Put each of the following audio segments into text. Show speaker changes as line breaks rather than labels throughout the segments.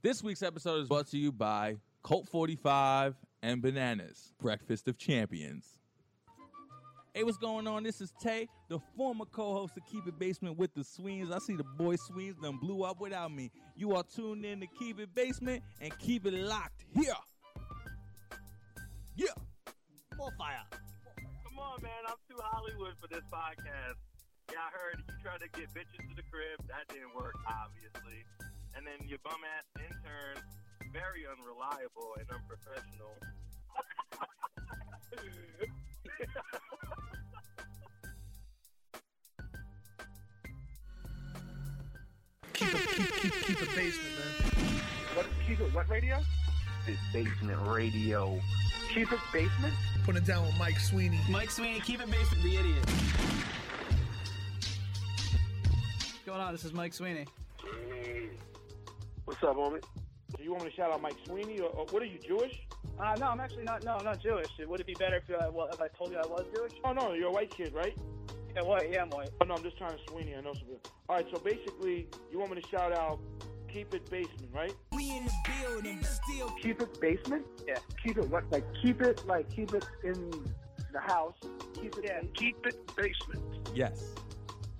This week's episode is brought to you by Colt 45 and Bananas, Breakfast of Champions. Hey, what's going on? This is Tay, the former co-host of Keep It Basement with the Sweens. I see the boy Sweens done blew up without me. You are tuned in to Keep It Basement and keep it locked here. Yeah.
More fire.
Come on, man. I'm too Hollywood for this podcast. Yeah, I heard you tried to get bitches to the crib. That didn't work, obviously. And then your bum ass intern, very unreliable and unprofessional.
What keep it what radio?
It's Basement Radio.
Keep it basement?
Putting it down with Mike Sweeney.
Mike Sweeney, keep it basement, the idiot. What's going on? This is Mike Sweeney.
What's up, homie? Do you want me to shout out Mike Sweeney or, or what are you Jewish?
Uh, no, I'm actually not. No, I'm not Jewish. Would it be better if, uh, well, if I told you I was Jewish?
Oh no, you're a white kid, right?
Yeah, what? Yeah, I'm white.
Oh no, I'm just trying to Sweeney, I know something. Alright, so basically you want me to shout out Keep It Basement, right?
Keep it basement?
Yeah.
Keep it what? Like keep it like keep it in the house. Keep it.
Yeah.
in-
Keep it basement.
Yes.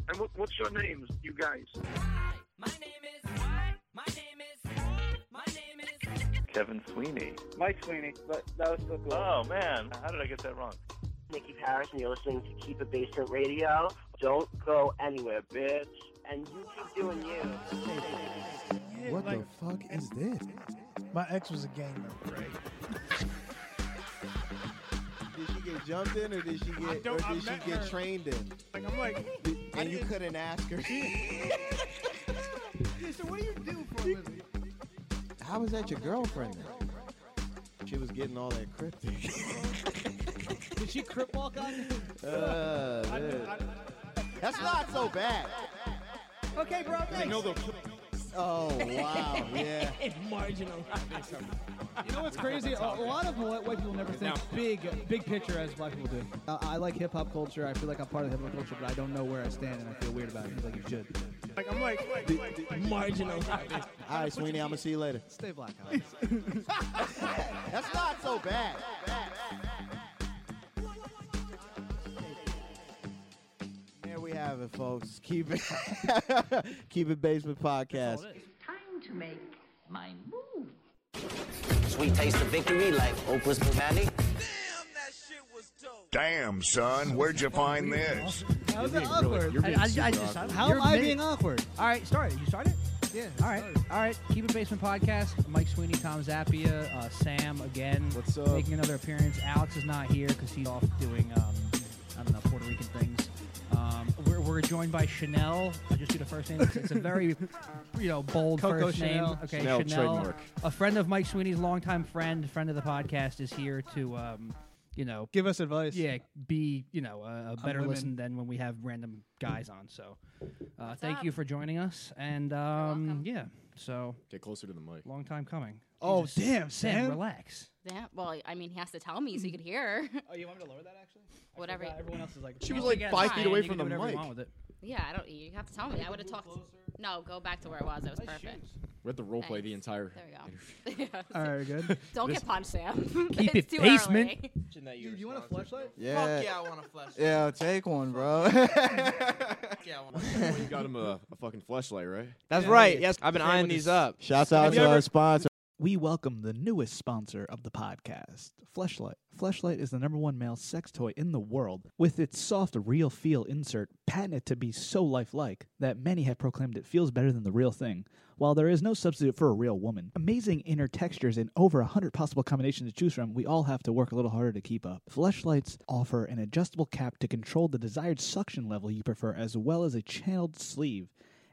And what, what's your names, you guys?
Kevin Sweeney.
Mike Sweeney. But that was so cool.
Oh, man. How did I get that wrong?
Nikki Paris, and you're listening to Keep It Basement Radio. Don't go anywhere, bitch. And you keep doing you.
What the fuck is this?
My ex was a gang member.
Did she get jumped in, or did she get, or did she get trained in?
Like I'm like,
Did- and you couldn't ask her.
so what do you do for a living?
How was that your girlfriend? Then? She was getting all that cryptic.
Did she crip walk on you?
Uh, yeah. That's not so bad.
Okay, bro. Thanks.
Oh wow, yeah.
You know what's crazy? A, a lot of white white people never think big, big picture as black people do. Uh, I like hip hop culture. I feel like I'm part of hip hop culture, but I don't know where I stand, and I feel weird about it. I feel like you should.
Like I'm like,
All right, Sweeney, I'm gonna see you later.
Stay black. Alex.
That's not so bad. There we have it, folks. Keep it, keep it basement podcast.
time to make my move.
Sweet taste of victory like Oprah's Manny.
Damn, son, where'd you find this?
How is that awkward? How am I being awkward? All right, start it. You start it. Yeah. All right. All right. Keep it basement podcast. Mike Sweeney, Tom Zappia, uh, Sam again.
What's
Oh.
up?
Making another appearance. Alex is not here because he's off doing um, I don't know Puerto Rican things. Um, we're, we're joined by Chanel. I just do the first name. It's, it's a very you know bold
Coco
first
Chanel.
name. Okay,
Chanel trademark.
A friend of Mike Sweeney's, longtime friend, friend of the podcast, is here to, um, you know,
give us advice.
yeah, be you know a, a better
women.
listen than when we have random guys on. So, uh, thank you for joining us, and um, yeah, so
Get closer to the mic.
long time coming.
Oh
Jesus.
damn,
Sam,
Sam.
relax.
Yeah, well, I mean, he has to tell me so you could hear.
Oh, you want me to lower that actually?
Whatever.
Everyone else is like.
She was like five feet away from the mic.
Yeah, I don't. You have to tell me. I would have talked. No, go back to where it was. That was perfect.
We had to role
play the
entire.
There we go. Yeah.
All right, good.
Don't get punched, Sam.
Keep
it's
it
too
basement.
early.
Do you want a flashlight?
Yeah.
I want a flesh.
Yeah, take one, bro.
Yeah, I want
You got him a, a fucking flashlight, right?
That's right. Yes, I've been eyeing these up.
Shouts out
Have you
to
ever-
our sponsor.
We welcome the newest sponsor of the podcast, Fleshlight. Fleshlight is the number one male sex toy in the world, with its soft, real feel insert patented to be so lifelike that many have proclaimed it feels better than the real thing. While there is no substitute for a real woman, amazing inner textures and over 100 possible combinations to choose from, we all have to work a little harder to keep up. Fleshlights offer an adjustable cap to control the desired suction level you prefer, as well as a channeled sleeve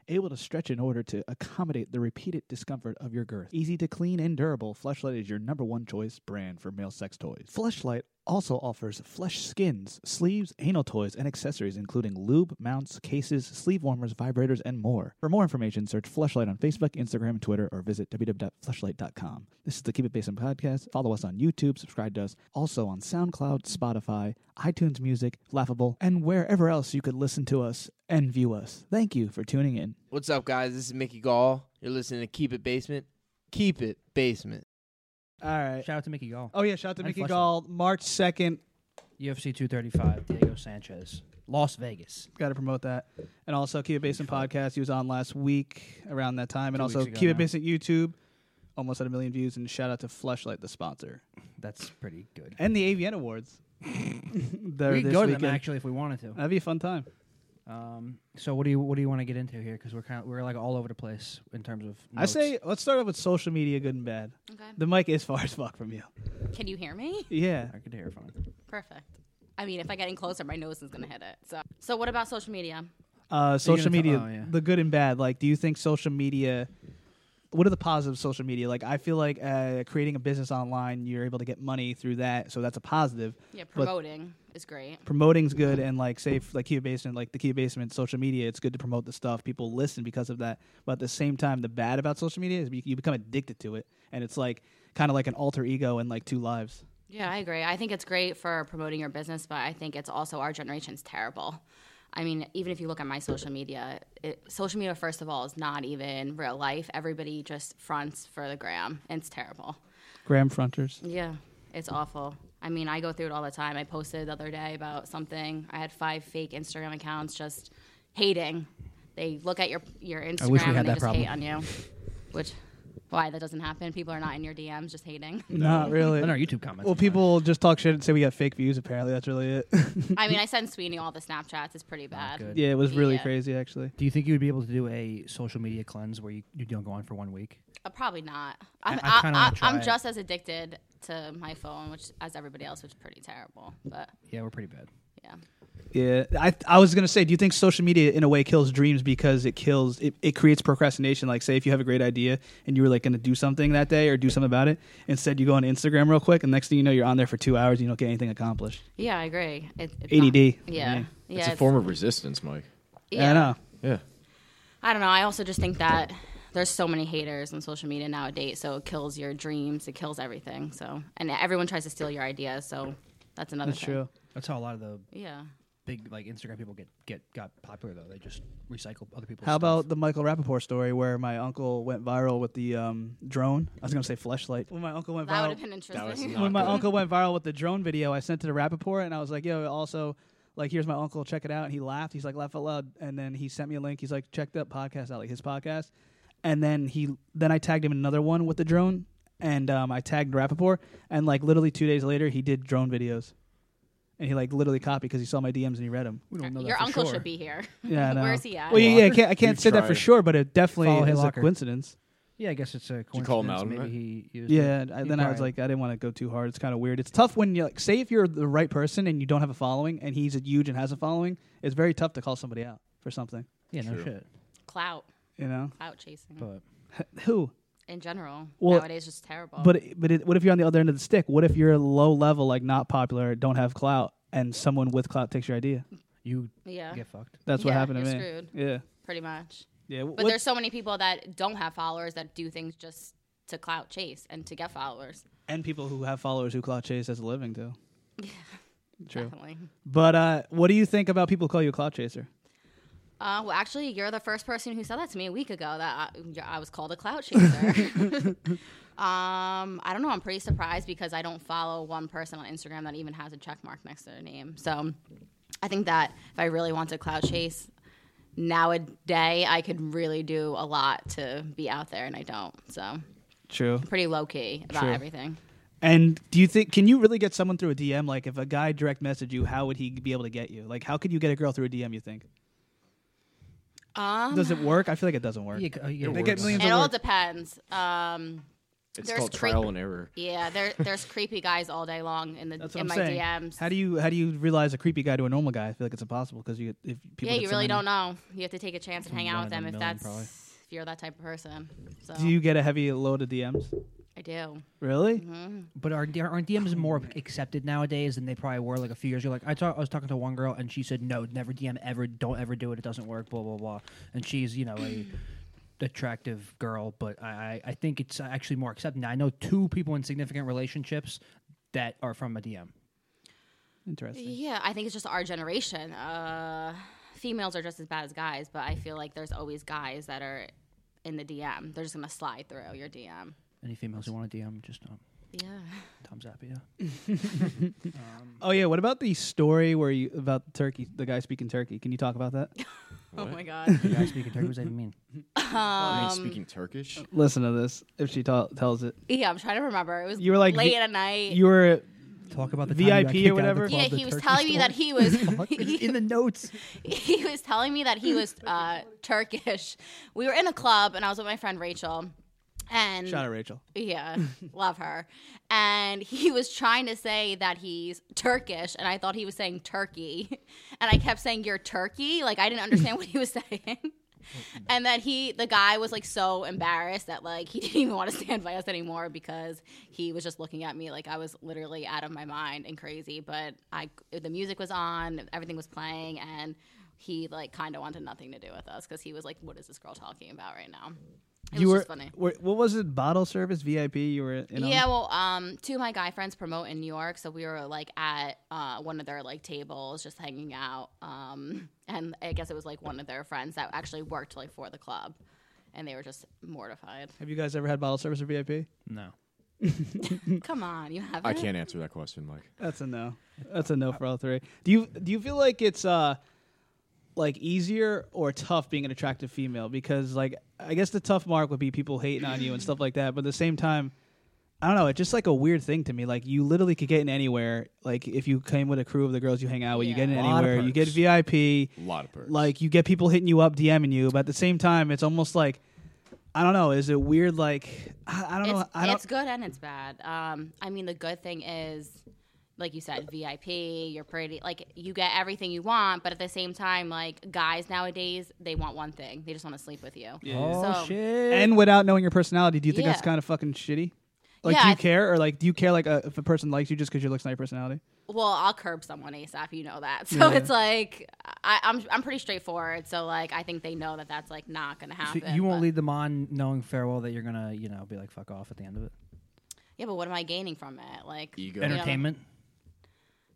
able to stretch in order to accommodate the repeated discomfort of your girth. Easy to clean and durable, Fleshlight is your number one choice brand for male sex toys. Fleshlight also offers flesh skins, sleeves, anal toys, and accessories, including lube, mounts, cases, sleeve warmers, vibrators, and more. For more information, search Fleshlight on Facebook, Instagram, Twitter, or visit www.fleshlight.com. This is the Keep It Basin podcast. Follow us on YouTube, subscribe to us, also on SoundCloud, Spotify, iTunes Music, Laughable, and wherever else you could listen to us and view us. Thank you for tuning in.
What's up, guys? This is Mickey Gall. You're listening to Keep It Basement.
Keep it basement.
All right.
Shout out to Mickey Gall.
Oh yeah, shout out to
And
Mickey
Fleshlight.
Gall. March second.
UFC 235. Diego Sanchez, Las Vegas.
Got to promote that. uh, And also Keep It Basin podcast. He was on last week around that time. And
Two
also
weeks ago
Keep It
now.
Basin YouTube. Almost at a million views. And shout out to Fleshlight, the sponsor.
That's pretty good.
And the AVN Awards. There
we could
this
go to
weekend.
them actually if we wanted to.
That'd be a fun time.
Um, so what do you what do you want to get into here? Because we're kind of we're like all over the place in terms of.
I say let's start off with social media, good and bad.
Okay.
The mic is far as fuck from you.
Can you hear me?
Yeah. uh,
I could hear fine.
Perfect. I mean, if I get in closer, my nose is gonna hit it. So, so what about social media?
Uh, social
gonna
media,
tell- oh, yeah.
the good and bad. Like, do you think social media? What are the positives of social media? Like, I feel like uh, creating a business online, you're able to get money through that, so that's a positive.
Yeah,
But
promoting is great.
promoting's good, and like, say, f- like Kia Basement, like the Kia Basement social media, it's good to promote the stuff. People listen because of that. But at the same time, the bad about social media is you, you become addicted to it, and it's like kind of like an alter ego and like two lives.
Yeah, I agree. I think it's great for promoting your business, but I think it's also our generation's terrible. I mean, even if you look at my social media, it, social media, first of all, is not even real life. Everybody just fronts for the gram. and It's terrible.
Graham Fronters.
Yeah, it's awful. I mean, I go through it all the time. I posted the other day about something. I had five fake Instagram accounts just hating. They look at your your Instagram
wish we
and
had
they
that
just
problem.
hate on you. Which why that doesn't happen. People are not in your DMs just hating.
Not really.
On our YouTube comments.
Well, people just talk shit and say we got fake views. Apparently, that's really it.
I mean, I send Sweeney all the Snapchats. It's pretty bad.
good.
yeah, it was really
Yeah.
crazy actually.
Do you think you would be able to do a social media cleanse where you, you don't go on for one week?
Uh, probably not.
I-
I'm,
I
I,
kinda
I,
wanna
I, am
try it.
just as addicted to my phone, which as everybody else, which is pretty terrible. But
Yeah, we're pretty bad.
yeah.
Yeah, I I was gonna say, do you think social media in a way kills dreams because it kills it, it creates procrastination? Like, say if you have a great idea and you were like gonna do something that day or do something about it, instead you go on Instagram real quick, and next thing you know, you're on there for two hours and you don't get anything accomplished.
Yeah, I agree. It, it's not-
ADD.
yeah.
Yeah.
Yeah.
it's a
it's-
form of resistance, Mike.
Yeah.
I know.
Yeah.
I don't know. I also just think that there's so many haters on social media nowadays, so it kills your dreams, it kills everything. So, and everyone tries to steal your ideas, so that's another thing.
That's how a lot of the
Yeah.
big like Instagram people get get got popular though. They just recycle other people's.
How
stuff.
about the Michael Rappaport story where my uncle went viral with the um, drone? I was gonna say fleshlight. When my uncle went
That
viral,
would've been interesting. That was not
when my
good.
uncle went viral with the drone video, I sent it to Rappaport and I was like, "Yo, also, like, here's my uncle. Check it out." And he laughed. He's like, "Laugh out loud." And then he sent me a link. He's like, "Check that podcast out, like his podcast." And then he, then I tagged him in another one with the drone, and um, I tagged Rappaport, and like literally two days later, he did drone videos, and he like literally copied because he saw my DMs and he read them.
We don't know
Your uncle should be here.
Yeah, I know.
Where's he at?
Well, yeah, yeah, I can't, I can't
You've
say that for
tried.
sure, but it
Follow
definitely is a
Haylocker.
coincidence.
Yeah, I guess it's a coincidence.
you call him out on
Maybe
it?
he used
Yeah,
it.
I,
He
then I was
probably-
like, I didn't want to go too hard. It's kind of weird. It's tough when you like, say if you're the right person and you don't have a following, and he's huge and has a following. It's very tough to call somebody out for something.
yeah, no shit.
Clout.
You know
Clout chasing.
But
who?
in general,
Well,
nowadays just terrible.
But but it, what if you're on the other end of the stick? What if you're low level, like not popular, don't have clout, and someone with clout takes your idea?
You
yeah.
get fucked.
That's what
Yeah,
happened to
you're
me.
Screwed.
Yeah.
Pretty much.
Yeah, wh-
But
what-
there's so many people that don't have followers that do things just to clout chase and to get followers.
And people who have followers who clout chase as a living too.
Yeah.
True.
Definitely.
But uh, what do you think about people who call you a clout chaser?
Uh, well, actually, you're the first person who said that to me a week ago that I, I was called a clout chaser. um, I don't know. I'm pretty surprised because I don't follow one person on Instagram that even has a check mark next to their name. So I think that if I really want to clout chase nowadays, I could really do a lot to be out there, and I don't. So I'm
True.
pretty low key about
True.
everything.
And do you think can you really get someone through a DM? Like if a guy direct messaged you, how would he be able to get you? Like how could you get a girl through a DM? You think
Um,
does it work? I feel like it doesn't work.
Yeah, c- uh, yeah,
they
it
get
works.
millions.
It
of
all
words.
depends. Um,
It's
there's
called
creep-
trial and error.
Yeah, there, there's creepy guys all day long in the
That's what
in
I'm
my
saying.
DMs.
How do you how do you realize a creepy guy to a normal guy? I feel like it's impossible because you if people
yeah,
get
you
so
really
many-
don't know. You have to take a chance and hang
One
out with
in
them
a
if
million,
that's
probably.
if you're that type of person. So
Do you get a heavy load of DMs?
I do.
Really?
Mhm.
But are aren't DMs more accepted nowadays than they probably were like a few years ago? Like I talk, I was talking to one girl and she said, "No, never DM ever. Don't ever do it. It doesn't work." Blah blah blah. And she's you know a attractive girl, but I I I think it's actually more accepted. Now, I know two people in significant relationships that are from a DM.
Interesting.
Yeah, I think it's just our generation. Uh, females are just as bad as guys, but I feel like there's always guys that are in the DM. They're just gonna slide through your DM.
Any females who want to DM, just um,
Yeah.
Tom Zappia.
Oh yeah, what about the story where you about Turkey? The guy speaking Turkey. Can you talk about that?
Oh my god.
The guy speaking Turkey. What does that even mean?
Um,
speaking Turkish.
Listen to this. If she ta- tells it,
yeah, I'm trying to remember. It was
you were like
late
vi-
at night.
You were
talk about the time you got
VIP
kicked out
or
of
whatever.
yeah, he was telling me that he was
in the notes.
He was telling me that he was uh, Turkish. We were in a club, and I was with my friend Rachel. And
Shout out Rachel.
Yeah, love her. And he was trying to say that he's Turkish, and I thought he was saying Turkey, and I kept saying you're Turkey. Like I didn't understand what he was saying. And then he, the guy, was like so embarrassed that like he didn't even want to stand by us anymore because he was just looking at me like I was literally out of my mind and crazy. But I, the music was on, everything was playing, and he like kind of wanted nothing to do with us because he was like, "What is this girl talking about right now?" It
you
was
were,
just funny.
were- What was it? Bottle service VIP. You were in on?
Yeah, well, um, two of my guy friends promote in New York, so we were like at uh, one of their like tables, just hanging out. Um, and I guess it was like one of their friends that actually worked like for the club, and they were just mortified.
Have you guys ever had bottle service or VIP?
No.
Come on, you have.
Hmm. I can't answer that question, Mike.
That's a no. That's a no for all three. Do you do you feel like it's uh like easier or tough being an attractive female? Because like I guess the tough mark would be people hating on you and stuff like that. But at the same time, I don't know. It's just like a weird thing to me. Like you literally could get in anywhere. Like if you came with a crew of the girls you hang out with, you get in
A lot of
anywhere. You get VIP. A
lot of perks.
Like you get people hitting you up, DMing you. But at the same time, it's almost like I don't know. Is it weird? Like I, I don't know.
it's,
I don't.
it's good and it's bad. Um, I mean, the good thing is, like you said, VIP. You're pretty. Like you get everything you want, but at the same time, like guys nowadays, they want one thing. They just want to sleep with you.
Oh,
So-
And without knowing your personality, do you think that's
Yeah.
kind of fucking shitty? Like,
Yeah,
do
I
you
th-
care, or like, do you care like uh, if a person likes you just because your looks not your personality?
Well, I'll curb someone ASAP. You know that. So
Yeah.
it's like I, I'm I'm pretty straightforward. So like I think they know that that's like not gonna
So
happen.
you won't lead them on knowing farewell that you're gonna, you know, be like fuck off at the end of it.
yeah, but what am I gaining from it? Like you know,
Entertainment.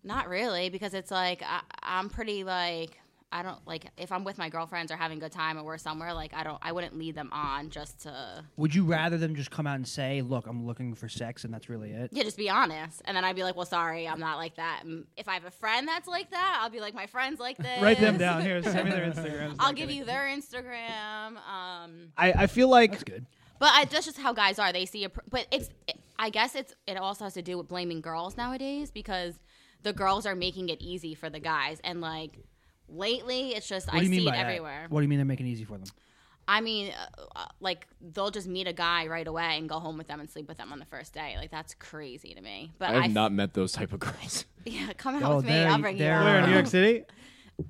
not really, because it's like I, I'm pretty like. I don't like if I'm with my girlfriends or having a good time or we're somewhere like I don't I wouldn't lead them on just to
Would you rather them just come out and say, "Look, I'm looking for sex," and that's really it?
yeah just be honest and then I'd be like well sorry I'm not like that and if I have a friend that's like that I'll be like my friends like this
Write them down. Here, send me their Instagrams.
I'll give you their Instagram um
I, I feel like that's
good.
But I, that's just how guys are. They see a, pr- but it's. I guess it's. It also has to do with blaming girls nowadays because the girls are making it easy for the guys, and like lately, it's just
What
I
do you
see
mean
it
by that?
everywhere.
What do you mean they're making it easy for them?
I mean, uh, uh, like they'll just meet a guy right away and go home with them and sleep with them on the first day. Like that's crazy to me. But
I have
I
not met those type of girls.
yeah, come out
Oh,
with me.
they're-
I'll bring you.
they're-
out.
Where in New York City?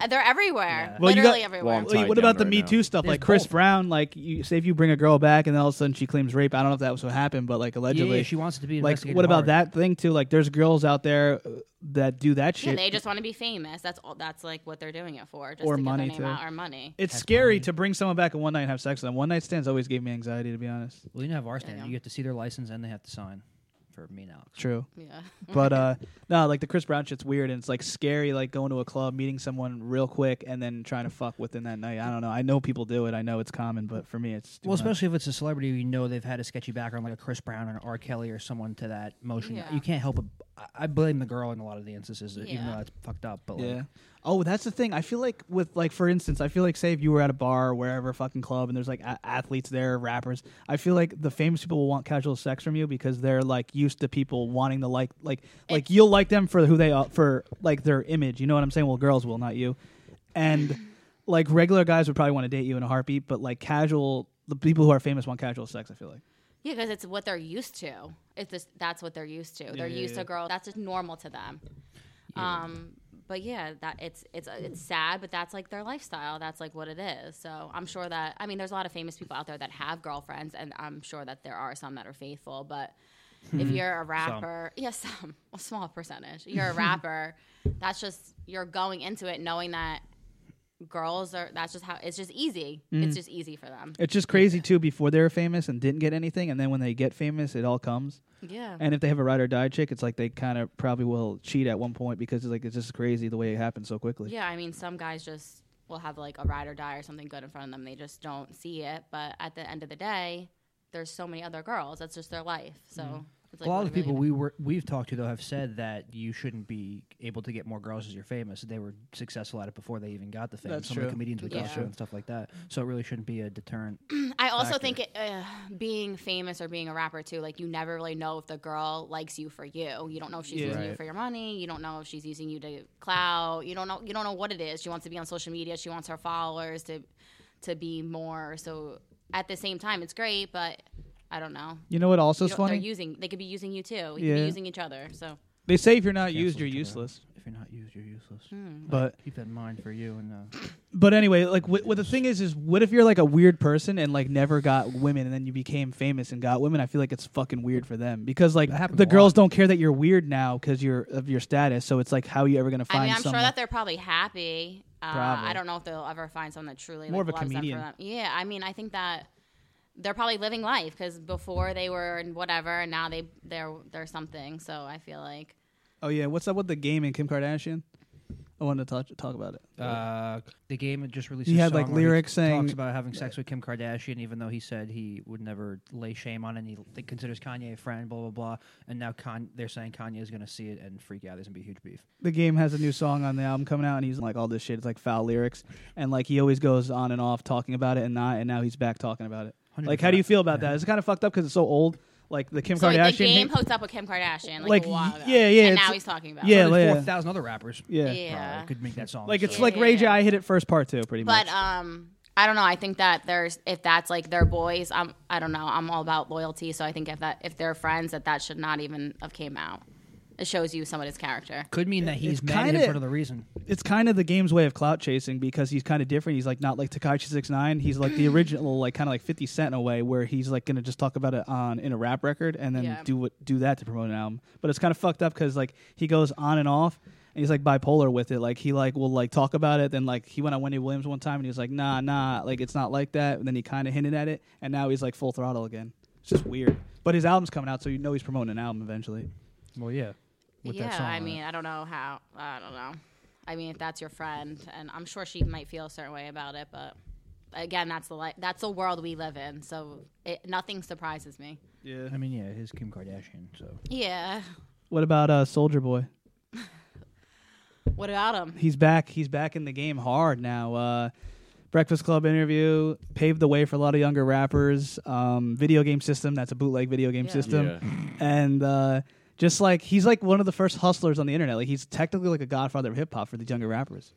Uh, They're everywhere.
Well, you
Literally
got-
everywhere.
I'm tied
what
down
about the
right
Me
now.
Too stuff?
There's
like Chris
both.
Brown, like you say, if you bring a girl back and then all of a sudden she claims rape. I don't know if that was what happened, but like allegedly,
yeah, she wants it to be
Like,
investigated
what about
hard.
that thing too? Like, there's girls out there uh, that do that
Yeah,
shit.
they just want to be famous. That's all. That's like what they're doing it for. Just
or
to get
money
their name
too.
out or money.
It's scary to bring someone back in one night and have sex with them. One night stands always gave me anxiety, to be honest.
Well, you don't have our standard. You have to see their license and they have to sign for me now.
True.
Yeah.
but uh no, like the Chris Brown shit's weird and it's like scary like going to a club, meeting someone real quick and then trying to fuck within that night. I don't know. I know people do it. I know it's common, but for me it's too
Well,
much.
especially if it's a celebrity you know they've had a sketchy background, like a Chris Brown or an R. Kelly or someone to that motion.
Yeah.
You can't help but I- I blame the girl in a lot of the instances, even
Yeah.
though that's fucked up. But
Yeah.
like,
Oh, that's the thing. I feel like with like for instance, I feel like say if you were at a bar or wherever fucking club and there's like a- athletes there, rappers, I feel like the famous people will want casual sex from you because they're like used to people wanting to like like like you'll like them for who they are for like their image. You know what I'm saying? Well, girls will, not you. And like regular guys would probably want to date you in a heartbeat, but like casual the people who are famous want casual sex, I feel like.
Yeah, because it's what they're used to. It's just that's what they're used to. they're
yeah,
used
yeah.
to girl. That's just normal to them. Um, but yeah, that it's it's it's sad, but that's like their lifestyle. That's like what it is. So I'm sure that I mean, there's a lot of famous people out there that have girlfriends, and I'm sure that there are some that are faithful. But if you're a
Some.
rapper, yes, yeah, some a small percentage. You're a rapper. that's just you're going into it knowing that girls are. That's just how it's just easy.
Mm.
It's just easy for them.
It's just crazy too. Before they were famous and didn't get anything, and then when they get famous, it all comes.
Yeah.
And if they have a ride or die chick, it's like they kind of probably will cheat at one point because it's like it's just crazy the way it happens so quickly.
Yeah, I mean, some guys just will have like a ride or die or something good in front of them. They just don't see it. But at the end of the day, there's so many other girls. That's just their life. So
Mhm.
it's like
a lot
what
of
do you
people
really-
we were we've talked to though have said that you shouldn't be able to get more girls as you're famous. They were successful at it before they even got the fame.
That's
Some of
true.
the comedians we
That's
talked to
true.
and stuff like that. So it really shouldn't be a deterrent.
I also
factor.
think it, uh, being famous or being a rapper too, like you never really know if the girl likes you for you. You don't know if she's
Yeah.
using you
Right.
for your money. You don't know if she's using you to clout. You don't know. You don't know what it is. She wants to be on social media. She wants her followers to to be more. So at the same time, it's great, but I don't know.
You know what also
You
is
don't- They're
funny?
using. They could be using you too. You could
Yeah.
be using each other. So
They say if you're not used, you're useless.
If you're not used, you're useless.
Hmm.
But-
keep that in mind for you and uh,
But anyway, like what, what the thing is is what if you're like a weird person and like never got women and then you became famous and got women? I feel like it's fucking weird for them because like
That happened
the
a
girls don't care that you're weird now because you're of your status. So it's like how are you ever gonna find
I mean, I'm
someone?
sure that they're probably happy. Uh,
Probably.
I don't know if they'll ever find someone that truly
More
like,
of a
loves
comedian.
Them for them. Yeah, I mean, I think that they're probably living life because before they were in whatever, and now they they're they're something. So I feel like
oh yeah, what's up with the game and Kim Kardashian? I wanted to touch, talk about it.
Uh, the game had just released.
He
a
had,
song
like,
where he
lyrics saying-
talks about having sex with Kim Kardashian, even though he said he would never lay shame on it. And he like, considers Kanye a friend, blah blah blah. And now Con- they're saying Kanye is going to see it and freak out. There's going to be a huge beef.
the game has a new song on the album coming out and he's like all this shit it's like foul lyrics and like he always goes on and off talking about it and not and now he's back talking about it like how do you feel about that it's kind of fucked up because it's so old like the kim
so
kardashian
like, the game
hate-
hooked up with Kim Kardashian like,
Like,
a while
y-
ago.
yeah, yeah,
and
it's-
now he's talking about
yeah,
it.
Well, there's
yeah.
four thousand other rappers.
Yeah.
Yeah.
probably could make that song.
like it's
so-
like ray j i hit it first part two pretty
But
much
um, I don't know. I think that there's if that's like their boys. I'm I don't know. I'm all about loyalty. So I think if that if they're friends, that that should not even have came out. It shows you somebody's character.
could mean that he's mad at
kinda-
him for another reason.
it's kind of the game's way of clout chasing because he's kind of different he's like not like takashi 69 he's like the original like kind of like 50 cent in a way where he's like gonna just talk about it on in a rap record and then
Yeah.
do what do that to promote an album but it's kind of fucked up because like he goes on and off and he's like bipolar with it like he like will like talk about it then like he went on wendy williams one time and he was like nah nah like it's not like that and then he kind of hinted at it and now he's like full throttle again it's just weird but his album's coming out so you know he's promoting an album eventually
well yeah
yeah, I mean, I don't know how. I don't know. I mean, if that's your friend, and I'm sure she might feel a certain way about it, but again, that's the li- that's the world we live in. So it, nothing surprises me.
yeah.
I mean, yeah, it is Kim Kardashian. So
Yeah.
what about uh soldier boy
What about him?
he's back. He's back in the game hard now. Uh, Breakfast Club interview paved the way for a lot of younger rappers. Um, video game system. That's a bootleg video game
Yeah.
system.
Yeah.
And uh, just like he's like one of the first hustlers on the internet. Like he's technically like a godfather of hip hop for the younger rappers.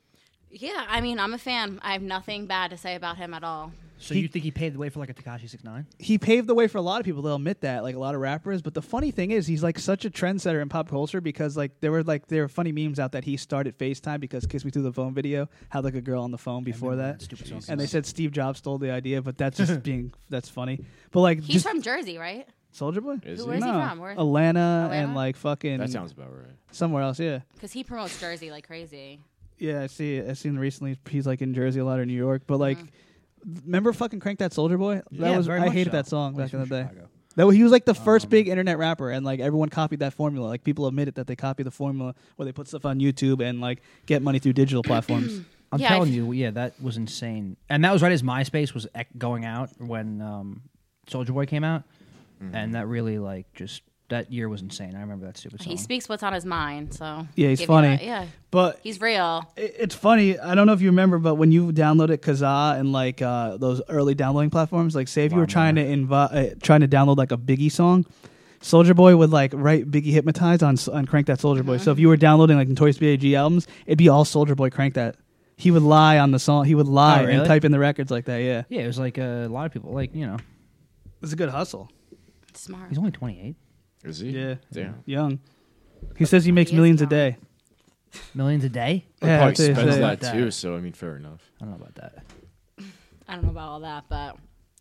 Yeah, I mean, I'm a fan. I have nothing bad to say about him at all.
so you think he paved the way for like a Takashi Six Nine?
He paved the way for a lot of people. They'll admit that, like a lot of rappers. But the funny thing is, he's like such a trendsetter in pop culture because like there were like there were funny memes out that he started FaceTime because "Kiss Me Through the Phone" video had like a girl on the phone before that,
stupid song.
Uh, and they said Steve Jobs stole the idea. But that's just being that's funny. But like
He's
just-
from Jersey, right?
Soldier Boy?
Is Who- he? where's he
No.
from? Where-
Atlanta,
Atlanta?
and like fucking.
That sounds about right.
Somewhere else, yeah.
Because he promotes Jersey like crazy.
Yeah, I see. I seen recently he's like in Jersey a lot or New York, but like,
Uh-huh.
remember fucking crank that Soldier Boy? That
Yeah,
was
very
I
much
hated
so.
that song
Well,
back
he's
in the
from
day.
Chicago.
That was, he was like the first big internet rapper, and like everyone copied that formula. Like people admitted that they copied the formula where they put stuff on YouTube and like get money through digital platforms.
I'm
Yeah, I
telling
f-
you, yeah, that was insane, and that was right as MySpace was ec- going out when um, Soldier Boy came out,
Mm-hmm.
and that really like just that year was insane. I remember that stupid song.
He speaks what's on his mind. So
Yeah, he's
give you
funny,
that. Yeah,
but
he's real.
It's funny. I don't know if you remember, but when you downloaded Kazaa and like uh, those early downloading platforms, like say if you were trying to invi- uh, trying to download like a Biggie song, Soldier Boy would like write Biggie Hypnotize on s- on Crank That Soldier Boy. So if you were downloading like Notorious B.I.G. albums, it'd be all Soldier Boy Crank That. He would lie on the song. He would lie and
really?
type in the records like that. Yeah,
yeah, it was like uh, a lot of people, like you know,
it's a good hustle.
Smart.
He's only 28.
Is he?
Yeah.
Damn.
Young. He says he makes millions a day.
Millions a day?
He probably spends that, too. So I mean, fair enough.
I don't know about that.
I don't know about all that, but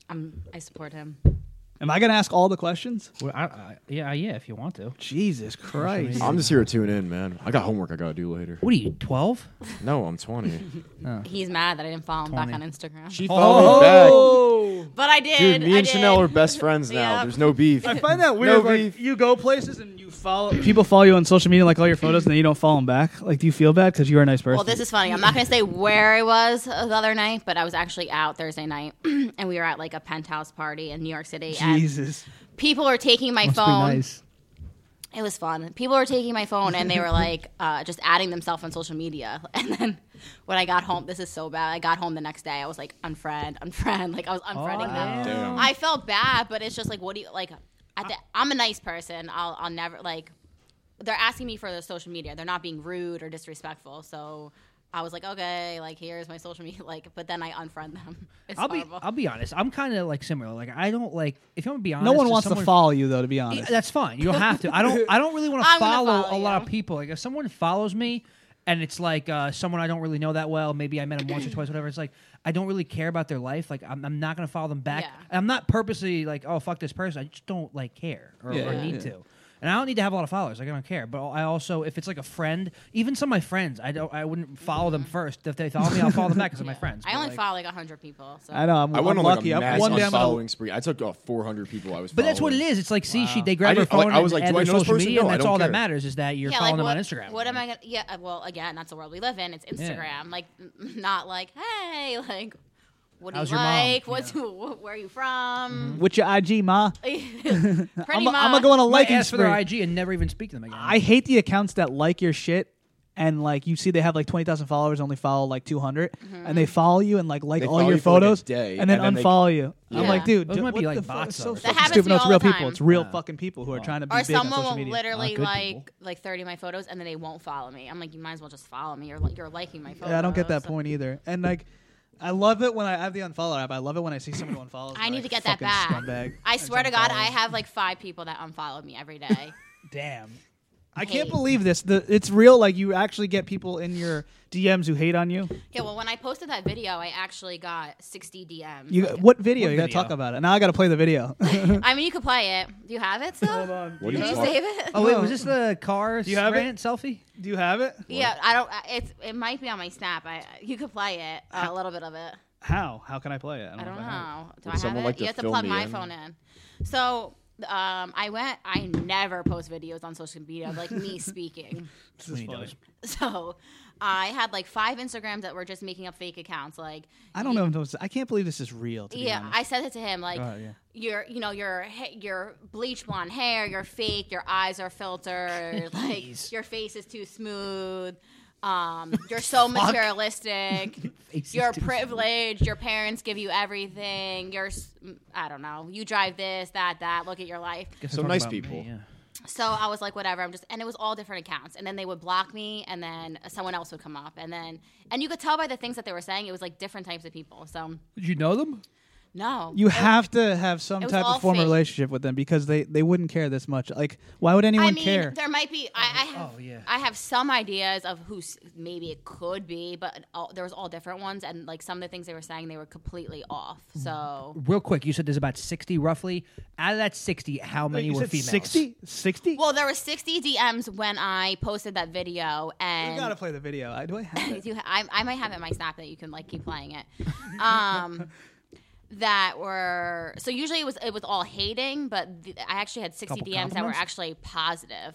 I'm I support him.
Am I gonna ask all the questions?
Well, I, I, yeah, yeah, if you want to.
Jesus Christ!
I'm just here to tune in, man. I got homework I gotta do later.
What are you, 12?
No, I'm 20.
He's mad that I didn't follow him
20.
back on Instagram.
She followed
Oh!
me back.
But I did.
Dude, me
I
and
did.
Chanel are best friends now.
Yeah.
There's no beef.
I find that weird.
No
like,
beef.
you go places and you follow people follow you on social media, like all your photos, and then you don't follow them back. Like, do you feel bad because you were a nice person?
Well, this is funny. I'm not going to say where I was uh, the other night, but I was actually out Thursday night, and we were at like a penthouse party in New York City.
Jesus.
And people were taking my
Must be
phone.
nice.
It was fun. People were taking my phone, and they were like uh, just adding themselves on social media. And then when I got home, this is so bad. I got home the next day. I was like unfriend, unfriend. Like I was
Oh,
unfriending them.
damn.
I felt bad, but it's just like, what do you like? At the, I'm a nice person. I'll, I'll never like. They're asking me for their social media. They're not being rude or disrespectful. So I was like, okay, like here's my social media. Like, but then I unfriend them. It's
I'll be
horrible.
I'll be honest. I'm kind of like similar. Like I don't like if I'm gonna be honest.
no one
if
wants to
someone-
follow you though. To be
Yeah,
honest,
that's fine. You don't have to. I don't. I don't really want to
I'm gonna
follow,
follow
a lot of people. Like if someone follows me, and it's like uh, someone I don't really know that well. Maybe I met them once or twice, whatever. It's like I don't really care about their life. Like I'm, I'm not gonna follow them back. And I'm not purposely like, oh fuck this person. I just don't like care or,
Yeah,
or
yeah,
need
yeah.
to. And I don't need to have a lot of followers. Like I don't care. But I also, if it's like a friend, even some of my friends, I don't. I wouldn't follow them first. If they follow me, I'll follow them back because they're my friends.
Mm-hmm. I
But,
only
like-
follow like hundred people. So.
I know, I'm-
I went
I'm
on
lucky.
like
I'm-
a mass
one day I'm gonna-
unfollowing spree. I took off 400 people I was.
But that's what it
following.
is. It's like, see, she
Wow.
they grab
I
her
didn't- like,
phone
I was like,
and
do I
add
know
their
this
social
person?
media,
No,
and
I
that's
don't
all that
care.
matters is that you're
yeah,
following
like what,
them on Instagram.
What am I gonna? Yeah, uh, well, again, that's the world we live in. It's Instagram. Like, n- not like, hey, like, what do
How's
you
your mom?
like? What's wh- where are you from?
with your IG, ma.
Pretty
I'm
much.
gonna Mm-hmm. go on a
Might
liking
ask for their
spree.
IG and never even speak to them again.
I hate the accounts that like your shit and like you see they have like 20,000 followers only follow like 200 and they
Mm-hmm.
follow you and like like
They
all
follow
your
you for, like, a
photos
day,
and then
and then they-
unfollow you. I'm
Yeah.
like, dude,
Those
dude,
might be,
what
like,
the fuck?
bots
It's
though
so
or
fucking
something.
That happens
stupid.
to
No,
me
it's
all
real
the
people.
time.
It's real fucking people who are trying to be
or
big on
someone
social
will
media.
literally
good
like
people.
like 30 my photos and then they won't follow me. I'm like, you might as well just follow me. You're like, you're liking my photos.
Yeah, I don't get that point either. And like I love it when I I have the unfollow app. I love it when I see someone unfollows.
I need
like,
to get that
fucking
back.
Scumbag.
I swear to God, I have like five people that unfollowed me every day.
Damn. I
Hate.
can't believe this. The, it's real. Like you actually get people in your DMs who hate on you.
Yeah, well, when I posted that video, I actually got 60 DMs.
You
Like,
what video?
What
you gotta
video?
talk about it. Now I gotta play the video.
I mean, you could play it. Do you have it
Oh
still? Hold on.
What
Did
do
you
you
save it?
Oh wait, was this the car
Do you have it?
rant selfie?
Do you have it?
Yeah, I don't. I- It's it might be on my snap. I you could play it uh, a little bit of it.
How? How can I play it?
I don't
if have it.
know. Do
Would
I have
someone
it?
like to
you have to
fill
plug
me
my
in?
phone in. So um, I went. I never post videos on social media of, like me speaking.
This is funny.
So I had like five Instagrams that were just making up fake accounts. Like
I don't know. If those, I can't believe this is real. To
yeah,
be honest.
I said it to him like.
God, yeah.
Your, you know, your ha- your bleach blonde hair, your fake, your eyes are filtered, like your face is too smooth, um, you're so
Fuck.
materialistic,
Face is
you're
too smooth.
privileged, your parents give you everything, you're, s- mm, I don't know, you drive this, that, that, look at your life.
So nice people.
So I was like, whatever. I'm just, and it was all different accounts. And then they would block me, and then someone else would come up, and then, and you could tell by the things that they were saying, it was like different types of people. So
Did you know them?
no,
You
It-
have to have some
it was
type
all
of formal
fake.
relationship with them because they they wouldn't care this much. Like, why would anyone
I mean,
care?
there might be. I, I have.
Oh,
I have some ideas of who s- maybe it could be, but all, there was all different ones, and like some of the things they were saying, they were completely off.
Mm.
So,
Real quick, you said there's about sixty roughly. Out of that sixty, how many
you
were
said
females?
60? Sixty.
well, there were sixty DMs when I posted that video, and
You gotta play the video. I, do I have it?
You ha- I, I might have it in my snap that you can like keep playing it. Um, that were so usually it was it was all hating, but the, I actually had sixty
Couple
DMs that were
compliments?
actually positive,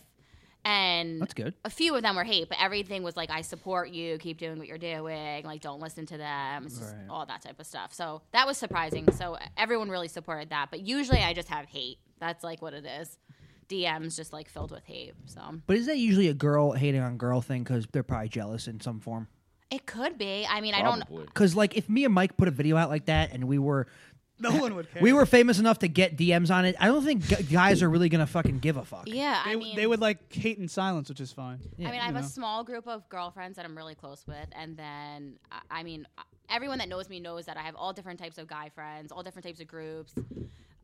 and
That's good.
A few of them were hate, but everything was like I support you, keep doing what you're doing, like don't listen to them, it's just
Right.
all that type of stuff. So that was surprising. So everyone really supported that, but usually I just have hate. That's like what it is. DMs just like filled with hate. So.
But is that usually a girl hating on girl thing because they're probably jealous in some form?
It could be. I mean, I don't.
Because like if me and Mike put a video out like that and we were
No one would care.
we were famous enough to get DMs on it, I don't think gu- guys are really gonna fucking give a fuck.
Yeah,
They,
I
would-
mean,
they would like hate in silence, which is fine.
I mean, I
You
have a
know?
small group of girlfriends that I'm really close with, and then I- I mean, everyone that knows me knows that I have all different types of guy friends, all different types of groups.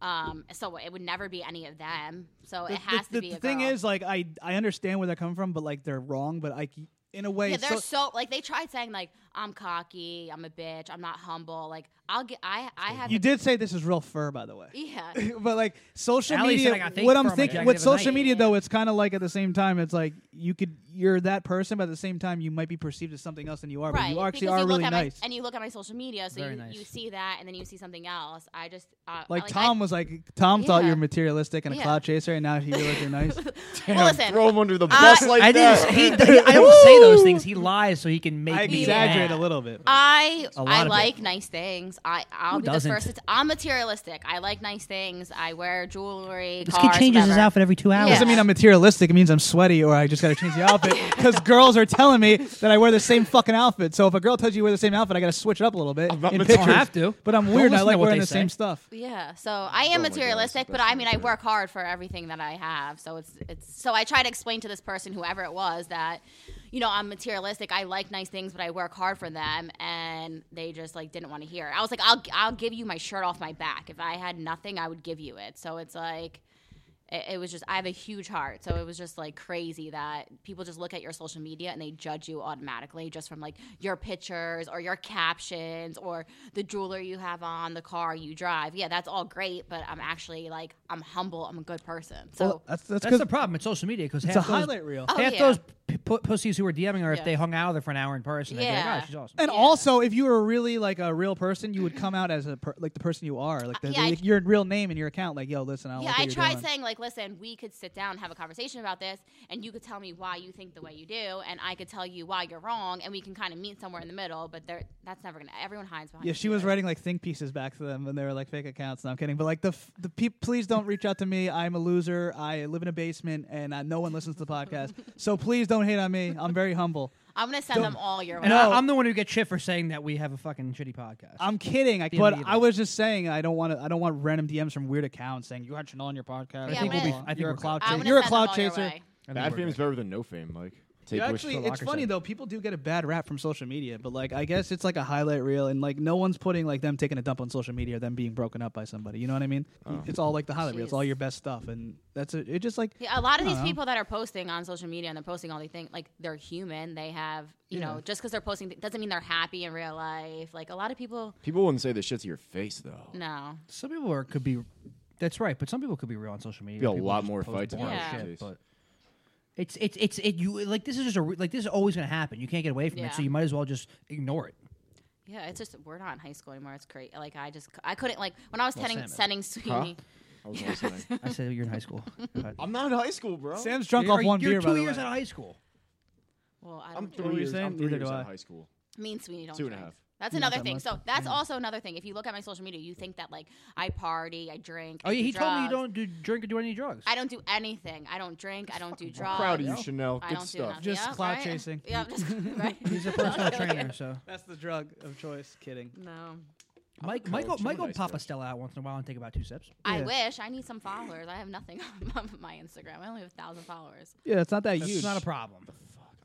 Um, so it would never be any of them. So
The-
it has
the,
to be
the
a
thing
girl.
is, like, I I understand where they're coming from, but like they're wrong. But like in a way,
yeah, they're
so-
so, like they tried saying like I'm cocky, I'm a bitch, I'm not humble, like I'll get. I I have.
You did say this is real fur, by the way.
Yeah.
but like social
Allie said I
media,
got thanked
what
for
I'm
my
thinking
jacket
with
of the
social
night.
media though, it's kind of like at the same time, it's like you could you're that person, but at the same time, you might be perceived as something else than you are.
right.
But you actually
because
are
you
really
look at
nice.
My, and you look at my social media, so
Very
you,
nice.
you see that, and then you see something else. I just uh,
like,
I-
Tom was like, Tom thought you
Yeah.
were materialistic and a
Yeah.
cloud chaser, and now he realized you're nice.
Well, listen,
throw him under the
I-
bus like
I
that.
didn't. He, he- I don't say those things. He lies so he can make
I
me
exaggerate
mad.
a little bit.
Uh, I
A lot
I
of it.
like nice things. I I'll
Who
be
doesn't?
the first. To t- I'm materialistic. I like nice things. I wear jewelry.
This kid
cars,
changes his
Oh, whatever.
outfit every two hours.
It doesn't mean I'm materialistic. It means I'm sweaty or I just got to change the outfit because girls are telling me that I wear the same fucking outfit. So if a girl tells you you wear the same outfit, I got to switch it up a little bit. in
material-
pictures.
have to.
But I'm
Don't
weird. and I
listen to
like
what
wearing
they
the same
say.
stuff.
Yeah, so I am materialistic, but I mean, I work hard for everything that I have. So it's it's so I try to explain to this person, whoever it was, that you know I'm materialistic. I like nice things, but I work hard for them, and they just like didn't want to hear. it. I was like, I'll I'll give you my shirt off my back. If I had nothing, I would give you it. So it's like. It, it was just I have a huge heart, so it was just like crazy that people just look at your social media and they judge you automatically just from like your pictures or your captions or the jewelry you have on, the car you drive. Yeah, that's all great, but I'm actually like I'm humble. I'm a good person. So
that's
that's,
'cause-
the problem. It's social media because
It's
half
a
those,
highlight reel.
Oh,
half
yeah.
those p- p- pussies who are DMing her if
Yeah.
they hung out with her for an hour in person. They'd be like,
Yeah.
oh, she's awesome.
And also, if you were really like a real person, you would come out as a per- like the person you are, like the,
yeah, I-
the- your real name in your account. Like, yo, listen, I don't
yeah,
like
I
what you're
tried
doing.
saying like, listen, we could sit down and have a conversation about this, and you could tell me why you think the way you do, and I could tell you why you're wrong, and we can kind of meet somewhere in the middle. But there, that's never gonna. Everyone hides behind.
Yeah, she was writing like think pieces back to them, and they were like fake accounts. No, I'm kidding, but like the f- the peop please don't reach out to me. I'm a loser. I live in a basement, and uh, no one listens to the podcast. so please don't hate on me. I'm very humble.
I'm gonna send
Don't-
them all your way.
And I- I'm the one who gets shit for saying that we have a fucking shitty podcast.
I'm kidding, I,
Be
but
leader.
I was just saying I don't want to. I don't want random DMs from weird accounts saying you had Chanel on your podcast.
I Yeah, think I'm we'll be- gonna- I think
you're
we're
a cloud
good. I'm
chaser.
gonna
You're a
send
cloud
them all your
chaser.
way.
Bad fame is better than no fame, Mike. Take
Yeah,
what
actually,
Phil
it's
Locker
funny
said.
though. People do get a bad rap from social media, but like I guess it's like a highlight reel, and like no one's putting like them taking a dump on social media or them being broken up by somebody. You know what I mean?
Oh.
It's all like the highlight reel. It's all your best stuff, and that's it. It just like
Yeah, a lot of
I
these
don't know.
people that are posting on social media and they're posting all these things, like they're human. They have, you
Yeah.
know, just because they're posting th- doesn't mean they're happy in real life. Like a lot of people,
People wouldn't say this shit to your face though.
no.
Some people are, could be. That's right, but some people could be real on social media.
Be a
People
lot
just
more
post
fights
boring
Yeah.
about
shit,
it.
but it's it's it's it. You like this is just a re- like this is always gonna happen. You can't get away from it, so
Yeah.
you might as well just ignore it.
Yeah, it's just we're not in high school anymore. It's crazy. Like I just, c- I couldn't like when I was
Well,
sending
Sam is.
sending Sweeney.
I was listening.
I said you're in high school. Cut.
I'm not in high school, bro.
Sam's drunk
You're-
off one
you're
beer.
two
by the
years
way.
out of high school.
Well, I
I'm
don't.
three
you
years.
saying?
I'm three
Neither do
years out
I.
of high school.
Me and Sweeney don't.
Two and a
drink.
half.
That's
Not
another
that
thing.
much.
So that's
Yeah.
also another thing. If you look at my social media, you think that like I party, I drink.
Oh
I
yeah,
do
he told me you
drugs.
don't do drink or do any drugs.
I don't do anything. I don't drink. I don't do drugs.
Proud of you, Chanel.
I
Good
don't do
stuff.
nothing.
Just
Yeah,
clout
right?
chasing.
Yeah, just right.
He's a personal trainer, so
That's the drug of choice. Kidding.
No.
Mike,
coach.
Michael,
I'm a
Michael,
nice
pop a
coach.
Stella out once in a while and take about two sips.
I
Yeah.
wish. I need some followers. I have nothing on my Instagram. I only have a thousand followers.
Yeah, it's not that
That's
huge.
not a problem.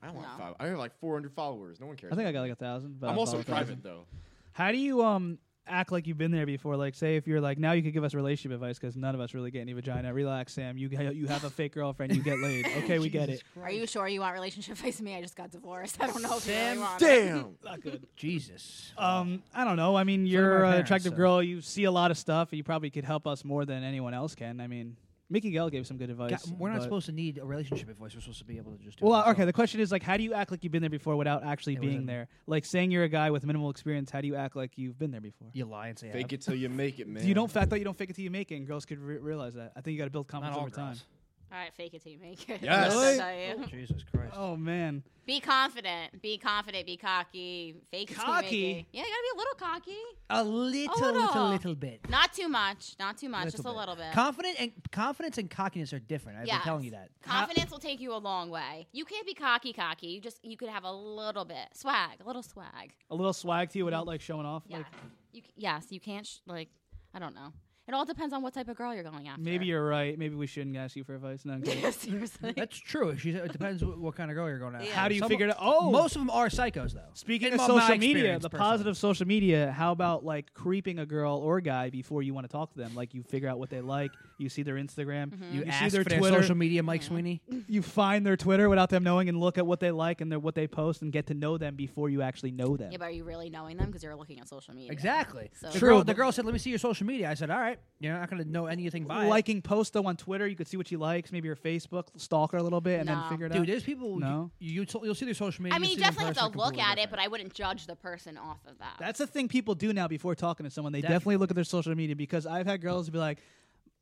I don't
No.
want five. I have like 400 followers. No one cares.
I think I
about
got
me.
like a thousand. But
I'm
I
also
follow a
private
thousand.
though.
How do you um act like you've been there before? Like, say if you're like now, you could give us relationship advice because none of us really get any vagina. Relax, Sam. You ha- you have a fake girlfriend. You get laid. Okay, we get it.
Are you sure you want relationship advice from me? I just got divorced. I don't know if you
Sam,
really want it.
Damn.
Not good.
Jesus.
Um, I don't know. I mean,
of
you're
my
an
parents,
attractive
so-
girl. You see a lot of stuff. You probably could help us more than anyone else can. I mean, Mickey Gell gave some good
God,
advice.
we're not
but-
supposed to need a relationship advice. We're supposed to be able to just. Do it
Well, okay.
ourselves.
The question is like, how do you act like you've been there before without actually
It was
being
in-
there? Like saying you're a guy with minimal experience. How do you act like you've been there before?
You lie and say I
Fake
have-
it till you make it, man.
You don't. I thought you don't fake it till you make it. And girls could re- realize that. I think you got to build
Not
confidence
all
over
girls.
time.
All right, fake it till you make it.
Yes.
That's what I am.
Jesus Christ.
Oh man.
Be confident. Be confident. Be cocky. Fake it till you make
Cocky?
it. Yeah, you gotta be a little cocky.
A little,
little.
little, little bit.
Not too much. Not too much. just a
bit.
little bit.
Confident and confidence and cockiness are different. I've
Yes.
been telling you that.
Confidence will take you a long way. You can't be cocky, cocky. You just you could have a little bit swag, a little swag.
A little swag to you without like showing off.
Yeah.
Like
You c- yes, you can't sh- like I don't know. It all depends on what type of girl you're going after.
Maybe you're right. Maybe we shouldn't ask you for advice. No, I'm kidding.
Seriously.
That's true. She said it depends what, what kind of girl you're going after.
How do you
Some-
figure it out? Oh.
most of them are psychos though.
Speaking
In
of
my- my
social media,
experience,
the
personally.
positive social media, how about like creeping a girl or guy before you want to talk to them? Like you figure out what they like, you see their Instagram,
Mm-hmm.
You,
see
ask
their
for their
Twitter,
social media, Mike Sweeney.
you find their Twitter without them knowing and look at what they like and their, what they post and get to know them before you actually know them.
Yeah, but are you really knowing them because you're looking at social media?
Exactly.
So
The girl, the girl said, "Let me see your social media." I said, "All right, you're not going to know anything by it."
Liking posts though on Twitter, you could see what she likes, maybe her Facebook, stalk her a little bit, and
No.
then figure it out.
Dude, there's people.
No,
You, you will see their social media.
I mean,
you'll
you
see them
definitely have to
personally
look
completely
at
different.
it, but I wouldn't judge the person off of that.
That's the thing people do now before talking to someone. They definitely, look at their social media because I've had girls be like,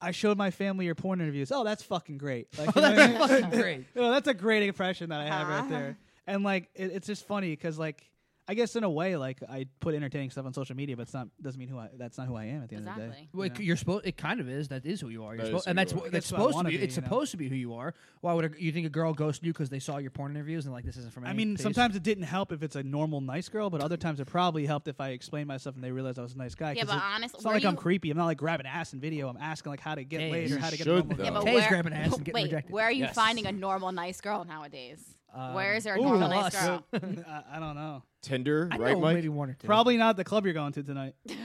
I showed my family your porn interviews. Oh, that's fucking great. Like, you know
that's
what I mean?
fucking great.
You know, that's a great impression that I have
Ah.
Uh-huh.
right there. And like, it, it's just funny because like, I guess in a way, like I put entertaining stuff on social media, but it's not doesn't mean who I. That's not who I am at the end of the day.
Well, it, you're supposed. It kind of is. That is who you are. You're
That
suppo-
is
and
who you
that's
are.
what that's
That's who I
supposed to
wanna
be.
be,
it's
you know?
supposed to be who you are. Why would a, you think a girl ghosted you because they saw your porn interviews and like this isn't for me?
I mean,
Please.
sometimes it didn't help if it's a normal nice girl, but other times it probably helped if I explained myself and they realized I was a nice guy.
Yeah,
'cause
but
it-
honest-
it's not
were
like I'm
you-
creepy. I'm not like grabbing ass in video. I'm asking like how to get
Hey,
laid
you
or how to get
should,
a normal
though.
girl.
Yeah, but Tay's where- grabbing ass and getting
Wait,
rejected.
where are you
Yes. Um,
finding a normal nice girl nowadays? where is there a
ooh,
normal
tell
nice
us.
girl?
I, I don't know.
Tinder,
I
right,
know
Mike?
maybe
Oh, one or two.
Probably not the club you're going to tonight.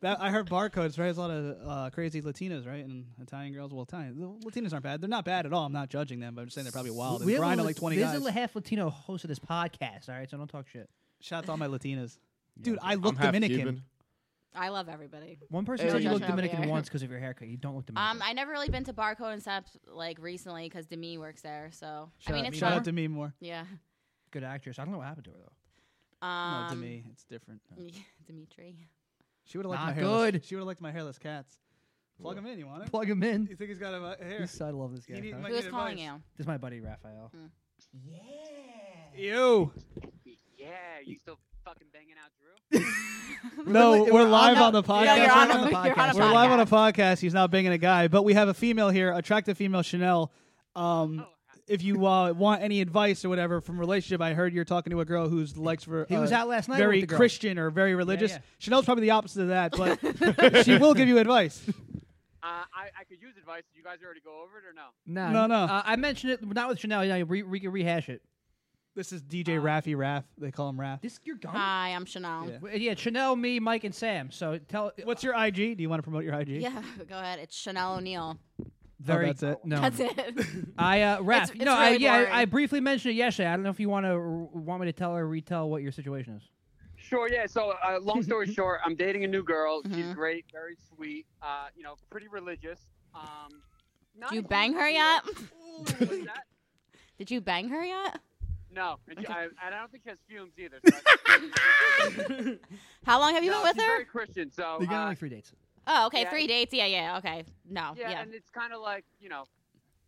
that, I heard barcodes, right? There's a lot of uh, crazy Latinas, right? And Italian girls. Well, Italian. the Latinas aren't bad. They're not bad at all. I'm not judging them, but I'm just saying they're probably wild.
Oh, We have
and Brian
a,
had like 20
there's
guys.
a half Latino host of this podcast. All right, so don't talk shit.
Shout out to all my Latinas. Dude, I
I'm
look
half
Dominican.
Cuban.
I love everybody.
One person
No
said you look
judgment over
Dominican
here.
once because of your haircut. You don't look Dominican.
Um, I never really been to Barcode and Steps like recently because Demi works there. So
Shout
I mean,
out
it's
Shout
fun.
out Demi
Moore.
Yeah.
Good actress. I don't know what happened to her though.
Um,
Demi, it's different.
Dimitri.
She would have liked
Not
my hairless.
good.
She would have liked my hairless cats. Plug him in. You want it?
Plug him in.
You think he's got a a hair?
He's- I love this guy.
He need-
huh?
might Who's need calling advice. you?
This is my buddy Raphael.
You.
Yeah, you still fucking banging out Drew?
No, we're live on the podcast.
you're on a- you're on a
We're live on a podcast. He's not banging a guy, but we have a female here, attractive female Chanel.
Oh,
Um, if you uh, want any advice or whatever from relationship, I heard you're talking to a girl who's likes for
He was
uh,
out last night
Very
with the girl.
Christian or very religious.
yeah.
Chanel's probably the opposite of that, but she will give you advice.
Uh, I, I could use advice. Did you guys already go over it or no?
No,
No, no.
Uh, I mentioned it not with Chanel. Yeah, re, we can rehash it.
This is DJ
Uh,
Raffy Raff. They call him Raff.
This you're gone.
Hi, I'm Chanel.
Yeah. Chanel, me, Mike, and Sam. So tell. uh,
What's your IG? Do you want to promote your IG?
Yeah, go ahead. It's Chanel O'Neill.
Very.
that's it?
No.
That's it. Mm-hmm.
I uh, rap.
It's-
no,
it's
I,
really
yeah,
boring.
I, I briefly mentioned it yesterday. I don't know if you want to want me to tell or retell what your situation is.
Sure, yeah. So, uh, long story short, I'm dating a new girl. She's great, very sweet, uh, you know, pretty religious. Um,
Did you bang her yet? Did you bang her yet?
no, and, she, I, and I don't think she has fumes either. so-
How long have you
No,
been with
she's
her?
Very Christian, so.
They got
uh,
only three dates.
Oh, okay,
Yeah,
three
it-
dates. Yeah, yeah. Okay, no,
yeah,
yeah.
and it's kind of like you know,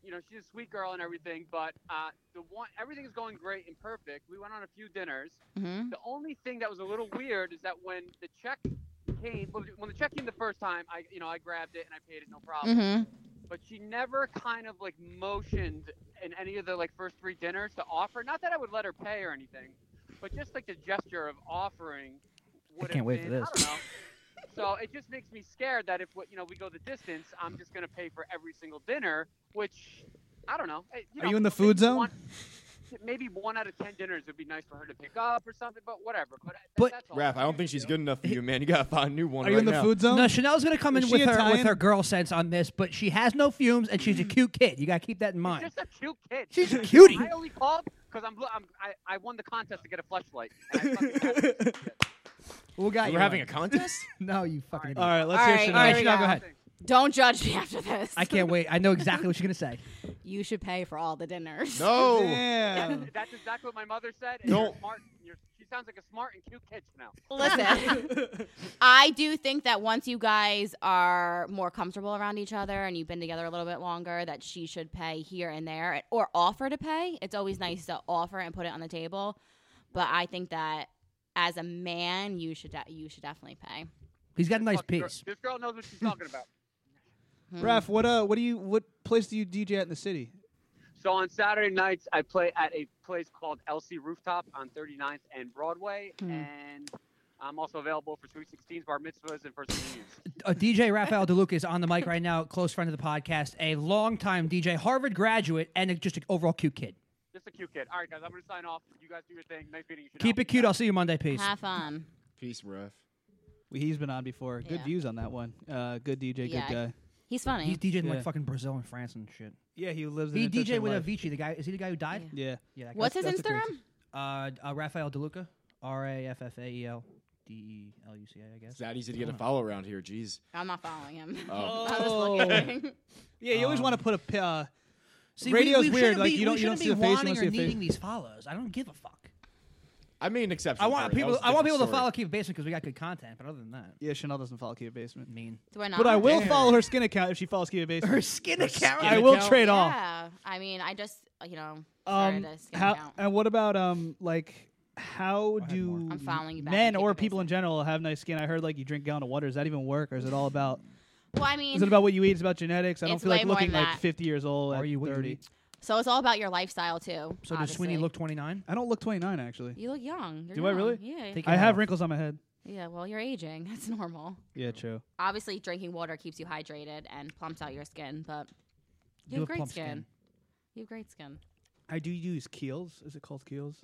you know, she's a sweet girl and everything, but uh, the one everything is going great and perfect. We went on a few dinners.
Mhm.
The only thing that was a little weird is that when the check came, well, when the check came the first time, I you know I grabbed it and I paid it, no problem.
Mhm.
But she never kind of like motioned in any of the like first three dinners to offer. Not that I would let her pay or anything, but just like the gesture of offering. would
can't
have
wait for
been- I
this.
don't know. So it just makes me scared that if you know we go the distance, I'm just gonna pay for every single dinner, which I don't know. Eh,
Are
know,
you in the food
maybe
zone?
one- maybe one out of ten dinners would be nice for her to pick up or something, but whatever. But,
But-
that's all.
Raph, I don't think she's good enough for you, man. You gotta find a new one.
Are you
right
in the
now.
food zone?
No, Chanel's gonna come
Is
in
she
with her with
Italian?
her girl sense on this, but she has no fumes and she's a cute kid. You gotta keep that in mind.
Just a cute kid.
She's a
I-
cutie.
I only called because I'm, I'm I, I won the contest to get a flashlight. All
We'll got
We're having a contest?
no, you fucking. idiot.
All right, let's hear Chanel.
All right, Chanel, go ahead.
Don't judge me after this.
I can't wait. I know exactly what she's gonna say.
You should pay for all the dinners.
No.
That's, that's exactly what my mother said. And you're
Don't-
smart. You're, she sounds like a smart and cute kid now.
Listen, I do think that once you guys are more comfortable around each other and you've been together a little bit longer, that she should pay here and there or offer to pay. It's always
Mm-hmm.
nice to offer and put it on the table, but I think that as a man, you should de- you should definitely pay.
He's got a nice
Girl-
piece.
This girl knows what she's talking about.
Raph, what uh, what do you, what place do you DJ at in the city?
So on Saturday nights, I play at a place called LC Rooftop on 39th and Broadway,
Hmm.
and I'm also available for Sweet 16s, bar mitzvahs, and first communions.
Uh, DJ Raphael DeLuca is on the mic right now, close friend of the podcast, a longtime DJ, Harvard graduate, and a- just an overall cute kid.
Just a cute kid. All right, guys, I'm going to sign off. You guys do your thing. Nice meeting you. Chanel.
Keep it cute. I'll see you Monday. Peace.
Have fun.
Peace, ref. He's been on before. Good
Yeah.
views on that one. Uh, good DJ,
Yeah,
good guy.
He's funny.
He's DJing like
Yeah.
fucking Brazil and France and shit.
Yeah, he lives.
he
an interesting
DJ with
life.
Avicii. The guy is he the guy who died?
Yeah.
Yeah. that guy.
What's his Instagram?
Uh, uh, Raphael DeLuca. R a f f a e l d e l u c a. I guess.
It's that easy to get a follow around here. Jeez.
I'm not following him.
Oh.
I was looking.
Yeah, you always want to put a. p- Uh,
See, we-
radio's
we
weird.
shouldn't
Like
be-
you don't
we
you don't
shouldn't
see
be
the face. You
wanting
don't
or
see the face.
needing these follows. I don't give a fuck.
I made an exception.
I
for
want
her. That
people.
was a
I want people
different
to follow Keep Basement because we got good content. But other than that,
Yeah, Chanel doesn't follow Kiva Basement.
Mean.
Do I
But I
not?
will
Damn.
follow her skin account if she follows Kiva Basement.
Her skin account?
I will trade off.
Yeah. I mean, I just, you know,
Um,
started a skin
how,
account.
and what about um like how do
I'm following you back.
men or people in general have nice skin? I heard like you drink a gallon of water. Does that even work, or is it all about?
Well, I mean,
is it about what you eat? It's about genetics. I don't
It's
feel like
way more
looking
than
like
that.
50 years old. Are
you what you
thirty?
eat?
so it's all about your lifestyle too.
So does Sweeney
obviously.
look 29?
I don't look 29 actually.
You look young. You're
Do I
young.
really?
Yeah.
I have wrinkles on my head.
Yeah. Well, you're aging. That's normal.
Yeah, true.
Obviously, drinking water keeps you hydrated and plumps out your skin, but
You
you have
have
great
plump
skin.
skin.
You have great skin.
I do use Keels. Is it called Keels?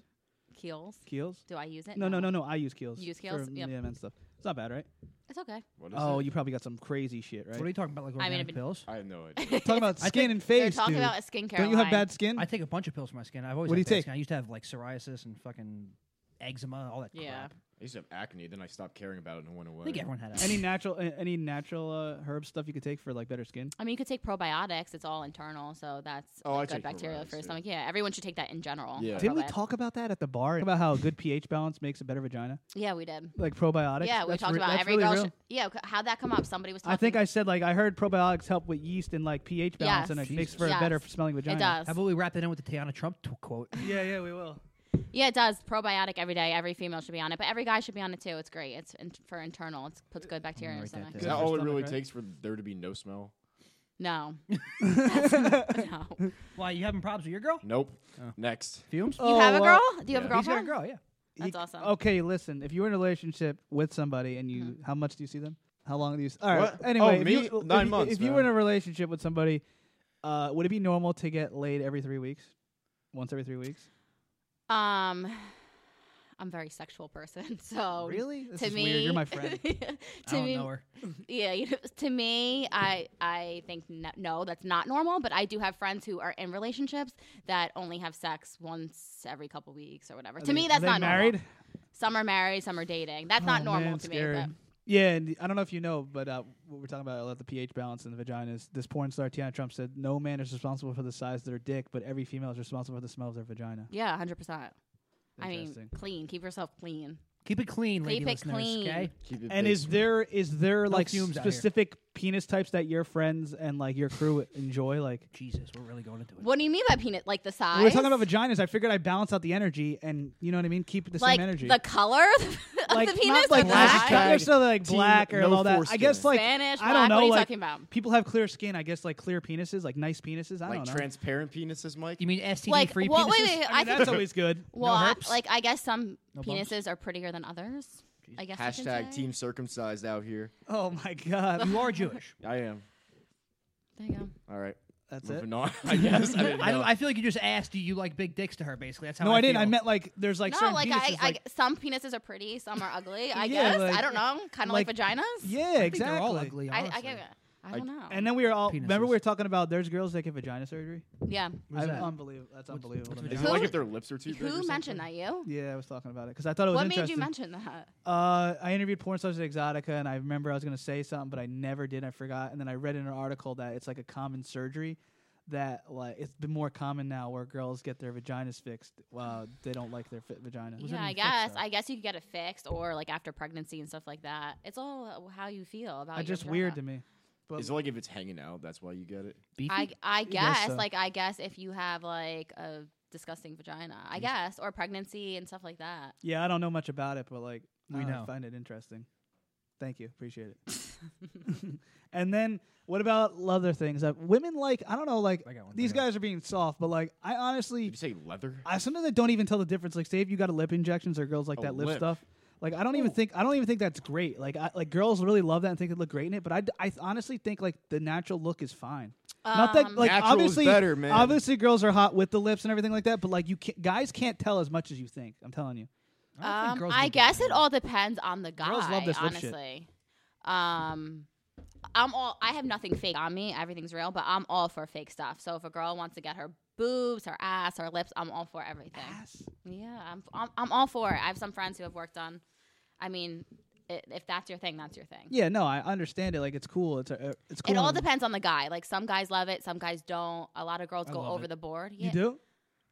Keels.
Keels?
Do I use it?
No, no, no, no. I use Keels.
Uh, You use
for,
Keels?
mm,
Yep.
Yeah, men's stuff. It's not bad, right?
It's okay. What
is
oh,
it?
you probably got some crazy shit, right?
What are you talking about? Like
I mean,
organic
I've been-
pills?
I have no idea.
talking about
I think-
skin and
They're
face,
talking
dude.
about a skincare
Don't you have
line.
bad skin?
I take a bunch of pills for my skin. I've always.
What do
had
you
bad
take?
Skin. I used to have like psoriasis and fucking eczema, all that.
Yeah.
crap.
I used to have acne, then I stopped caring about it and it went away.
think everyone had
any natural, a- any natural uh, herb stuff you could take for like better skin?
I mean, you could take probiotics. It's all internal, so that's
Oh, I
like, good
take
bacteria
probiotics,
for your
yeah.
stomach. Yeah, everyone should take that in general.
Didn't we
Probiotics.
talk about that at the bar? About how a good pH balance makes a better vagina,
Yeah, we did.
like probiotics.
Yeah, we
That's
talked
re-
about
that's
every
really
girl.
real.
Should, yeah, c- how'd that come up? Somebody was talking.
I think I said like I heard probiotics help with yeast and like pH
Yes.
balance, and it makes
Jesus.
for a
Yes.
better smelling
It
vagina.
does.
How about we wrap that in with the Tiana Trump t- quote?
Yeah, yeah, we will.
Yeah, it does. Probiotic every day. Every female should be on it, but every guy should be on it too. It's great. It's in- for internal. It puts good bacteria in
Mm,
your stomach.
Is that all it
stomach,
really
right?
takes for there to be no smell?
No.
Why you having problems with your girl?
Nope. Next.
Fumes?
You have a
Oh, well-
girl? Do you have a
He's got a
girlfriend?
girl, yeah.
That's awesome.
Okay, listen. If you're in a relationship with somebody and you,
Mm-hmm.
how much do you see them? How long do you? s- All right.
What?
Anyway,
Oh,
if
me?
you, if
Nine
you-
months,
If you were in
man.
a relationship with somebody, uh, would it be normal to get laid every three weeks? Once every three weeks.
Um, I'm a very sexual person, so
Really? This
Oh, to
is
me,
weird. You're my friend.
to
don't
me,
know her.
Yeah, you know, to me, I I think no, no, that's not normal. But I do have friends who are in relationships that only have sex once every couple weeks or whatever.
Are
to
they-
me,
are
that's
they
not
married?
Normal. Some are married, some are dating. That's not
Oh,
normal
man,
to
scary.
me.
Yeah, and I don't know if you know, but uh, what we're talking about about the pH balance in the vaginas. This porn star Tiana Trump said, "No man is responsible for the size of their dick, but every female is responsible for the smell of their vagina."
But yeah, hundred percent. I mean,
Interesting.
clean. Keep yourself clean.
Keep it clean, lady
Keep it
listeners.
clean.
Okay.
And is there is there
No
like
fumes out here.
specific penis types that your friends and like your crew enjoy? Like
Jesus, we're really going into it.
What do you mean by peanut? Like the size?
We were talking about vaginas. I figured I balance out the energy, and you know what I mean. Keep the
like
same energy.
the color of
like
the penis.
not like
the
black,
size?
not necessarily like
Team
black or
no
all that. I
foreskin.
guess like
Spanish,
I
black,
don't know.
what are you
like
talking about?
people have clear skin. I guess like clear penises, like nice penises. I
like
don't know.
transparent penises, Mike?
You mean STD
Like,
free
well,
penises?
wait, wait,
I mean,
I
that's always good.
Well, I-
herpes?
like I guess some
No
penises
bumps?
are prettier than others. I guess you can
Hashtag
say.
team circumcised out here.
oh my god,
you are Jewish.
I am.
There you go.
All right.
That's it?
Moving on, I guess. I, didn't
I,
know.
don't- I feel like you just asked. Do you like big dicks to her? Basically, that's how.
No, I, didn't.
Feel.
I meant like there's like
no,
certain
like I,
penises.
I,
like,
some penises are pretty, some are ugly. I
Yeah,
guess
like-
I don't know. Kind of like,
like-
vaginas.
yeah,
I think
exactly.
They're all ugly.
I,
Honestly.
I, get it. I don't know.
And then we were all remember we were talking about there's girls that get vagina surgery.
yeah.
What is
I-
that?
Unbelievable. That's unbelievable. to me.
Is it like if their lips are too big? or
Who
something?
mentioned that? You?
Yeah, I was talking about it because I thought it was
What made
interesting.
you mention that?
Uh, I interviewed porn stars at Exotica, and I remember I was going to say something, but I never did. I forgot, and then I read in an article that it's like a common surgery that like it's been more common now where girls get their vaginas fixed. Uh, they don't like their fit vagina.
yeah, I guess. I guess you could get it fixed, or like after pregnancy and stuff like that. It's all how you feel about.
It's
your
just weird to
vagina.
me. But
Is it like if it's hanging out, that's why you get it?
I, I
guess
guess,
so.
like I guess if you have like a disgusting vagina, I guess, or pregnancy and stuff like that.
yeah, I don't know much about it, but like I
We
don't know, I
know.
find it interesting. Thank you, appreciate it. and then what about other things that women like? I don't know, like these guys are being soft, but like I honestly
Did you say leather?
I sometimes I don't even tell the difference. Like, say if you got a lip injections or girls like
A
that lip,
lip.
stuff. Like I don't even think I don't even think that's great. Like I, like girls really love that and think it look great in it, but I, d- I th- honestly think like the natural look is fine. Not that
Um,
like
Natural is
obviously
better, man.
obviously girls are hot with the lips and everything like that, but like you can't, guys can't tell as much as you think. I'm telling you.
don't think
Um,
girls
I
do
guess it all depends on the guy.
Girls love this lip shit.
honestly. Um, I'm all. I have nothing fake on me. Everything's real, but I'm all for fake stuff. So if a girl wants to get her boobs, her ass, her lips, I'm all for everything. Yeah, I'm, I'm. I'm all for it. I have some friends who have worked on. I mean, i if that's your thing, that's your thing.
Yeah, no, I understand it. Like it's cool. It's a, uh, it's cool.
It all
and-
depends on the guy. Like some guys love it, some guys don't. A lot of girls
I
go
love
over
it.
the board.
You
Yeah.
do?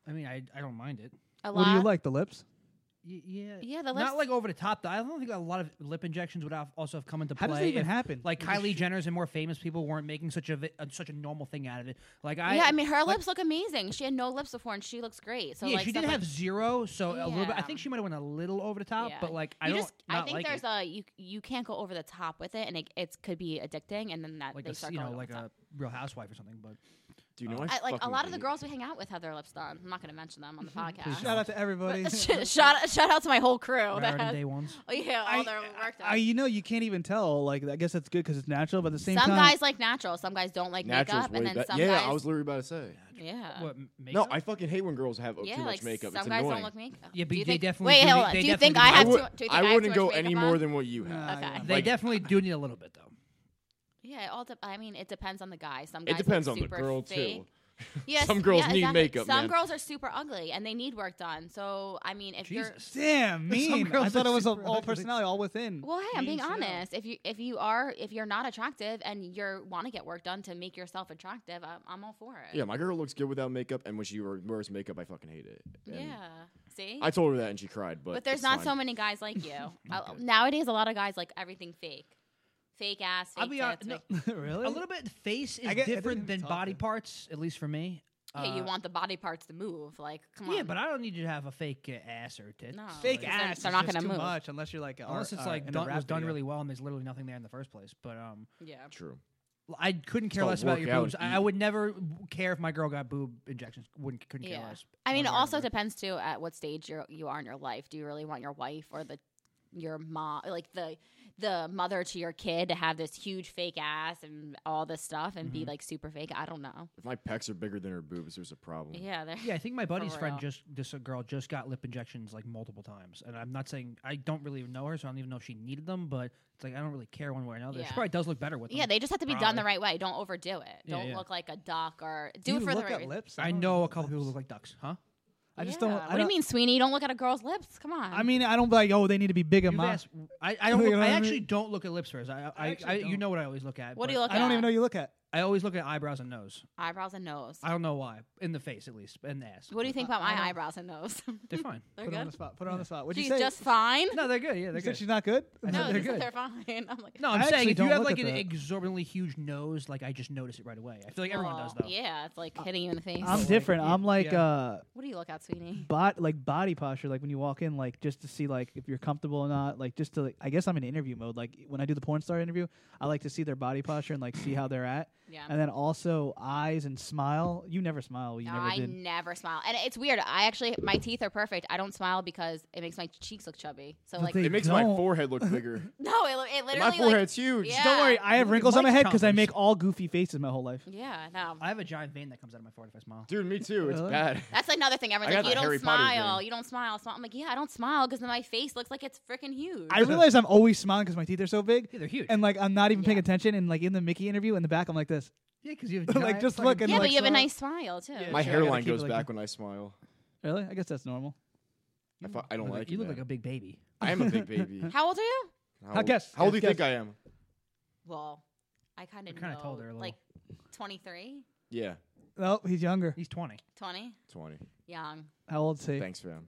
I mean, I, I don't mind it.
A
What do you
lot.
like? The lips?
Y- yeah.
Yeah, the lips-
Not like over the top. Though. I don't think a lot of lip injections would have also have come into
How
play.
does that even
if,
happen?
Like
You just
Kylie Jenner's and more famous people weren't making such a, vi- uh, such a normal thing out of it. Like I
yeah, I mean, her
like-
lips look amazing. She had no lips before, and she looks great. So
yeah,
like,
she did
stuff
have
like-
zero, so a little bit. I
Yeah.
think she might have went a little over the top,
Yeah.
but like I
You
don't.
just- I
not
think
like
there's
it.
a you you can't go over the top with it, and it it's, could be addicting, and then that
like
they
a,
start
you
going
know
over
like
the top.
a Real Housewife or something. But
do you know?
I, like a lot of the girls we hang out with have their lips done. I'm not going to mention them on the podcast.
Shout out to everybody.
But sh- shout shout out to my whole crew.
Rare
that
and
has-
day ones.
Oh yeah, all their work
I,
done.
you know, you can't even tell. Like, I guess that's good because it's natural, but at the same
Some
time,
guys like natural. Some guys don't like
Natural's
makeup, and
way
then
bet-
some
yeah,
guys.
I was literally about to say.
yeah.
No, I fucking hate when girls have uh,
Yeah,
too much
like,
makeup.
some
it's
guys don't
annoying.
look makeup.
Yeah, but
Do you
they
think-
definitely
wait,
do,
hold
they-
on.
they
Do you
definitely
think I have
I,
too?
would,
mu- Do you think
I
have
wouldn't
too much
go
makeup
any
on?
more than what you
uh,
have.
Mm.
Okay.
Like,
they definitely do need a little bit though.
Yeah, it all. De- I mean, it depends on the guy. Some
It
guys look
depends on the
super
girl,
fake.
too.
Yes,
Some girls
yeah,
need
exactly.
makeup,
Some
man.
girls are super ugly and they need work done. So I mean, if you're
damn mean. I
girls
thought
are
it was a-
super
all
ugly.
personality, all within.
well, hey, I'm being
Mean shit.
honest. If you if you are if you're not attractive and you want to get work done to make yourself attractive, I'm, I'm all for it.
Yeah, my girl looks good without makeup, and when she wear- wears makeup, I fucking hate it. And
Yeah. See.
I told her that, and she cried. But,
But, there's
it's
not
fine.
so many guys like you. I- nowadays, a lot of guys like everything fake, fake ass, fake
I'll be
tits.
honest. No,
fake-
really?
A little bit. Face is
I get- I didn't
different
even
than
talk
body parts, at least for me.
Yeah, you
Uh,
want the body parts to move. Like, come on.
Yeah, but I don't need you to have a fake uh, ass or tits.
No.
Fake
Like,
ass.
Oh, they're
is
not
just
gonna
too
move.
much unless you're like,
unless
are-
it's
are
like
Uh, in a
done,
rap
was done
video.
really well and there's literally nothing there in the first place. But um,
Yeah.
True.
l- I couldn't
It's
care
called
less about
work
your
out
boobs.
and
I, I
eat.
would never w- care if my girl got boob injections. Wouldn't couldn't care
Yeah.
less.
I mean, it
one way or
also
another.
depends too at what stage you you are in your life. Do you really want your wife or the your mom, like the the mother to your kid, to have this huge fake ass and all this stuff and
Mm-hmm.
be like super fake? I don't know.
If my pecs are bigger than her boobs, there's a problem.
Yeah, they're-
Yeah, I think my
for
buddy's friend
real.
just this uh, girl just got lip injections like multiple times, and I'm not saying I don't really even know her, so I don't even know if she needed them. But it's like I don't really care one way or another. She
Yeah.
probably does look better with them.
Yeah, they just have to be done the
probably.
right way. Don't overdo it.
Yeah,
don't
yeah.
look like a duck or do, it
you
for
look
the
at
right
lips?
I know a couple people look like ducks, huh?
I just
Yeah.
don't. I
what do you
don't-
mean, Sweeney? You don't look at a girl's lips. Come on.
I mean, I don't be like, oh, they need to be bigger,
You've
mom.
asked- I, I don't.
You
Look,
know
I
what I
actually
mean?
don't look at lips first. I, I, I,
actually
you know what I always look at.
What do
but
you look
I don't even know you look at.
I always look at eyebrows and nose.
eyebrows and nose.
I don't know why. In the face, at least, and the ass.
What do you
But
think
I-
about
I
my
don't-
eyebrows and nose?
They're fine.
They're
Put her on
good?
the spot. Put her on the spot. What'd
She's
you say?
just fine.
No, they're good. Yeah, they're
You said
good.
she's not good.
No, they
they're
said
good.
they're fine. I'm like,
No, I'm
I
saying
actually
if you
don't
have
look
like an
at that.
exorbitantly huge nose, like I just notice it right away. I feel like everyone does
"Aw."
though.
Yeah, it's like hitting you in the face.
I'm different. I'm like,
yeah.
uh,
What do you look at, Sweeney?
bot like body posture like when you walk in like just to see like if you're comfortable or not like just to like i guess i'm in interview mode like when i do the porn star interview i like to see their body posture and like see how they're at
Yeah.
and then also eyes and smile you never smile you never
I
did
never smile, and it's weird. I actually, my teeth are perfect. I don't smile because it makes my cheeks look chubby. So
But
like,
they
It makes my
don't.
forehead look bigger.
no, it, it literally
my
like-
forehead's huge.
Yeah.
don't worry i have wrinkles on my
Mike's
head because i
chompers.
make all goofy faces my whole life
Yeah, no.
I have a giant vein that comes out of my forehead if I smile.
Dude, me too. It's
Really?
bad.
That's another thing.
I
Everyone's like,
got the
you don't,
Harry Potter
smile.
thing.
You don't smile. Smile. I'm like, yeah, I don't smile because my face looks like it's freaking huge.
I realize I'm always smiling because my teeth are so big.
they're huge.
And like I'm not even paying attention. And like in the Mickey interview in the back, I'm like this.
Yeah, because you have
Like,
giant
just
fucking-
look and,
yeah,
like,
but you have a
smile.
nice smile too.
my
sure, I gotta
hairline
keep it
goes
like
back
that.
when I smile.
Really? I guess that's normal.
I, fu- I don't
look
like
like-
it,
you look
man.
like a big baby.
I am a big baby.
How old are you?
How
I
old-
guess-
How old do you
guess-
think
guess.
I am?
Well, I kind of
We're kinda
know,
told her a little.
like 23,
Yeah,
No, he's younger.
He's twenty.
20,
20.
young.
How old is he?
Thanks, fam.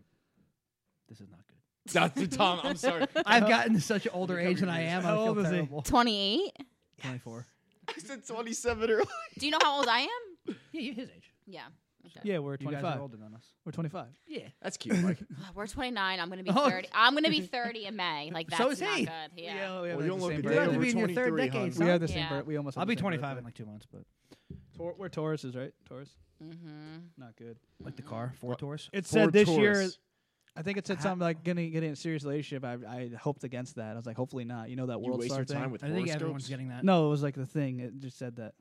This is not good.
Dr. Tom, I'm sorry.
I've gotten to such an older age than I am. I
How
feel
old is he?
terrible.
28.
Twenty-four.
I said 27 earlier.
Do you know how old I am?
Yeah, you're his age.
Yeah. Okay.
Yeah, we're
You
25.
guys are older than us.
We're 25.
Yeah.
That's cute, Mike.
We're 29. I'm gonna be
Oh.
30. I'm gonna be 30 in May. Like that's
So is
not
he.
good. Yeah.
Well,
we have
you don't
the
look a
same
You're
day
birthday.
about to
over
be in your third
23,
decade.
hon.
We have the same
Yeah.
birth- We almost.
I'll
have the
be
same
25 in
birthday.
like two months, but
Tor- we're Tauruses, right? Taurus.
Mm-hmm.
Not good.
like the car, four tours.
It
Ford
said this year.
Taurus.
I think it said something like getting getting in a serious relationship. I I hoped against that. I was like, hopefully not. You know that
You
world
waste
star
your time
thing?
with
I think horoscopes? everyone's getting that.
No, it was like the thing. It just said that.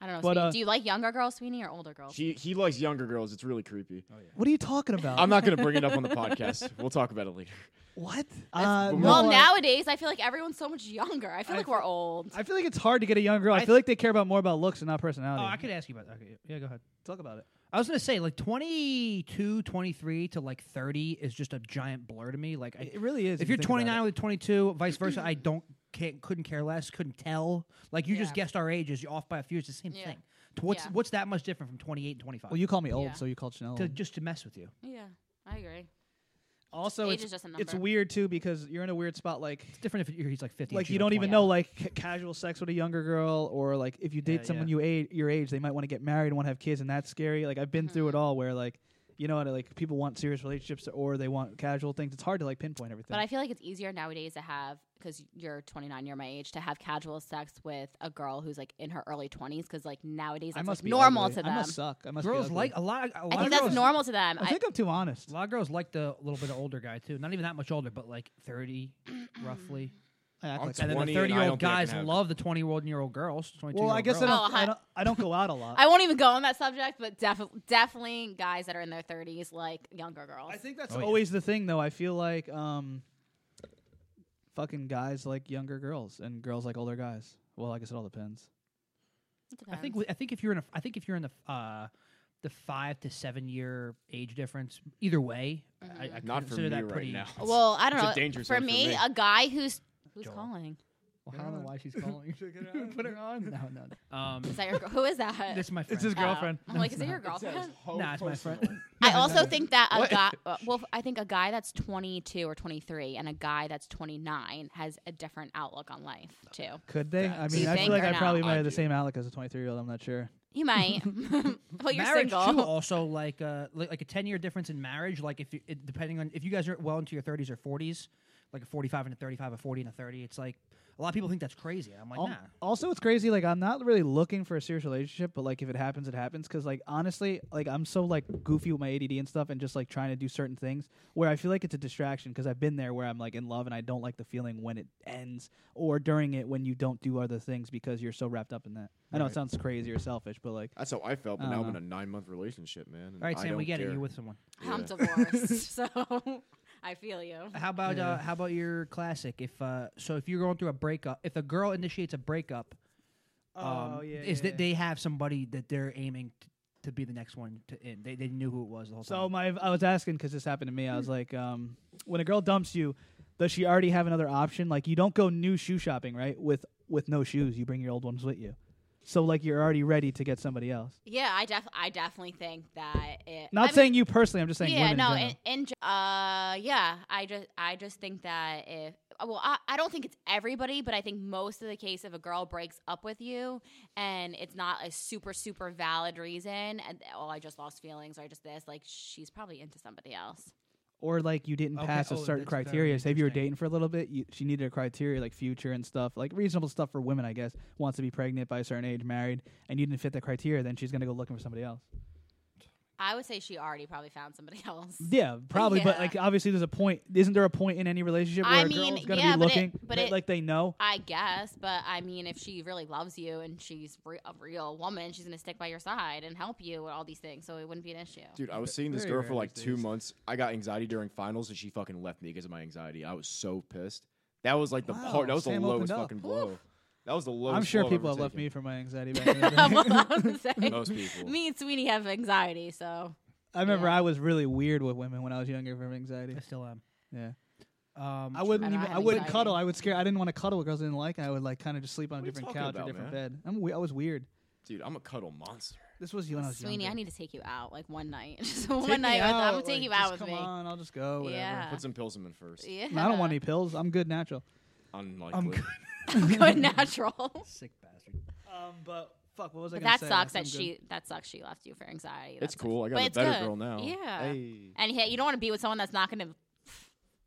I don't know.
But,
Sweeney,
uh,
do you like younger girls, Sweeney, or older
Oh.
girls?
He he likes younger girls. It's really creepy. Oh, yeah.
What are you talking about?
I'm not going to bring it up on the podcast. We'll talk about it later.
What? Uh,
well,
no, I-
nowadays I feel like everyone's so much younger. I feel like we're old.
I feel like it's hard to get a young girl. I, feel like they care about more about looks and not personality.
Oh, I could ask you about that. Okay, yeah, go ahead.
Talk about it.
I was going to say, like, 22, 23 to, like, 30 is just a giant blur to me. Like, I,
It really is,
If
if you
you're
think
29
about
with 22, vice versa, I don't, can't, couldn't care less, couldn't tell. Like, you
Yeah.
just guessed our ages. You're off by a few. It's the same thing. To what's,
Yeah.
what's that much different from 28 and 25?
well, you call me old,
Yeah.
so you called Chanel.
To,
old.
just to mess with you.
yeah, I agree.
also,
age
it's,
is just a number.
it's weird too because you're in a weird spot. Like it's
different if you're, he's like 50.
Like you don't even know like ca- casual sex with a younger girl or like if you date
Yeah,
someone
yeah.
you age, your age, they might want to get married and want to have kids, and that's scary. Like I've been through it
Mm-hmm.
all, where like you know, like people want serious relationships or they want casual things. It's hard to like pinpoint everything.
But I feel like it's easier nowadays to have because you're 29, you're my age, to have casual sex with a girl who's like in her early 20s. Because like nowadays,
I
that's
must
like
be
normal
ugly.
to
I
them.
must suck. I must be
girls
ugly.
like a lot. A lot
think
of
that's
girls-
normal to them.
I think I'm too honest.
A lot of girls like the little bit older guy too. Not even that much older, but like thirty, roughly.
I act I'm like that.
and then
20
the
and I
thirty-year-old
don't think I can
guys
have-
love the twenty-year-old girls. 22
Well, I guess I
girls.
don't, I don't. I don't go out a lot.
Oh, I won't even go on that subject, but defi- definitely guys that are in their 30s like younger girls. I
think that's
Oh, yeah.
always the thing though. I feel like um fucking guys like younger girls and girls like older guys. Well, I guess it all depends.
I think wi- I think if you're in a I think if you're in the uh, the five to seven year age difference, either way, I, I
Mm-hmm.
Mhm.
could
Not for
consider
me
that
right
pretty.
now.
Well, I don't
It's a
know.
dangerous
for,
one for
me,
me.
a guy who's who's calling.
I don't know why she's calling. Put her on. No, no. no. Um,
Is that your? gir- Who is that?
This is my friend. Uh,
It's his
Oh.
girlfriend.
I'm
No,
like, is
it's
it your
not. It says
girlfriend?
whole Nah, it's my personal. friend.
I also
What?
think that a
What?
guy, uh, well, I think a guy that's 22 or 23 and a guy that's 29 has a different outlook on life too.
Could they? I
Do
mean,
you
I
think
feel like
or
I
no?
probably might have the same outlook as a 23 year old. I'm not sure.
You might. well, you're
marriage
single.
too. Also, like uh, like, like a ten year difference in marriage. Like if you, it, depending on if you guys are well into your thirties or forties, like a forty five and a thirty five, a forty and a thirty. It's like a lot of people think that's crazy. I'm like,
Al-
Um,
nah.
Also, it's crazy. Like, I'm not really looking for a serious relationship, but like, if it happens, it happens. Because like, honestly, like I'm so like goofy with my ADD and stuff, and just like trying to do certain things where I feel like it's a distraction. Because I've been there where I'm like in love, and I don't like the feeling when it ends or during it when you don't do other things because you're so wrapped up in that. I know it
Right.
sounds crazy or selfish, but like
That's how I felt, but
I
now
don't
I'm in
know.
a nine month relationship, man.
Uh-huh. All right, Sam, we get it. You're with someone.
I'm divorced, so I feel you.
How about
Yeah.
uh, how about your classic? If uh, so, if you're going through a breakup, if a girl initiates a breakup,
Oh, yeah,
Um, is
yeah,
that
yeah.
they have somebody that they're aiming t- to be the next one to end? They, they knew who it was the whole time.
So my, I was asking because this happened to me. I was like, um, when a girl dumps you, does she already have another option? Like, you don't go new shoe shopping, right? With with no shoes, you bring your old ones with you. So like, you're already ready to get somebody else.
Yeah, I def I definitely think that it.
Not
I
saying
mean-
you personally. I'm just saying.
yeah,
women
no,
in general.
in, in ge- uh, yeah, I just I just think that if well, I, I don't think it's everybody, but I think most of the case if a girl breaks up with you and it's not a super super valid reason, and oh, I just lost feelings or I just this, like she's probably into somebody else.
or like you didn't
Okay,
pass a
oh,
certain
that's very
criteria. Say if you were dating for a little bit, you, she needed a criteria like future and stuff, like reasonable stuff for women, I guess. Wants to be pregnant by a certain age, married, and you didn't fit the criteria, then she's gonna go looking for somebody else.
I would say she already probably found somebody else.
Yeah, probably. But
Yeah.
like, obviously, there's a point. Isn't there a point in any relationship where
I
a
mean,
girl's gonna
yeah,
be
but it-
looking,
but
that,
it-
like they know?
I guess, but I mean, if she really loves you and she's re- a real woman, she's gonna stick by your side and help you with all these things, so it wouldn't be an issue.
Dude, I was seeing this
Very
girl
rare
for like
these
two
days.
months. I got anxiety during finals, and she fucking left me because of my anxiety. I was so pissed. That was like the
Wow,
part. That was
Sam
the
opened
lowest
up.
fucking blow. That was the lowest.
I'm sure
blow I've
people have
ever
left
taken.
me for my anxiety. Back in the day.
Saying-
Most people.
Me and Sweeney have anxiety, so
I remember I was really weird with women when I was younger from anxiety. I
still am.
Yeah.
Um,
I wouldn't.
And I
Even, I,
have
wouldn't
anxiety.
cuddle. I would scare. I didn't want to cuddle with girls I didn't like, and I would like kind of just sleep on a
What are you
different
talking
couch or
about,
different
man?
bed. I'm. We- I was weird.
Dude, I'm a cuddle monster.
This was you when I was
Sweeney,
younger.
I need to take you out like one night. Just
Take
one
me
night. with, I'm gonna
out,
take
like,
you out with
just
me.
Come on, I'll just go. Whatever.
Yeah.
Put some pills in me first.
Yeah.
I don't want any pills. I'm good natural.
Unlikely.
I'm going natural.
Sick bastard.
Um, but fuck, what was I
But
gonna
that
say? I
sucks
said
that
good.
she that sucks she left you for anxiety.
It's
That sucks.
cool. I got
But
a
it's
better
good.
girl now.
Yeah.
Hey.
And yeah, you don't want to be with someone that's not going to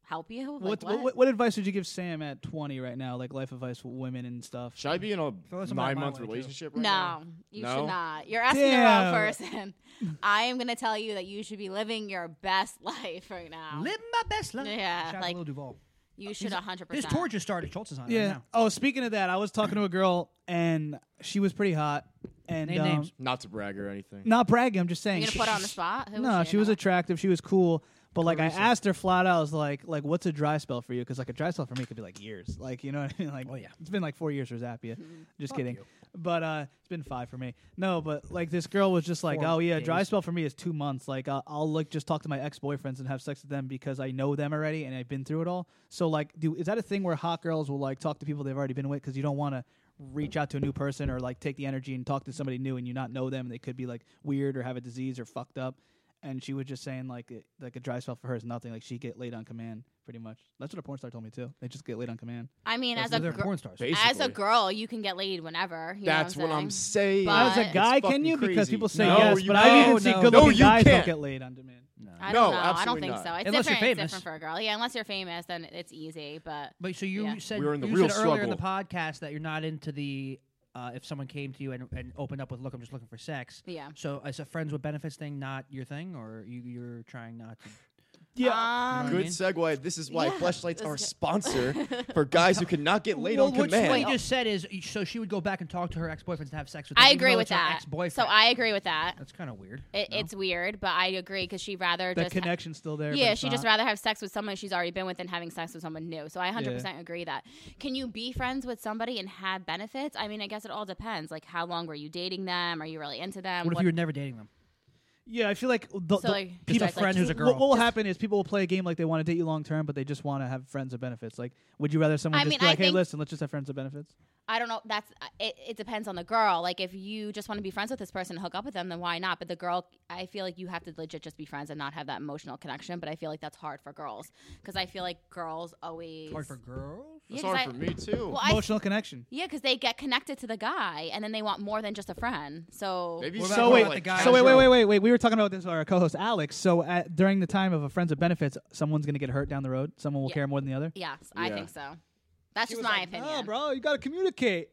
help you? Like,
What, what? What, advice would you give Sam at 20 right now? Like life advice for women and stuff.
Should I be in a
Throw some out my
nine-month
way, too.
relationship right now?
No, you
No?
should not. You're asking
Damn.
the wrong person. I am going to tell you that you should be living your best life right now.
Live my best life.
Oh. Yeah,
Shout out to
like
Lil Duval.
you should
He's-
100%.
His tour just started. Schultz is on it
Yeah.
right now.
Oh, speaking of that, I was talking to a girl and she was pretty hot. And
Name
um,
names.
Not to brag or anything.
Not bragging. I'm just saying.
You're gonna put her on the Uh-huh. spot? Who was
no,
she?
she was attractive. She was cool. But like
Carissa.
I asked her flat out, I was like, like, what's a dry spell for you? Because like a dry spell for me could be like years. Like you know what I mean? Like oh yeah, it's been like four years for Zappia.
Mm-hmm.
just
Fuck
kidding.
you.
But uh, it's been five for me. No, but like this girl was just like,
Four
oh yeah, dry
days.
spell for me is two months. Like I'll, I'll like just talk to my ex boyfriends and have sex with them because I know them already and I've been through it all. So like, do is that a thing where hot girls will like talk to people they've already been with because you don't want to reach out to a new person or like take the energy and talk to somebody new and you not know them and they could be like weird or have a disease or fucked up. And she was just saying like it, like a dry spell for her is nothing. Like she get laid on command pretty much. That's what a porn star told me too. They just get laid on command.
I mean,
That's
as a,
what they're
gr-
porn stars.
as a
Basically.
girl, you can get laid whenever. You know
That's
what
what I'm
I'm
saying.
As a
But-
guy,
It's
can you?
fucking
Because
crazy.
people say
No,
yes,
you
but I even
can't.
see
No.
good
No,
looking
you
guys
can't.
don't get laid on demand.
I don't
No,
know. I don't
absolutely
think
not.
so. It's
Unless you're
different. It's
famous.
different for a girl. Yeah, unless you're famous, then it's easy. But
But so you
yeah.
said
We're in the
you
real
said earlier in the podcast that you're not into the uh, if someone came to you and, and opened up with look, I'm just looking for sex.
Yeah.
So is a friends with benefits thing not your thing, or you, you're trying not to?
Yeah.
Um,
Good segue. This is why
yeah,
flashlights
this
are a
is good.
sponsor for guys who cannot get laid
well,
on
which
command.
what you just said is so she would go back and talk to her ex boyfriends and have sex with. Them,
I
even
agree
though
with
it's her
that.
Ex-boyfriend.
So I agree with that.
That's kind of weird.
It,
no?
It's weird, but I agree because she'd rather
That
just ha-
connection's still there. but
Yeah,
it's
she just
not.
rather have sex with someone she's already been with than having sex with someone new. So I 100%
Yeah.
agree that. Can you be friends with somebody and have benefits? I mean, I guess it all depends. Like, how long were you dating them? Are you really into them?
What if you were never dating them?
Yeah, I feel like the,
So,
the
like, Just
people
a friend
who's a girl.
What, what will happen is people will play a game like they want to date you long term, but they just want to have friends with benefits. Like, would you rather someone
I
just
mean,
be
I
like, "Hey,
think-
listen, let's just have friends with benefits"?
I don't know. That's uh, it, it. Depends on the girl. Like, if you just want to be friends with this person and hook up with them, then why not? But the girl, I feel like you have to legit just be friends and not have that emotional connection. But I feel like that's hard for girls because I feel like girls always
Hard for girls.
Yeah, 'cause I- Well, I-
Emotional connection.
Yeah, because they get connected to the guy, and then they want more than just a friend. So
Maybe
So wait, so wait, wait, wait, wait, wait. We were talking about this with our co-host Alex. So at, during the time of a friends with benefits, someone's going to get hurt down the road. Someone will
Yeah.
care more than the other.
Yes, I
Yeah.
think so. That's
She
just
was
my
like,
opinion.
No, bro, you got to communicate.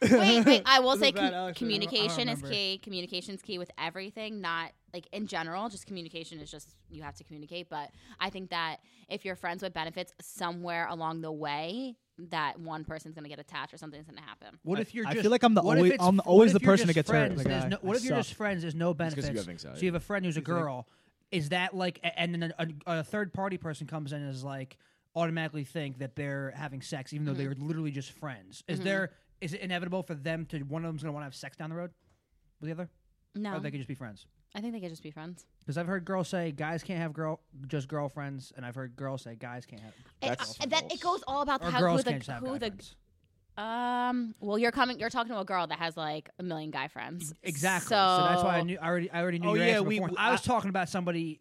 wait, wait, I will
This is
say
bad,
com-
Alex. I don't- I don't
communication is
remember.
key. Communication's key with everything, not like in general, just communication is just you have to communicate, but I think that if you're friends with benefits somewhere along the way, that one person's going to get attached or something's going to happen.
What
I-
if you're
I
just?
feel like I'm the
what if
always-
it's-
I'm
what
always
if
the
you're just
person that gets hurt,
friends,
like,
there's
I-
no- what if
I
you're
suck.
just friends? There's no
It's 'cause
benefits.
you have anxiety.
So you have a friend who's a
It's like-
girl. Is that like? a- And then a, a, a third party person comes in and is like automatically think that they're having sex, even though
Mm-hmm.
they were literally just friends. Is
Mhm.
there? Is it inevitable for them to one of them's going to want to have sex down the road with the other?
No.
Or they could just be friends.
I think they could just be friends.
Because I've heard girls say guys can't have girl just girlfriends, and I've heard girls say guys can't have.
That's it, uh, that it goes all about
Or
the, how,
girls
who the
can't just have
who
guy
the
friends.
um well you're coming you're talking to a girl that has like a million guy friends.
Exactly. So, that's why I knew I already I already knew.
Oh,
your
yeah,
answer
we-
before.
we-
I was talking about somebody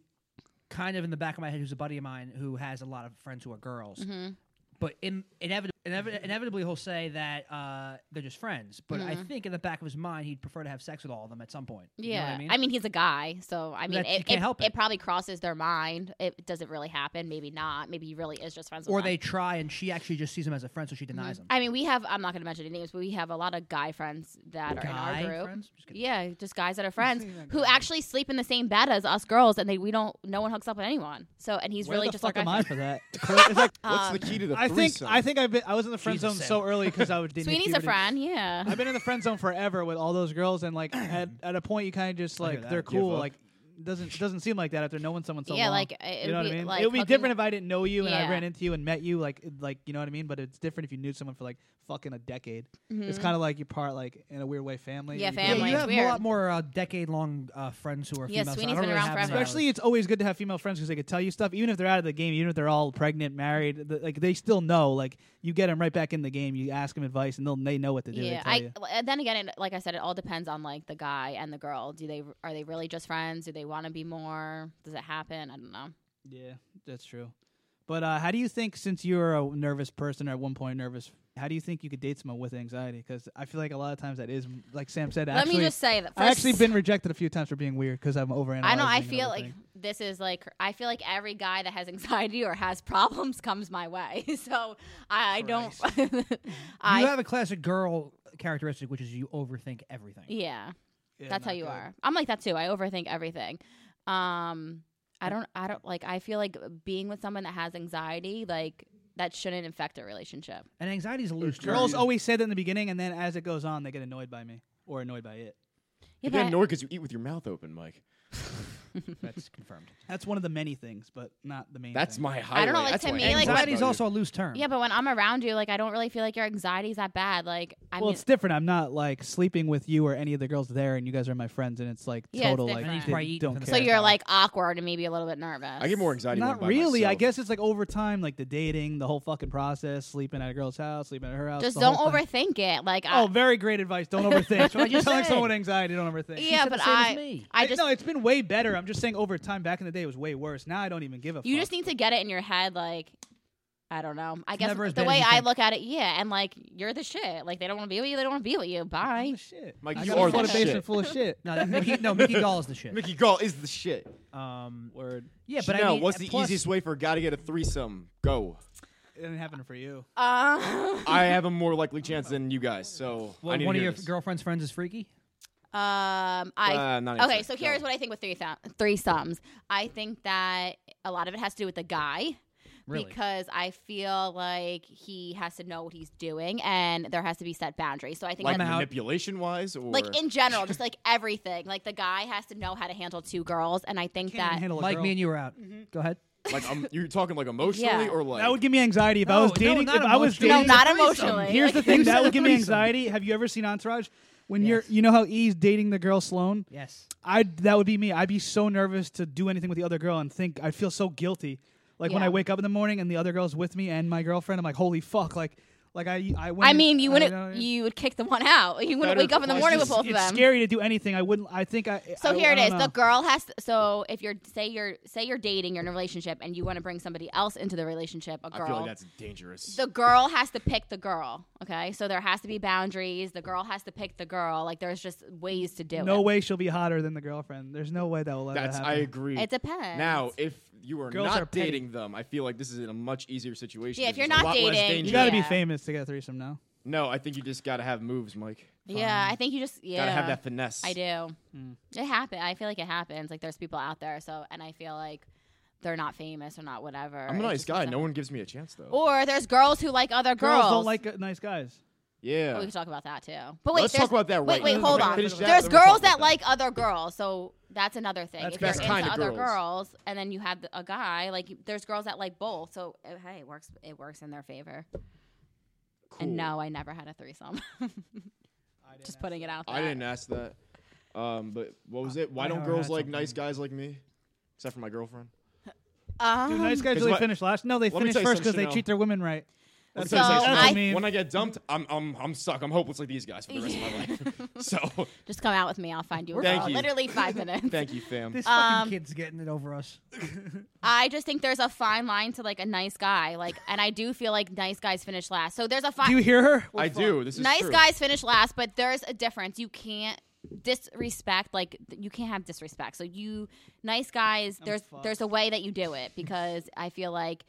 kind of in the back of my head who's a buddy of mine who has a lot of friends who are girls.
Mhm.
But in, inevit- inevit- inevitably, he'll say that uh, they're just friends. But I
Mhm.
think in the back of his mind, he'd prefer to have sex with all of them at some point. You know
Yeah,
what
I, mean?
I mean,
he's a guy, so I mean,
That's- you
it,
can't
it,
help
it probably crosses their mind. It does it really happen? Maybe not. Maybe he really is just friends. With
or
them. Mm-hmm.
they try, and she actually just sees him as a friend, so she denies him.
I mean, we have. I'm not going to mention any names, but we have a lot of guy friends that are
Guy
in our group.
friends?
yeah, just guys that are friends who actually sleep in the same bed as us girls, and they we don't. No one hooks up with anyone. So and he's
Where
really
the
just uh,
fuck
our
am
guy
I
friend.
for that? It's like-
What's
Uh,
the
key to the
I think
threesome?
I think I've been I was in the friend
Jesus,
zone
Sam.
so early because I was dating.
Sweeney's a
puberty.
friend. Yeah.
I've been in the friend zone forever with all those girls, and like at, at a point you kind of just
I hear
like
that.
they're
Give
cool.
up.
Like doesn't doesn't seem like that after knowing someone so
Yeah,
long.
like, it
you know
would
what I
be,
mean.
like,
it would be
hooking-
different if I didn't know you and I
Yeah.
ran into you and met you. Like like you know what I mean. But it's different if you knew someone for like fucking a decade. It's
Mhm.
kind of like you're part like in a weird way family.
Mm-hmm. Yeah,
You-
Yeah,
family.
you
it's
have a
weird.
lot more uh, decade-long uh, friends who are
Yeah,
females. so I
Sweeney's
don't
been
really
around
have
forever.
that.
Especially, it's always good to have female friends because they could tell you stuff, even if they're out of the game, even if they're all pregnant, married. th- Like they still know. Like you get them right back in the game. You ask them advice, and they'll they know what to do.
yeah,
they tell
I
you.
well, and then again, it, like I said, it all depends on like the guy and the girl. Do they are they really just friends? Do they want to be more? Does it happen? I don't know.
Yeah, that's true. But uh, how do you think, since you're a nervous person or at one point nervous How do you think you could date someone with anxiety? Because I feel like a lot of times that is, like Sam said.
Let me
actually,
just say that
I've actually
first-
been rejected a few times for being weird because I'm overanalyzing.
I know. I
and
feel like
overthinking.
this is like I feel like every guy that has anxiety or has problems comes my way. So I, I don't. I
you have a classic girl characteristic, which is you overthink everything.
yeah. That's how
not
you
good.
are. I'm like that too. I overthink everything. Um, I don't. I don't like. I feel like being with someone that has anxiety, like that shouldn't affect a relationship.
And anxiety's a
loose
term.
Girls always say that in the beginning, and then as it goes on, they get annoyed by me or annoyed by it.
you get annoyed because you eat with your mouth open, Mike.
That's confirmed.
That's one of the many things, but not the main.
That's
thing.
my highlight.
I don't know. Like
That's
to
why
me,
I
like
talk
when-
about you.
a loose term.
Yeah, but when I'm around you, like I don't really feel like your anxiety's that bad. Like I
well,
mean,
it's different. I'm not like sleeping with you or any of the girls there, and you guys are my friends, and it's like
yeah, it's
total like
different.
didn't- don't
So
care.
you're like awkward and maybe a little bit nervous.
Not really. I guess it's like over time, like the dating, the whole fucking process, sleeping at a girl's house, sleeping at her house.
Just
the whole
don't
thing.
overthink it. Like I,
Oh, very great advice. Don't overthink.
That's what I just
Telling
said.
someone with anxiety, don't overthink.
She Yeah, said the but same as I- me. I just-
no. It's been way better. I'm just saying, over time, back in the day, it was way worse. Now I don't even give a.
you
fuck.
just need to get it in your head. Like I don't know. I guess
never as
the
bad as
way
you
I
think.
look at it, yeah, and like you're the shit. Like they don't want to be with you. They don't want to be with you. Bye.
shit.
Mike,
I
you
got a
are the
flooded basement
shit.
full of shit.
No, that Mickey. No, Mickey Gall is the shit.
Mickey Gall is the shit.
Um,
word.
Yeah, but I
Chanel,
mean,
what's
and
the
plus-
easiest way for a guy to get a threesome? Go.
It didn't happen for you.
Uh,
I have a more likely chance than you guys, so I
Well,
need to
one of
hear
your
this.
girlfriend's friends is freaky.
Um, I
Uh, not
okay.
answer.
So here's what I think with three threesomes. I think that a lot of it has to do with the guy.
Really?
Because I feel like he has to know what he's doing, and there has to be set boundaries. So I think
like
that-
manipulation wise, or
like in general, just like everything. Like the guy has to know how to handle two girls, and I think that
Mike, me and you are out. Go ahead.
like um, you're talking like emotionally
Yeah.
or like
That would give me anxiety if I
No,
was
no,
dating.
not
if I was
emotionally.
dating,
No, not
a threesome.
emotionally.
Here's the
Like,
thing
you
that
said
would give me
threesome.
anxiety. Have you ever seen Entourage? When you're, you know how E's dating the girl Sloan.
Yes.
I that would be me. I'd be so nervous to do anything with the other girl and think I'd feel so guilty. Like when
Yeah.
I wake up in the morning and the other girl's with me and my girlfriend, I'm like, holy fuck! Like, like I, I. Went
I mean, you wouldn't.
know,
you would kick the one out. You wouldn't
better
wake up in the
twice.
morning with
It's-
both of
it's
them.
scary to do anything. I wouldn't. I think I.
So
I-
here
I
it
don't
is.
know.
The girl has to, so if you're say you're say you're dating, you're in a relationship, and you want to bring somebody else into the relationship, a
I
girl.
feel like that's dangerous.
the girl has to pick the girl. Okay, so there has to be boundaries. The girl has to pick the girl. Like there's just ways to do
No
it.
way she'll be hotter than the girlfriend. There's no way that will ever
That's
happen.
I agree.
It depends.
Now, if you are
Girls
not
are petty.
dating them, I feel like this is in a much easier situation.
Yeah, if
'cause
you're
there's a
not
lot less
dating,
danger.
You got to be famous to get a threesome now.
No, I think you just got to have moves, Mike.
Yeah, I think you just yeah.
um, Gotta have that Mm. finesse.
I do. It happen. I feel like it happens. Like there's people out there. So and I feel like they're not famous or not whatever.
I'm a
It
nice
just
guy.
doesn't-
No one gives me a chance though.
Or there's girls who like other girls.
don't like uh, nice guys.
Yeah.
Oh, we can talk about that too. But wait,
Let's
there's-
talk about that right
Wait, wait,
now.
hold
Okay,
on.
finish that,
there's
then we'll talk
girls
about
that like other girls, so that's another thing.
That's
if you're
best
into
kind of
other
girls.
girls, and then you have the- a guy, like there's girls that like both. So eh, hey, it works. It works in their favor.
Cool.
And no, I never had a threesome. Just putting it out there.
I didn't ask that. Um, but what was it? Why
I
don't
never
girls
had
like nice guys like me? Except for my girlfriend.
Um,
Do nice guys
'Cause
really
what-
finish last? No, they
Let me
finish
tell you something,
first because they
Chanel.
treat their women right.
Let me
That's
tell you
what-
something,
that's
Chanel.
what I mean.
When I get dumped, I'm I'm I'm stuck. I'm hopeless like these guys for the rest of my life. So
Just come out with me. I'll find you. A
Thank
girl.
you.
Literally five minutes.
Thank you, fam.
This
Um,
fucking kid's getting it over us.
I just think there's a fine line to like a nice guy, like, and I do feel like nice guys finish last. So there's a fine.
Do you hear her?
I do. This is
nice
true.
guys finish last, but there's a difference. You can't disrespect like th- you can't have disrespect. So you nice guys, there's there's a way that you do it because I feel like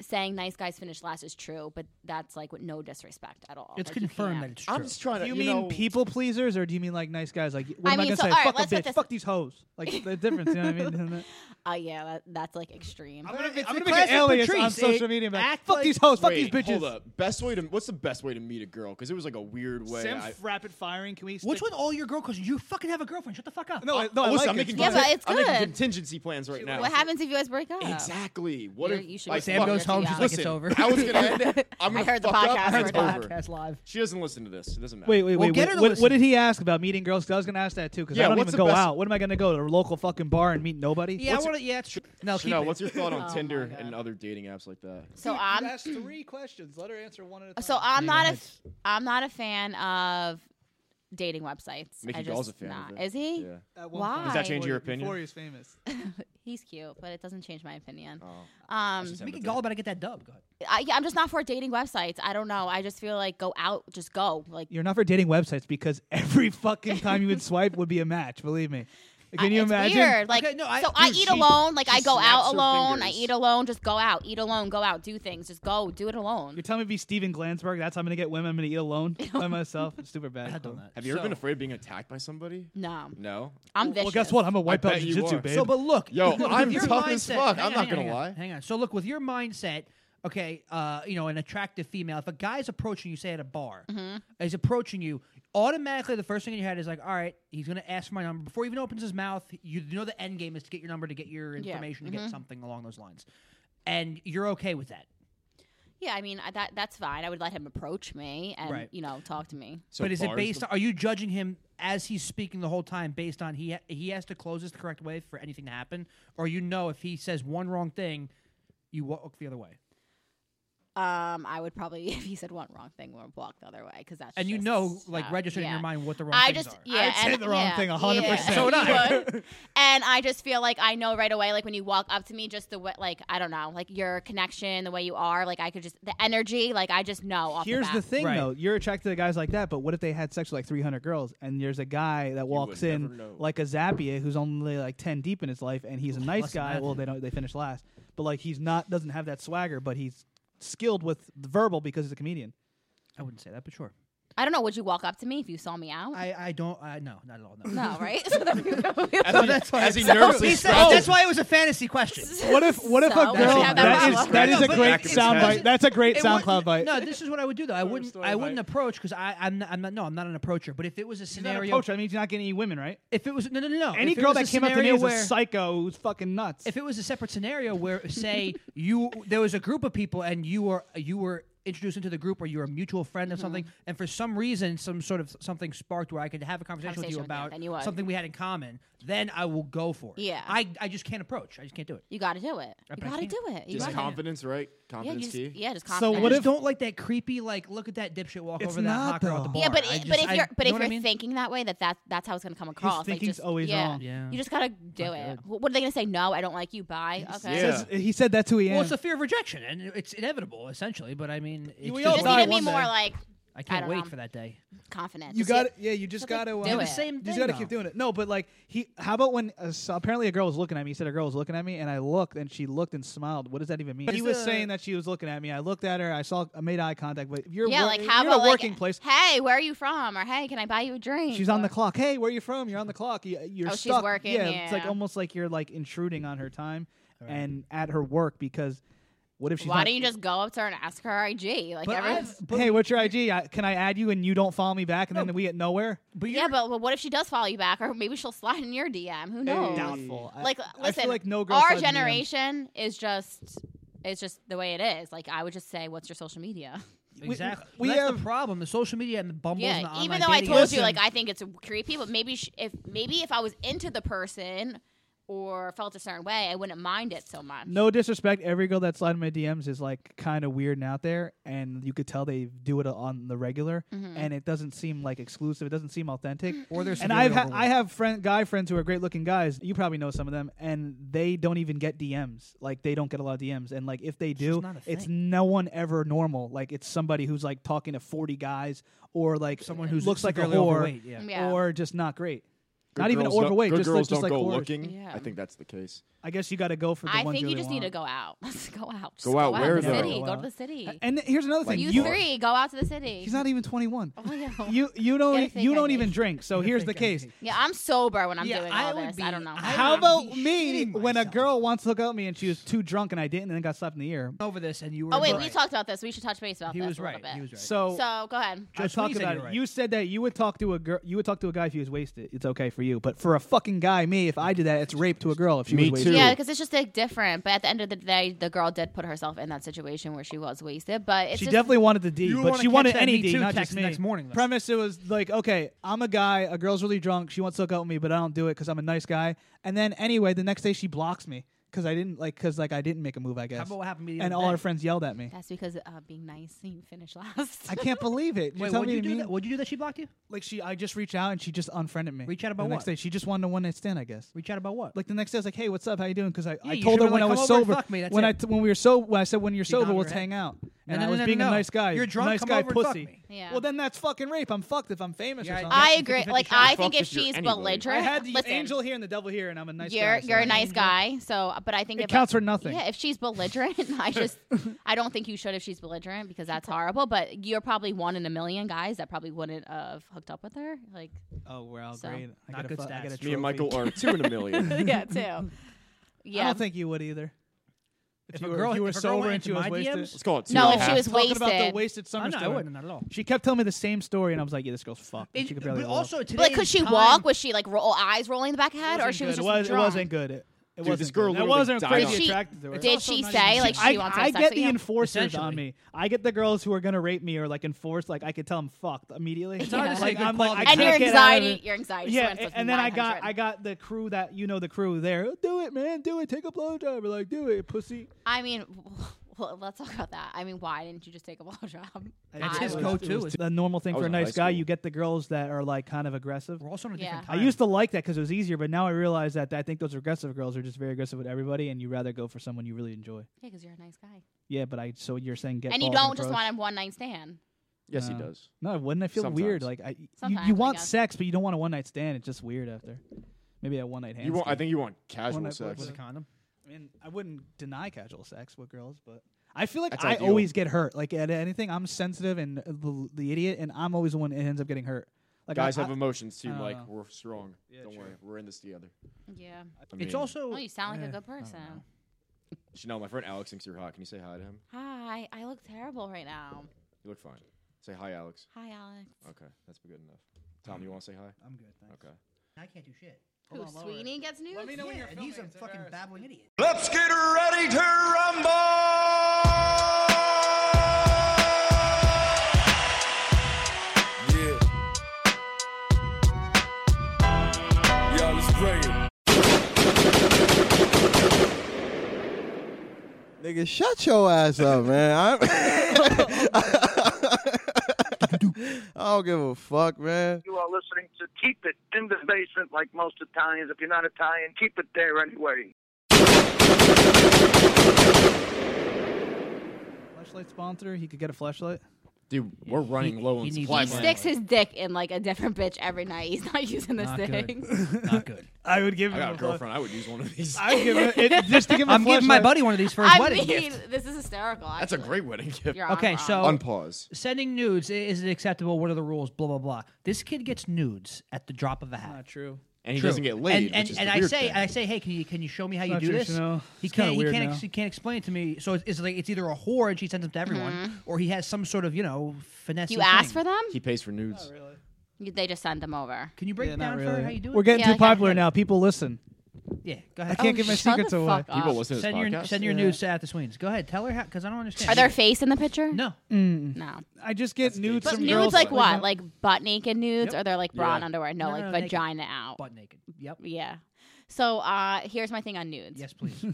saying nice guys finish last is true, but that's like with no disrespect at all.
It's
Like, you
confirmed
can't.
that it's true.
Do you, mean people pleasers or do you mean like nice guys? Like, what
I
am
mean,
I gonna
so-
say?
alright,
Fuck
let's
a
put
bitch.
this-
Fuck these hoes. Like the difference. You know what I mean?
Oh yeah, that, that's like extreme. I'm
gonna, I'm gonna make an alias on social media. man. eh? Fuck these hoes. Fuck these
Wait,
bitches.
Hold up. Best way to what's the best way to meet a girl? Because it was like a weird way.
Sam
I-
rapid firing. Can we?
What's with all your girl? Because you fucking have a girlfriend. Shut the fuck up.
No, I- no, I
listen,
like
I'm
it.
making
Yeah, but it's
I'm making
good.
contingency plans right now.
What happens if you guys break up?
Exactly. What
You're-
if
you should
like,
listen to
fuck-
it. You're too young.
Listen, I was gonna end it. I'm
I
gonna
heard the
fuck up.
podcast.
and
I heard
It's
the
over.
podcast live.
She doesn't listen to this. It doesn't matter.
Wait, wait, wait, wait. What, what did he ask about meeting girls? 'Cause I was gonna ask that too. Because
Yeah,
I don't
what's
even
the
go
best-
out. What am I gonna go to a local fucking bar and meet nobody?
Yeah, I want to. Yeah, it's true. No, keep
Chanel,
it.
what's your thought
Oh
on
my
Tinder and other dating apps like that?
So I'm
three questions. Let her answer one at a
So I'm not a f- I'm not a fan of dating websites.
Mickey
I just
Gall's a fan of
Not.
it.
Is he?
Yeah.
At one
Why?
point.
Does that change your opinion?
Before he was famous.
He's cute, but it doesn't change my opinion.
I
Oh.
Um,
was just We can go, but I get that dub. Go ahead.
I, yeah, I'm just not for dating websites. I don't know. I just feel like go out, just go. Like
You're not for dating websites because every fucking time you would swipe would be a match. Believe me.
I-
Can you
it's
imagine?
Weird. Like so, I
dude,
eat
she-
alone. Like
she
I go
snaps
out
her
alone. I
fingers.
eat alone. Just go out. Eat alone. Go out. Do things. Just go. Do it alone.
You're telling me to be Steven Glansberg? That's how I'm gonna get women. I'm gonna eat alone by myself. Super bad.
Have you ever been afraid of being attacked by somebody?
No.
No.
I'm
Well, guess what? I'm a white
I bet
belt in
you
jiu-jitsu,
are.
babe.
So, but look,
Yo,
look, with
I'm
your
tough
mindset,
as fuck. I'm
hang
not
on, hang on,
gonna
hang on,
lie.
Hang on. So, look, with your mindset, okay, uh, you know, an attractive female. If a guy's approaching you, say at a bar,
Mhm.
is approaching you, automatically the first thing in your head is like, all right, he's gonna ask for my number before he even opens his mouth. You know, the end game is to get your number, to get your
Yeah,
information, to
mhm.
get something along those lines, and you're okay with that.
Yeah, I mean I, that that's fine. I would let him approach me and
Right.
you know talk to me.
but is it based? on, are you judging him as he's speaking the whole time based on he ha- he has to close this the correct way for anything to happen, or you know if he says one wrong thing, you walk the other way,
Um, I would probably if he said one wrong thing, would walk the other way because that's
and you
just-
know like
yeah,
registered in
yeah.
your mind what the wrong
I
things
just
are.
yeah, and, yeah, yeah.
So would I.
You would. and I just feel like I know right away, like when you walk up to me, just the way, like I don't know, like your connection, the way you are, like I could just the energy, like I just know. Off
Here's
the,
the
bat.
thing, though. You're attracted to guys like that, but what if they had sex with like 300 girls, and there's a guy that walks
would
in
never know.
like a Zappia who's only like 10 deep in his life, and he's a nice
Less than
guy.
that.
Well, they don't. They finish last, but like he's not doesn't have that swagger, but he's skilled with the verbal because he's a comedian.
I wouldn't say that, but sure.
I don't know. Would you walk up to me if you saw me out?
I I don't I no not at all no
no right. So then we-
E
So that's why
as he
so
nervously
he said-
scrolls.
That's why it was a fantasy question.
What if what if a girl that is that is a great soundbite? That's a great
It wouldn't-
SoundCloud bite.
No, this is what I would do though. I wouldn't. I wouldn't approach because I I'm not, I'm not. No, I'm not an approacher. But if it was a
He's not a
scenario,
poacher. That means you're not getting any women, right?
If it was no, no, no, no.
Any
If it
girl
was a
that came up to me
scenario
is a
where-
psycho who's fucking nuts.
If it was a separate scenario where, say, you there was a group of people and you were you were introduced into the group or you're a mutual friend
Mm-hmm.
of something, and for some reason, some sort of something sparked where I could have a conversation,
Conversation
with
with you,
you about
then you would.
something we had in common, then I will go for it.
Yeah.
I I just can't approach. I just can't do it.
you got to do it.
I
You
bet I
got to
can't.
do it. You
Just
gotta-
confidence, right? Confidence
just-
key.
yeah, just
So
confidence.
what if don't like that creepy like look at that dipshit walk
It's
over that
not,
hot girl at the
though.
bar.
Yeah, but
I
i-
just-
but if
I-
you're but
you know
if
what
you're
I mean?
thinking that way, that, that that's how it's gonna come across. like
thinking's
just,
always
yeah.
wrong. Yeah.
You just gotta do it. Wh- What are they gonna say? No, I don't like you. Bye. Okay.
He, says, he said that to Ian.
Well, it's the fear of rejection, and it's inevitable essentially. But I mean, it's
we
just-
all
You just need to be more like
I can't
don't know,
wait for that day.
Confident.
You
Just
got
get-
to Yeah, you just
just, like,
got to
do
um,
it. The same
You just
thing,
got to
though.
keep doing it. No, but like he. How about when uh, so apparently a girl was looking at me? He said a girl was looking at me, and I looked, and she looked and smiled. What does that even mean?
But
he
is
was
the-
saying that she was looking at me. I looked at her. I saw. I made eye contact. But if you're
yeah,
wor-
like
if
how
you're
about
in a working
like,
place.
Hey, where are you from? Or hey, can I buy you a drink?
She's on the clock. Hey, where are you from? You're on the clock. You, you're
Oh, she's
stuck.
working,
Yeah, it's like
yeah.
almost like you're like intruding on her time and at her work because what if she's
Why
not-
don't you just go up to her and ask her IG? Like
But
every.
I've- hey, what's your IG? I, can I add you and you don't follow me back and then we get nowhere?
But
yeah, but well, what if she does follow you back, or maybe she'll slide in your DM? Who knows?
Doubtful. I-
Like,
I feel
listen,
like no girl
our
slides in DMs.
generation is just, it's just the way it is. Like, I would just say, what's your social media?
Exactly.
we
That's
have-
the problem. The social media and the bumbles. and the
Yeah, even
online
though I
dating
told
apps.
you, like, I think it's creepy, but maybe sh- if maybe if I was into the person or felt a certain way, I wouldn't mind it so much.
No disrespect, every girl that's sliding my DMs is like kind of weird and out there, and you could tell they do it on the regular,
Mhm.
and it doesn't seem like exclusive. It doesn't seem authentic.
Or they're
and
severely
I've ha-
overweight.
I have friend guy friends who are great looking guys. You probably know some of them, and they don't even get DMs. Like they don't get a lot of DMs, and like if they do,
just not a
it's
thing.
no one ever normal. Like it's somebody who's like talking to forty guys, or like
Someone who's
looks like a
severely
whore,
overweight, yeah.
Yeah.
or just not great.
Good
not even
girls don't-
overweight.
Good
just
girls
look,
don't
just like
go
whores.
looking.
Yeah.
I think that's the case.
I guess you got to go for the
I
ones
think
you
you
really
just
want.
need to go out. Let's go out. Just
Go out where,
to the
though?
city.
Go
Go
out.
to the city.
And th- here's another thing.
you three, go out to the city.
He's not even 21.
Oh yeah.
You you
Get
don't e,
a fake
you don't
ID.
even drink. So here's the case.
Yeah, I'm sober when I'm
Yeah,
doing
I
all
would
this.
be-
I don't know.
I
How
would
about
be
me
shitting
when a
myself.
girl once looked at me and she was too drunk and I didn't and then got slapped in the ear?
over this and you were.
Oh wait, we
right.
talked about this. We should touch base about
He
this
was
a little
right.
bit.
He was right.
So,
So go ahead.
I
Just when
talked
you said
about
you
it.
were right.
You said that you would talk to a girl. You would talk to a guy if he was wasted. It's okay for you, but for a fucking guy, me, if I did that, it's rape to a girl if she
Me
was
too.
wasted.
Yeah, because it's just like different. But at the end of the day, the girl did put herself in that situation where she was wasted. But it's
She
just,
definitely wanted the D,
You
but
wanna
she wanted
catch that
any
Me
D,
Too
not
text
just
the
me.
next morning, though.
Premise: It was like, okay, I'm a guy. A girl's really drunk. She wants to hook up with me, but I don't do it because I'm a nice guy. And then anyway, the next day she blocks me. because I didn't like because like I didn't make a move. I guess.
about what happened to me the
And
other
all our
day?
friends yelled at me.
That's because uh, being nice and you finished last.
I can't believe it.
Wait,
tell
what'd
me
you
to
do
me-
that- what'd you do that she blocked you?
Like she, I just reached out and she just unfriended me. Reach
out about
the next
what?
day. She just wanted a one night stand, I guess.
Reach out about what?
Like the next day, I was like, "Hey, what's up? How you doing?" Because I, I
you
told her
should've been
when
like,
I
"Come
was
over and
sober.
fuck me, that's
when I
it."
t- when we were so when I said when you're
She
sober,
nodded
let's
her head.
hang out.
No,
And
no,
I
no,
was
no,
being
no.
a nice guy.
You're drunk,
Nice
come
guy,
over and fuck
pussy.
me.
Yeah.
Well, then that's fucking rape. I'm fucked if I'm famous or something.
I agree. Like I think if she's belligerent,
I had the
listen,
angel here and the devil here, and I'm a nice
you're
guy. so
you're a
I'm
nice
angel.
guy. So, but I think
It
if-
counts for nothing.
Yeah, if she's belligerent, I just I don't think you should if she's belligerent because that's horrible. But you're probably one in a million guys that probably wouldn't have hooked up with her. Like
Oh, we're all
So.
great. I
Not
get
good
a fu- I
stats. Me
get a
and
trophy.
Michael are two in a million.
yeah, too. Yeah.
I don't think you would either. If,
If
you
a
were,
girl-
if you were
if a girl
sober
went
and she
into
was
my
wasted,
DMs?
Let's call it two
No,
and a
if she
half.
was
Talking about the
wasted.
wasted summer
no, I
story.
wouldn't at all.
She kept telling me the same story, and I was like, "Yeah, this girl's fucked." and she could barely
but
walk.
also
But
today,
like, could she walk? Was she like roll eyes rolling in the back of her head, or
wasn't
she was
good.
just
it, was,
drunk?
not good. It, it
Dude,
wasn't
this girl
good. I
literally
wasn't
died
crazy
on- Did she-
attracted to her.
did she say, like,
I,
she wants to
I
have sex
get
with
the
you?
enforcers on
Essentially.
me. I get the girls who are gonna rape me or like enforce. Like I could tell I'm fucked immediately.
It's hard to say
Like,
good
I'm like, I
quality
and your
can't get out of
anxiety,
it.
your anxiety.
Yeah,
went
a-
from
and then I got
900.
I got the crew that you know the crew there. "Oh, Do it, man. Do it. Take a blowjob. We're Like do it, pussy.
I mean, well, let's talk about that. I mean, why didn't you just take a blowjob?
That's
I
his
would-
go
It
to.
was a normal thing
I
for
was
a
in high
nice guy.
school.
You get the girls that are like kind of aggressive.
We're also on a different
Yeah.
I
time.
used to like that because it was easier, but now I realize that I think those aggressive girls are just very aggressive with everybody, and you rather go for someone you really enjoy.
Yeah, because you're a nice guy,
Yeah, but I so you're saying get
and you
balls
don't just
approach.
want a one night stand.
Yes, he
No.
does.
No, wouldn't I feel weird?
Sometimes.
Like I, you,
Sometimes, I
you want
guess.
sex, but you don't want a one night stand. It's just weird after. Maybe a one night hand.
You want? I
skip.
think you want
One
casual
night
sex.
with a condom.
I mean, I wouldn't deny casual sex with girls, but I feel like
That's
I
ideal.
always get hurt. Like at anything, I'm sensitive and the, the idiot, and I'm always the one that ends up getting hurt. Like
Guys
I,
have emotions too.
I don't
Like
know.
we're strong.
Yeah,
Don't
true.
worry, we're in this together.
Yeah.
I mean,
It's also.
Oh, you sound like a
eh,
good
I don't
person.
know.
Chanel. My friend Alex thinks you're hot. Can you say hi to him?
Hi, I look terrible right now.
You look fine. Say hi, Alex.
Hi, Alex.
Okay, that's good enough. Tom, you want to say hi?
I'm good. Thanks.
Okay.
I can't do shit.
Who Sweeney gets news?
me know when
Yeah,
you're
and he's a
filming, it's
fucking
embarrassing.
babbling idiot.
Let's get ready to rumble! Yeah. Y'all, let's bring it.
Nigga, shut your ass up, man. I, I don't give a fuck, man.
You are listening to Keep It in the Basement, like most Italians. If you're not Italian, keep it there anyway.
Flashlight sponsor, he could get a flashlight.
Dude, we're running low
he
on
needs-
supply.
He
Black
sticks his dick in like a different bitch every night. He's not using this
Not
thing.
good. Not good.
I would give
I
him
got a
fla-
girlfriend. I would use one of these.
I would give him it, just to give him. a
I'm giving my
flashlight.
buddy one of these for his
I
wedding
mean,
gift.
this is hysterical.
That's a
actually.
great wedding gift.
You're on
Okay,
wrong.
Oh.
so
Unpause.
sending nudes i- is it acceptable? What are the rules? Blah blah blah. This kid gets nudes at the drop of a hat.
Not true.
And he
True.
doesn't get laid.
And, and,
which is
and
the
I
weird
say,
thing.
I say, hey, can you can you show me how you
Not
do
true,
this?
Chanel.
He
It's kinda
can't. He
weird
can't.
now.
Ex- he can't explain it to me. So it's, it's like it's either a whore and she sends them to everyone, or he has some sort of you know finesse.
you ask for them?
he pays for
Oh,
nudes.
You- They just send them over.
Can you break
Yeah,
it
not
down for
really.
her how you do it?
We're getting
Yeah,
too
like, I
popular
think-
now. People listen.
yeah, go
I
ahead.
can't give my
Oh, shut the
secrets away.
fuck up.
People listen to this
Ah, send your
podcast.
send your
Yeah.
nudes to at the Swings. Go ahead, tell her how because I don't understand.
Are there face in the picture?
no?
No.
I just get nudes
But
from
nudes
girls.
like
that-
what? Like butt naked nudes,
Yep.
or they're like bra and
Yeah.
underwear? No,
No,
like
no, naked.
vagina out.
Butt naked. Yep.
Yeah. So uh here's my thing on nudes.
Yes, please.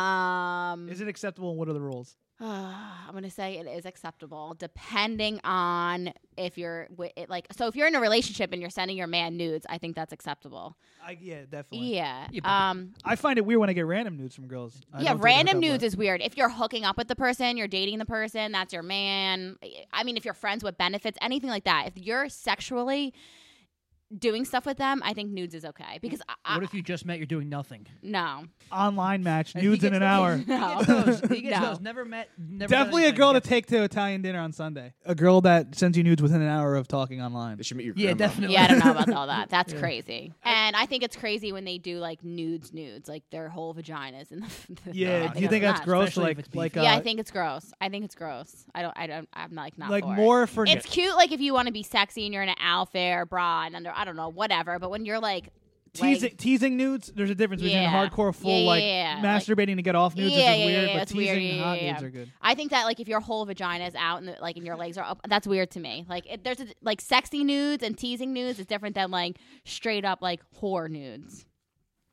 Um
Is it acceptable? and What are the rules?
I'm gonna say it is acceptable, depending on if you're wi- it, like. So if you're in a relationship and you're sending your man nudes, I think that's acceptable.
I, yeah, definitely.
Yeah.
Yeah, but-
Um.
I find it weird when I get random nudes from girls. I
yeah.
don't think I
Random
hook up
nudes
with-
is weird. If you're hooking up with the person, you're dating the person, that's your man. I mean, if you're friends with benefits, anything like that. If you're sexually doing stuff with them, I think nudes is okay because
Mm.
I,
What if you just met? You're doing nothing.
I, no,
online match
And he
nudes in
gets
an
those-
hour.
No.
He gets those. He gets
No.
those. Never met. Never done
Definitely a
anything.
girl to take to Italian dinner on Sunday. A girl that sends you nudes within an hour of talking online.
They should meet your
Yeah,
grandma.
definitely.
Yeah, I don't know about all that. That's crazy. And I think it's crazy when they do like nudes, nudes, like their whole vaginas and the,
Yeah,
I
do you think that's
nuts.
gross?
Especially if
Like,
it's beefy.
like, uh,
yeah, I think it's gross. I think it's gross. I don't. I don't. I'm like not
like
for it.
more for
It's cute, like if you want to be sexy and you're in an outfit or bra and under. I don't know, whatever. But when you're like
teasing,
like-
teasing nudes. There's a difference
Yeah.
between hardcore, full
Yeah, yeah,
like
yeah, like-
masturbating to get off nudes,
yeah,
which
yeah,
is weird.
yeah,
but
it's weird,
teasing
yeah,
hot
yeah,
nudes
yeah.
are good.
I think that like if your whole vagina is out and like and your legs are up, that's weird to me. Like it, there's a, like sexy nudes and teasing nudes is different than like straight up like whore nudes.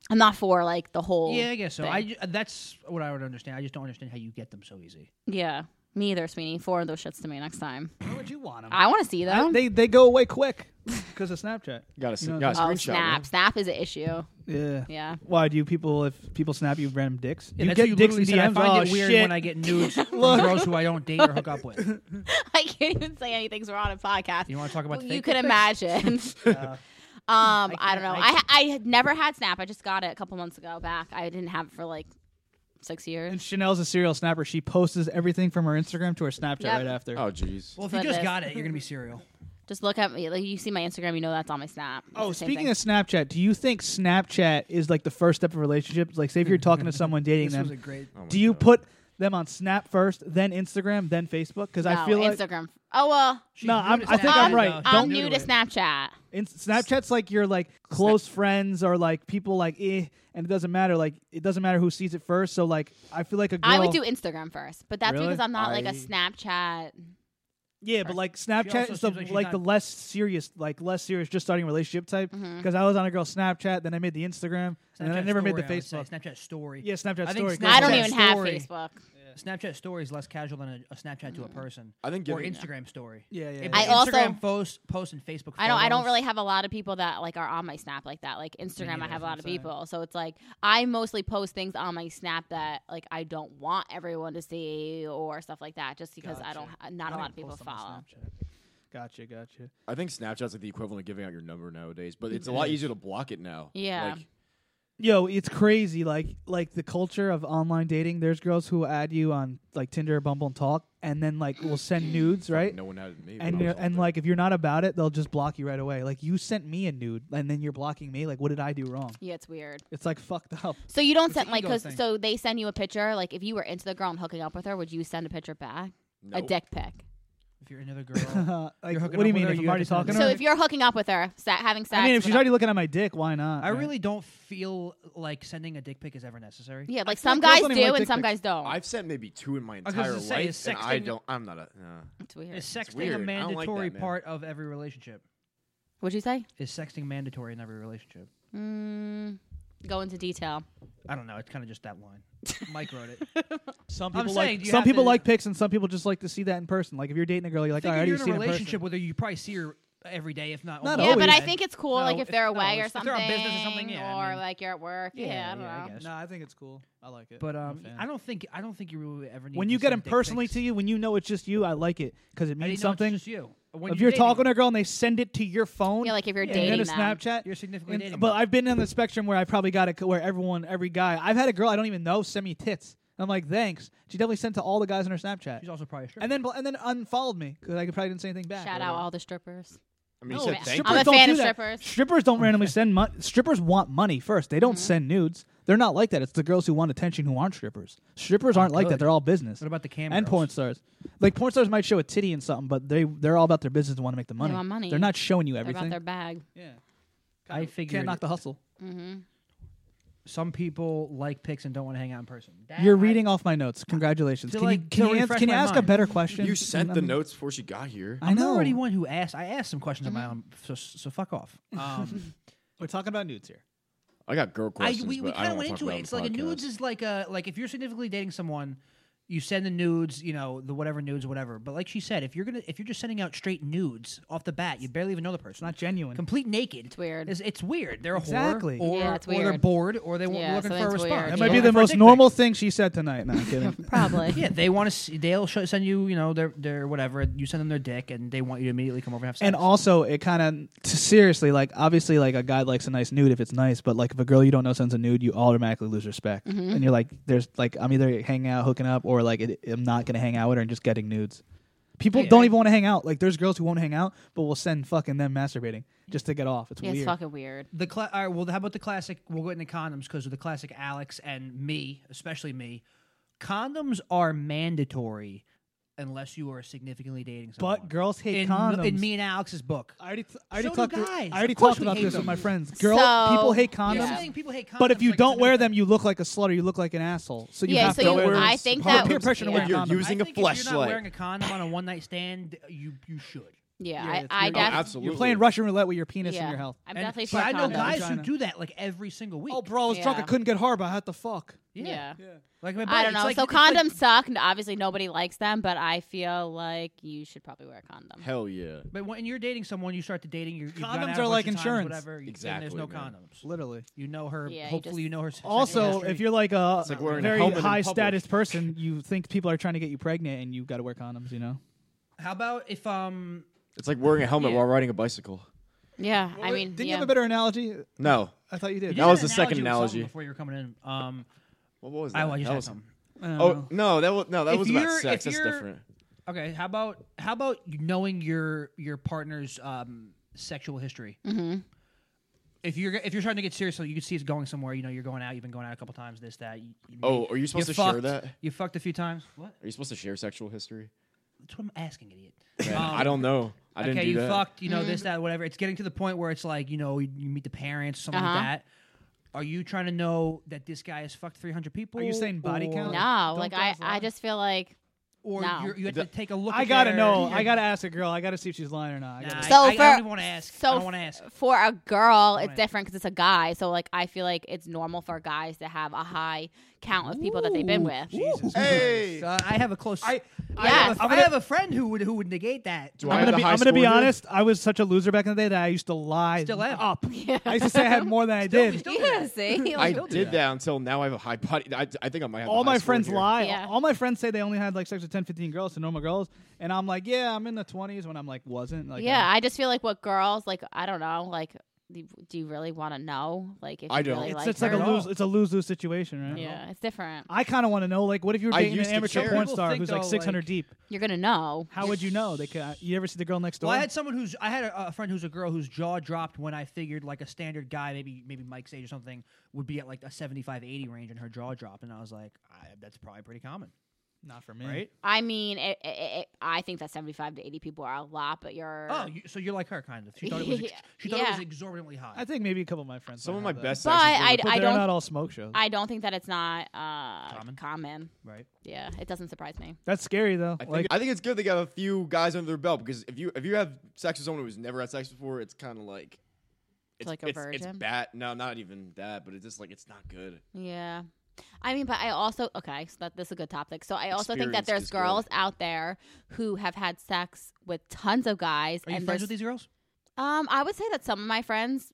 I'm not for like the whole.
yeah, I guess so. I
thing.
ju- uh, that's what I would understand. I just don't understand how you get them so easy.
yeah, me either, Sweeney. Forward those shits to me next time.
Why would you want them?
I want to see them.
they they go away quick because of Snapchat.
Got
You know,
oh, snap! Snap is an issue.
Yeah.
Yeah.
Why do you people if people snap you random dicks?
Yeah,
you
that's
get
what you
dicks
literally said.
in
I
DMs?
find
oh,
it weird
shit.
when I get nudes from
Look.
girls who I don't date or hook up with.
I can't even say anything's wrong on a podcast.
You want to talk about?
Well,
the
you
fake
can
dick pics?
imagine.
Uh,
Um, I, don't know.
I
I, I had never had Snap. I just got it a couple months ago back. I didn't have it for like six years.
Chanel's a serial snapper. She posts everything from her Instagram to her Snapchat
Yep.
right after.
Oh jeez.
well, if you
But
just
this-
got it, you're gonna be serial.
Just look at me. Like you see my Instagram, you know that's on my Snap. It's
Oh,
the same
speaking
thing.
of Snapchat, do you think Snapchat is like the first step of relationships? Like, say if you're talking to someone dating
This
them,
was a great- Oh my
do you put them on Snap first, then Instagram, then Facebook? Because I
No,
feel like
Instagram. Oh well.
No, I'm- I think I'm
Uh,
right.
I'm
Don't-
new to Snapchat.
In- Snapchat's like your like close friends or like people like eh, and it doesn't matter. Like it doesn't matter who sees it first. So like I feel like a girl.
I would do Instagram first, but that's
Really?
because I'm not like a
I-
Snapchat.
Yeah, but like
also
Snapchat is the
seems like
like,
she's
the
not-
less serious, like less serious, just starting relationship type. Because
Mm-hmm.
Mhm.
I was on a girl's Snapchat, then I made the Instagram, and then I
Snapchat
never made the
story, I would
Facebook.
say. Snapchat story.
Yeah, Snapchat
I think
story.
Snapchat
I don't even have
story-
Facebook.
Snapchat story is less casual than a, a Snapchat to a person.
I think
or
giving-
Instagram story.
Yeah, yeah,
If
yeah.
the
I also-
Instagram post post and Facebook.
I don't. I don't
photos-
really have a lot of people that like are on my Snap like that. Like Instagram, I have a
neither, that's
lot of
what I'm saying.
people, so it's like I mostly post things on my Snap that like I don't want everyone to see or stuff like that, just because I don't. ha- Not a lot of people follow.
Gotcha, gotcha.
I think Snapchat's like the equivalent of giving out your number nowadays, but it's a
It
lot
is.
easier to block it now.
Yeah.
Like,
Yo, it's crazy. Like like the culture of online dating. There's girls who add you on like Tinder, Bumble, and Talk, and then like will send nudes, right?
no one added me. when
And
I was
you're-
on
and like if you're not about it, they'll just block you right away. Like you sent me a nude, and then you're blocking me. Like what did I do wrong?
Yeah, it's weird.
It's like fucked up.
So you don't
It's
send
an
like
ego
cause
thing.
so they send you a picture. Like if you were into the girl and hooking up with her, would you send a picture back? A
Nope.
dick pic.
If you're another girl,
Like,
you're hooking
what do you
up with
mean?
her,
If I'm
have
already
to send
talking
it.
to
So
her?
if you're hooking up with her, sa- having sex.
I mean,
with
if she's
her-
already looking at my dick, why not?
I
right?
really don't feel like sending a dick pic is ever necessary.
yeah, like
I feel
some
girls
guys
don't even
do
like
and
dick
some
pics.
guys don't.
I've sent maybe two in my
was
entire
gonna say,
life,
is
and I
sexting-
don't. I'm not a. Uh,
It's weird.
Is sexting
weird. I
a
don't like that,
mandatory
man.
part of every relationship?
What'd you say?
Is sexting mandatory in every relationship?
Mm, go into detail.
I don't know. It's kind of just that line. Mike wrote it.
Some
I'm
people
saying
like
you
some
have
people
to-
like pics, and some people just like to see that in person. Like if you're dating a girl, you're like,
Figure
all right,
you're in
you
a
see it in person.
relationship with her. You probably see her every day, if not.
Not
almost
yeah, but
every
I
day.
think it's cool,
Oh, No,
like if they're
no,
away or
if
something,
they're on business or something, yeah, I
or
mean-
like you're at work. Yeah,
Yeah,
I don't
yeah, I
know.
guess.
No, I think it's cool. I like it.
But
I'm a
um,
fan.
I don't think I don't think you really ever need
when
to
you get them
send dick
personally
pics.
to you, when you know it's just you, I like it because it
I
means
didn't know it's
something.
just you. When
if
you're
you're
dating
talking to a girl and they send it to your phone,
Yeah, like if you're
and
dating
then a
them.
Snapchat.
You're significantly
and-
dating.
but I've been on the spectrum where I probably got it where everyone, every guy. I've had a girl I don't even know send me tits. I'm like, thanks. She definitely sent to all the guys on her Snapchat.
She's also probably a stripper.
and then bl- and then unfollowed me because I could probably didn't say anything back.
Shout out all the strippers.
I mean,
No,
you said
man.
thank
I'm
you.
a
don't
fan
do
of
that.
strippers. Mm-hmm.
Strippers don't randomly send money. Strippers want money first. They don't send nudes. They're not like that. It's the girls who want attention who aren't strippers.
Oh,
Strippers aren't like
good.
that. They're all business.
What about the cam
and
girls?
porn stars? Like porn stars might show a titty and something, but they they're all about their business and want to make the money.
They want money.
They're not showing you
They're
everything.
about their bag.
Yeah.
I figured
Can't knock the hustle.
Mm-hmm.
some people like pics and don't want to hang out in person. That
You're
I-
reading off my notes. Congratulations.
To,
Can
like,
you can
to
you, ans-
refresh
can you
my
ask a
mind.
better question?
You sent the
I'm-
notes before she got here.
I
I'm
know.
already one who asked. I asked some questions on my own, so, so fuck off.
Um, we're talking about nudes here.
I got girl
I,
questions,
we we
but I
kind
don't
of
wanna talk
went into
about
it.
them
It's like a
on podcast.
nudes is like a like if you're significantly dating someone, you send the nudes, you know, the whatever nudes, whatever. But like she said, if you're gonna if you're just sending out straight nudes off the bat, you barely even know the person. It's
not genuine.
Complete naked. It's
weird.
It's, weird. They're a
Exactly.
whore, or,
Yeah, it's
or they're
weird.
bored, or they
Yeah,
are looking for a
something's
response.
weird.
That
That
might be
Looking
the
for a
most
dick pic.
normal thing she said tonight. No, I'm kidding.
Probably.
Yeah, they want to. See, they'll show, send you, you know, their their whatever. You send them their dick, and they want you to immediately come over and have sex.
And also, it kind of seriously, like obviously, like a guy likes a nice nude if it's nice, but like if a girl you don't know sends a nude, you automatically lose respect,
Mhm.
and you're like, there's like I'm either hanging out, hooking up, or like it, I'm not gonna hang out with her and just getting nudes. People
Yeah.
don't even want to hang out. Like there's girls who won't hang out, but will send fucking them masturbating just to get off. It's
Yeah,
weird.
it's fucking weird.
The cla- all right, well, how about the classic? We'll go into condoms because of the classic Alex and me, especially me. Condoms are mandatory unless you are significantly dating someone.
but girls hate
in,
condoms.
In me and Alex's book,
I already, I already
so
talked.
Do
to-
guys.
I already
Of course
talked
we
about
hate
this with
them.
my friends. Girl,
So-
people hate
You're
You're
condoms.
saying people hate condoms,
But if you
like it's a
don't
new
wear
thing.
them, you look like a slut or you look like an asshole. So you
Yeah,
have
so
to
you-
wear.
I think
part of
that
peer
was-
pressure to wear
yeah.
condoms.
You're using
I
a
think if you're not
flashlight.
wearing a condom on a one night stand, you you should.
Yeah,
Yeah,
I,
it's
I
Oh,
weird. Oh,
def-
You're playing Russian roulette with your penis and
Yeah.
your health.
I'm
And-
definitely
But I know
condom.
guys who
Vagina.
do that like every single week.
Oh, bro, I was drunk. I
Yeah.
couldn't get hard, but I had to fuck.
Yeah.
Like my buddy,
I don't
it's
know.
like-
so
it's like-
condoms suck. and Obviously, nobody likes them, but I feel like you should probably wear a condom.
Hell yeah.
But when you're dating someone, you start to dating. You're, you've gone out
Condoms
a
are
bunch
like
of times,
insurance.
whatever. you- and there's no condoms.
Literally.
You know her.
Yeah, you
hopefully,
just-
you know her. sexual
Also,
history.
if you're like a
It's like wearing a
very
helmet in
high
public.
status person, you think people are trying to get you pregnant, and you got to wear condoms. You know.
how about if um,
It's like wearing a helmet
Yeah.
while riding a bicycle.
Yeah,
I mean, didn't you have a better analogy?
No.
I thought you
you
did.
did
That was
an
the second
with something
analogy.
before you were coming in. Um,
what was
I,
that?
well, you
That
said
was-
something.
I don't
Oh
know.
no, that was no, that
If
was about
you're-
sex.
if
That's
you're-
different.
Okay, how about how about knowing your your partner's um, sexual history?
Mhm.
If you're if you're trying to get serious, so you can see it's going somewhere. You know, you're going out. You've been going out a couple times. This that. You, you
Oh, are you supposed to share
fucked-
that?
You fucked a few times. What?
Are you supposed to share sexual history?
That's what I'm asking, idiot.
Man, I don't know. I didn't
okay,
do
you
that.
fucked. You know this
Mm-hmm.
that whatever. It's getting to the point where it's like you know you, you meet the parents, something
Uh-huh.
like that. Are you trying to know that this guy has fucked 300 people?
Are you saying body
or-
count?
No, like I, I just feel like
Or
no.
you're, you have to take a look.
I
at
gotta
their-
know. I
your-
gotta ask a girl. I gotta see if she's lying or not. I gotta-
so
I- I
for
don't even wanna ask. I
so
don't wanna
f-
ask.
for a girl, it's
ask.
different because it's a guy. So like, I feel like it's normal for guys to have a high count of people that they've been
Ooh,
with.
Jesus
Hey.
Christ. Uh, I have a close. I,
Yeah.
have, a,
I'm
I
gonna-
have a friend who would who would negate that.
Do have
I'm gonna
the
be,
high
I'm gonna be
score here?
honest. I was such a loser back in the day that I used to lie
Still am.
up. I used to say I had more than I did.
Yeah, see,
I
Like-
did that until now. I have a high body. I, I think I might have. the
all
high
my
score
friends
here.
lie.
Yeah.
All my friends say they only had like sex with 10, 15 girls to normal girls, and I'm like, yeah, I'm in the 20s when I'm like wasn't. Like,
yeah,
I,
I just feel like what girls like. I don't know. Like, do do you really want to know? Like, if
I
you
don't.
Really
it's
like
it's like a
her?
lose. It's a lose lose situation, right?
Yeah, it's different.
I kind of want to know, like, what if you were
I
dating an
used to
amateur
care.
porn
People
star
think,
who's like
though,
600
like-
deep?
You're gonna know.
How would you know? They could, you ever see the girl next door?
Well, I had someone who's I had a, a friend who's a girl whose jaw dropped when I figured like a standard guy, maybe maybe Mike's age or something, would be at like a 75, 80 range, and her jaw dropped, and I was like, I, that's probably pretty common,
Not for me.
right?
I mean, it, it, it, I think that 75 to 80 people are a lot, but you're.
Oh, you, so you're like her kind of. She thought it was ex- she thought it was exorbitantly high.
I think maybe a couple of my friends.
Some
might
of my
have that.
best.
But
sexes were
I,
with-
But
I
they're
don't.
not all smoke shows.
I don't think that it's not uh, common.
right?
Yeah, it doesn't surprise me.
That's scary though.
I think,
like,
I think it's good they got a few guys under their belt because if you if you have sex with someone who's never had sex before, it's kind of like it's
like a
it's, It's
virgin?
bad. No, not even that. But it's just like it's not good.
Yeah. I mean, but I also okay. So that, this is a good topic. So I also think that
Experience
there's
is good.
girls out there who have had sex with tons of guys.
Are you
and
friends
there's-
with these girls?
Um, I would say that some of my friends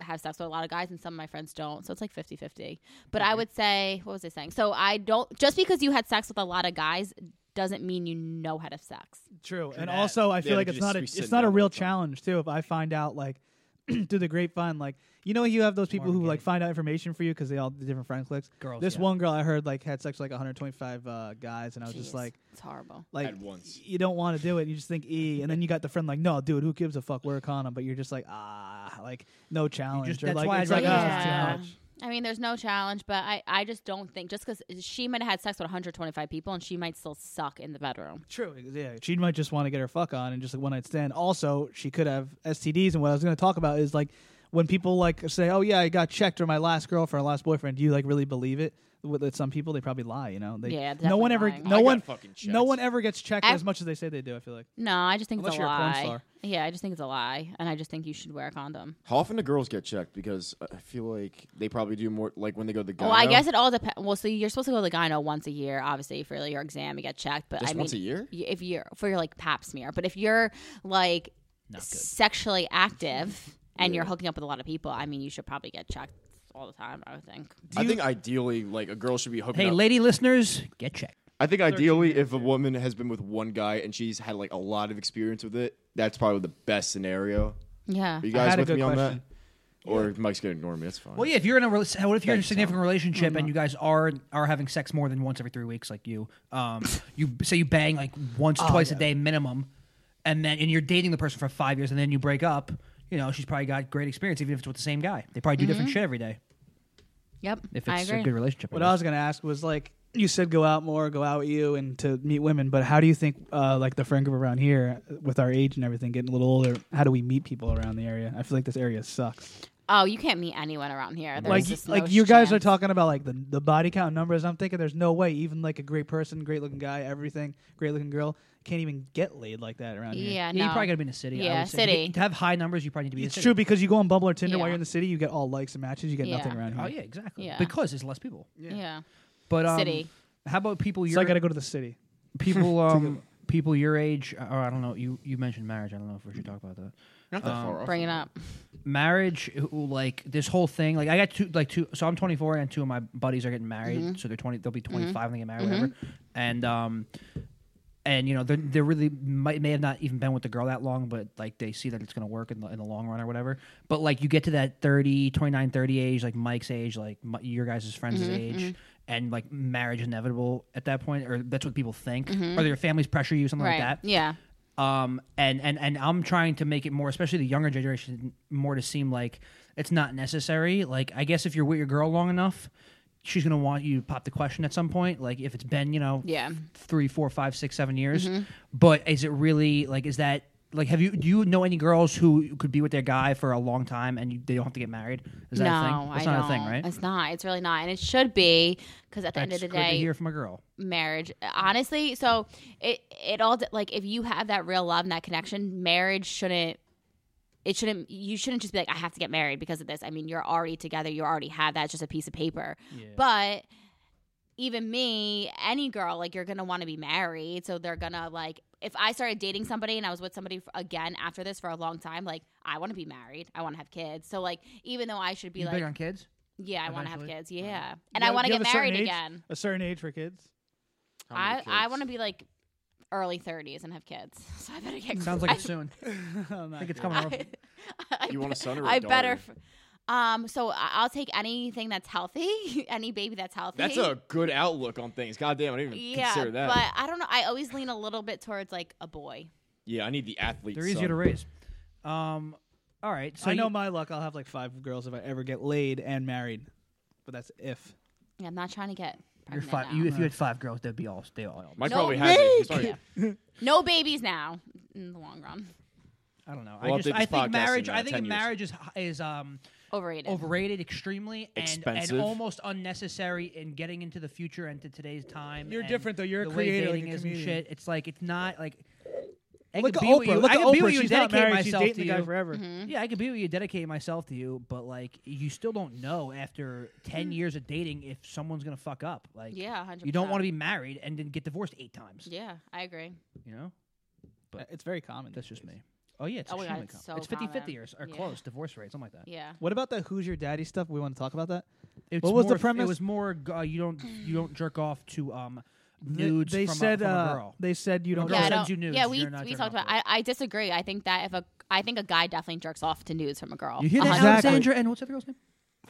have sex with a lot of guys and some of my friends don't. So it's like 50 50. But I would say, what was I saying? So I don't, just because you had sex with a lot of guys doesn't mean you know how to have sex.
True, and
that.
also I
Yeah,
feel like
they
it's
just
not a,
be
it's
sitting
not a
down
real
all the time.
challenge too. If I find out like through the grapevine, like you know, you have those people who like find out information for you because they all the different friend clicks.
Girls,
This
yeah.
one girl I heard like had sex with like 125 uh, guys, and I was
Jeez,
just like,
it's horrible.
like
At once.
you don't want to do it. You just think e, and then you got the friend like, no, dude, who gives a fuck? We're a condom, but you're just like, ah, like no challenge. or,
that's
like,
why
it's
I'd
like,
rather
ah,
just
too
Yeah.
much.
I mean, there's no challenge, but I, I just don't think, just because she might have had sex with 125 people and she might still suck in the bedroom.
True. Yeah. She might just want to get her fuck on and just like one night stand. Also, she could have STDs. And what I was going to talk about is like when people like say, "Oh yeah, I got checked," or my last girlfriend, or last boyfriend. Do you like really believe it? With with some people, they probably lie. You know, they,
Yeah,
no one
definitely
ever,
lying.
no
I got
one,
fucking checked.
no one ever gets checked
Ev-
as much as they say they do. I feel like
No, I just think
Unless
it's a
you're a porn
lie.
star.
Yeah, I just think it's a lie. And I just think you should wear a condom.
How often do girls get checked? Because I feel like they probably do more. Like when they go to the gyno.
Well, I guess it all depends. Well, so you're supposed to go to the gyno once a year, obviously, for your exam and get checked. But
Just
I mean,
once a year?
y- if you're for your like pap smear. But if you're like sexually active and you're hooking up with a lot of people, I mean, you should probably get checked all the time. I would think.
I think ideally, like a girl should be hooking
Hey,
up.
lady listeners, get checked.
I think ideally, if a woman has been with one guy and she's had like a lot of experience with it, that's probably the best scenario.
Yeah.
Are you
I
guys
had a
with
good
me on
question.
that? Or Mike's gonna ignore me. That's fine.
Well, yeah. If you're in a rela- what if you're in a
Thanks,
significant relationship and you guys are are having sex more than once every three weeks, like you, um, you say you bang like once twice a day minimum, and then and you're dating the person for five years and then you break up. You know, she's probably got great experience, even if it's with the same guy. They probably do different shit every day.
Yep.
If
I
it's a
agree.
good relationship,
What I was gonna ask was like you said go out more, go out with you, and to meet women. But how do you think uh, like the friend group around here, with our age and everything, getting a little older, how do we meet people around the area? I feel like this area sucks.
Oh, you can't meet anyone around here. There's
like
just
like
no
you guys are
chance.
talking about like the the body count numbers. I'm thinking there's no way even like a great person, great looking guy, everything, great looking girl can't even get laid like that around here.
Yeah, you probably gotta be in the city. I
Yeah,
would say. To get-
city.
To have high numbers, you probably need to be. in
It's
the
true
city.
because you go on Bumble or Tinder while
Yeah.
you're in the city, you get all likes and matches. You get nothing around here.
Oh yeah, exactly.
Yeah.
Because there's less people.
Yeah.
But um,
city.
How about people?
So
Your
I gotta go to the city.
People,
To
um, people your age, or I don't know. You you mentioned marriage. I don't know if we should talk about that.
Not that
Um,
far off. Bring it up.
Marriage, who- like this whole thing. Like I got two, like two. So I'm 24, and two of my buddies are getting married.
Mhm.
So they're 20. They'll be
Mhm.
25 when they get married,
Mhm.
whatever. And um, and you know they're they really might may have not even been with the girl that long, but like they see that it's gonna work in the, in the long run or whatever. But like you get to that 30, 29, 30 age, like Mike's age, like my, your guys' friends'
Mhm,
age.
mhm.
And like marriage inevitable at that point, or that's what people think,
Mhm.
or your families pressure you, something
Right,
like that
yeah.
um, and and and I'm trying to make it more, especially the younger generation, more to seem like it's not necessary. Like I guess if you're with your girl long enough, she's gonna want you to pop the question at some point. Like if it's been you know
Yeah.
three, four, five, six, seven years,
Mhm.
but is it really like is that like have you do you know any girls who could be with their guy for a long time and you, they don't have to get married? Is that
no,
a thing? That's
I
not
don't.
a thing, right?
It's not. It's really not, and it should be because at the end of
That's
the
good to
day,
hear from a girl.
marriage honestly so it it all d- like if you have that real love and that connection marriage shouldn't it shouldn't you shouldn't just be like i have to get married because of this i mean you're already together you already have that it's just a piece of paper
Yeah.
but even me any girl like you're gonna want to be married so they're gonna like if i started dating somebody and i was with somebody f- again after this for a long time like i want to be married i want to have kids so like even though i should be
you
like
big on kids?
yeah i want to have
Eventually?
kids yeah and
You
i
have-
want to
you have
get
a certain
married
age-
again
A certain age for kids.
I, I want to be like early 30s and have kids. So I better get
Sounds like
I-
it's soon. I think it's coming
I-
up.
I
You want a
bet-
son or a
I better
daughter?
f- um so I- I'll take anything that's healthy, any baby that's healthy.
That's a good outlook on things. God damn, I didn't even
yeah,
consider that.
but I don't know. I always lean a little bit towards like a boy.
yeah, I need the athlete.
They're easier
son.
to raise. Um, all right. So
I know
you-
my luck. I'll have like five girls if I ever get laid and married, but that's if.
Yeah, I'm not trying to get
You're
pregnant
five.
now.
You, if you had five girls, they'd be all. They all.
Mike
No,
probably has it. He's
Mike!
probably-
no babies now in the long run.
I don't know.
We'll
I just.
update
I
this podcast
think
in,
marriage.
uh,
I think
10 years.
marriage is hi- is um
Overrated.
overrated, extremely and,
Expensive.
and almost unnecessary in getting into the future and to today's time.
You're
and
different, though. You're a
the way
creator, like
dating
a
is and
comedian.
shit. It's like it's not like. I
Look
could
at
be with
Oprah.
you.
Look
I
at
could be
Oprah.
with you.
She's not
dedicate
married. She's
myself
dating
to Mm-hmm.
the guy
you.
forever.
Mm-hmm.
Yeah, I could be with you. Dedicate myself to you, but like you still don't know after
Hmm.
ten years of dating if someone's gonna fuck up. Like
Yeah, 100%.
you don't want to be married and then get divorced eight times.
Yeah, I agree.
You know. But
it's very common.
That's just me. Oh yeah, it's
Oh my God,
extremely
it's
common.
so
it's 50 50
common.
or, or
Yeah.
close divorce rate, something like that.
Yeah.
What about the "Who's Your Daddy" stuff? We want to talk about that.
It's
what was
more-
the premise?
It was more uh, you don't you don't jerk off to um
They-
nudes.
They
from
said
a, from
uh,
a girl.
they said you
From a
don't.
girl
go-
sends
I
you
don't-
nudes.
Yeah, we
you're not
we
jerking
talked
off
about. I, I disagree. I think that if a I think a guy definitely jerks off to nudes from a girl. Uh-huh.
to- You hear that,
100%.
Uh, Alexandra? And what's that girl's name?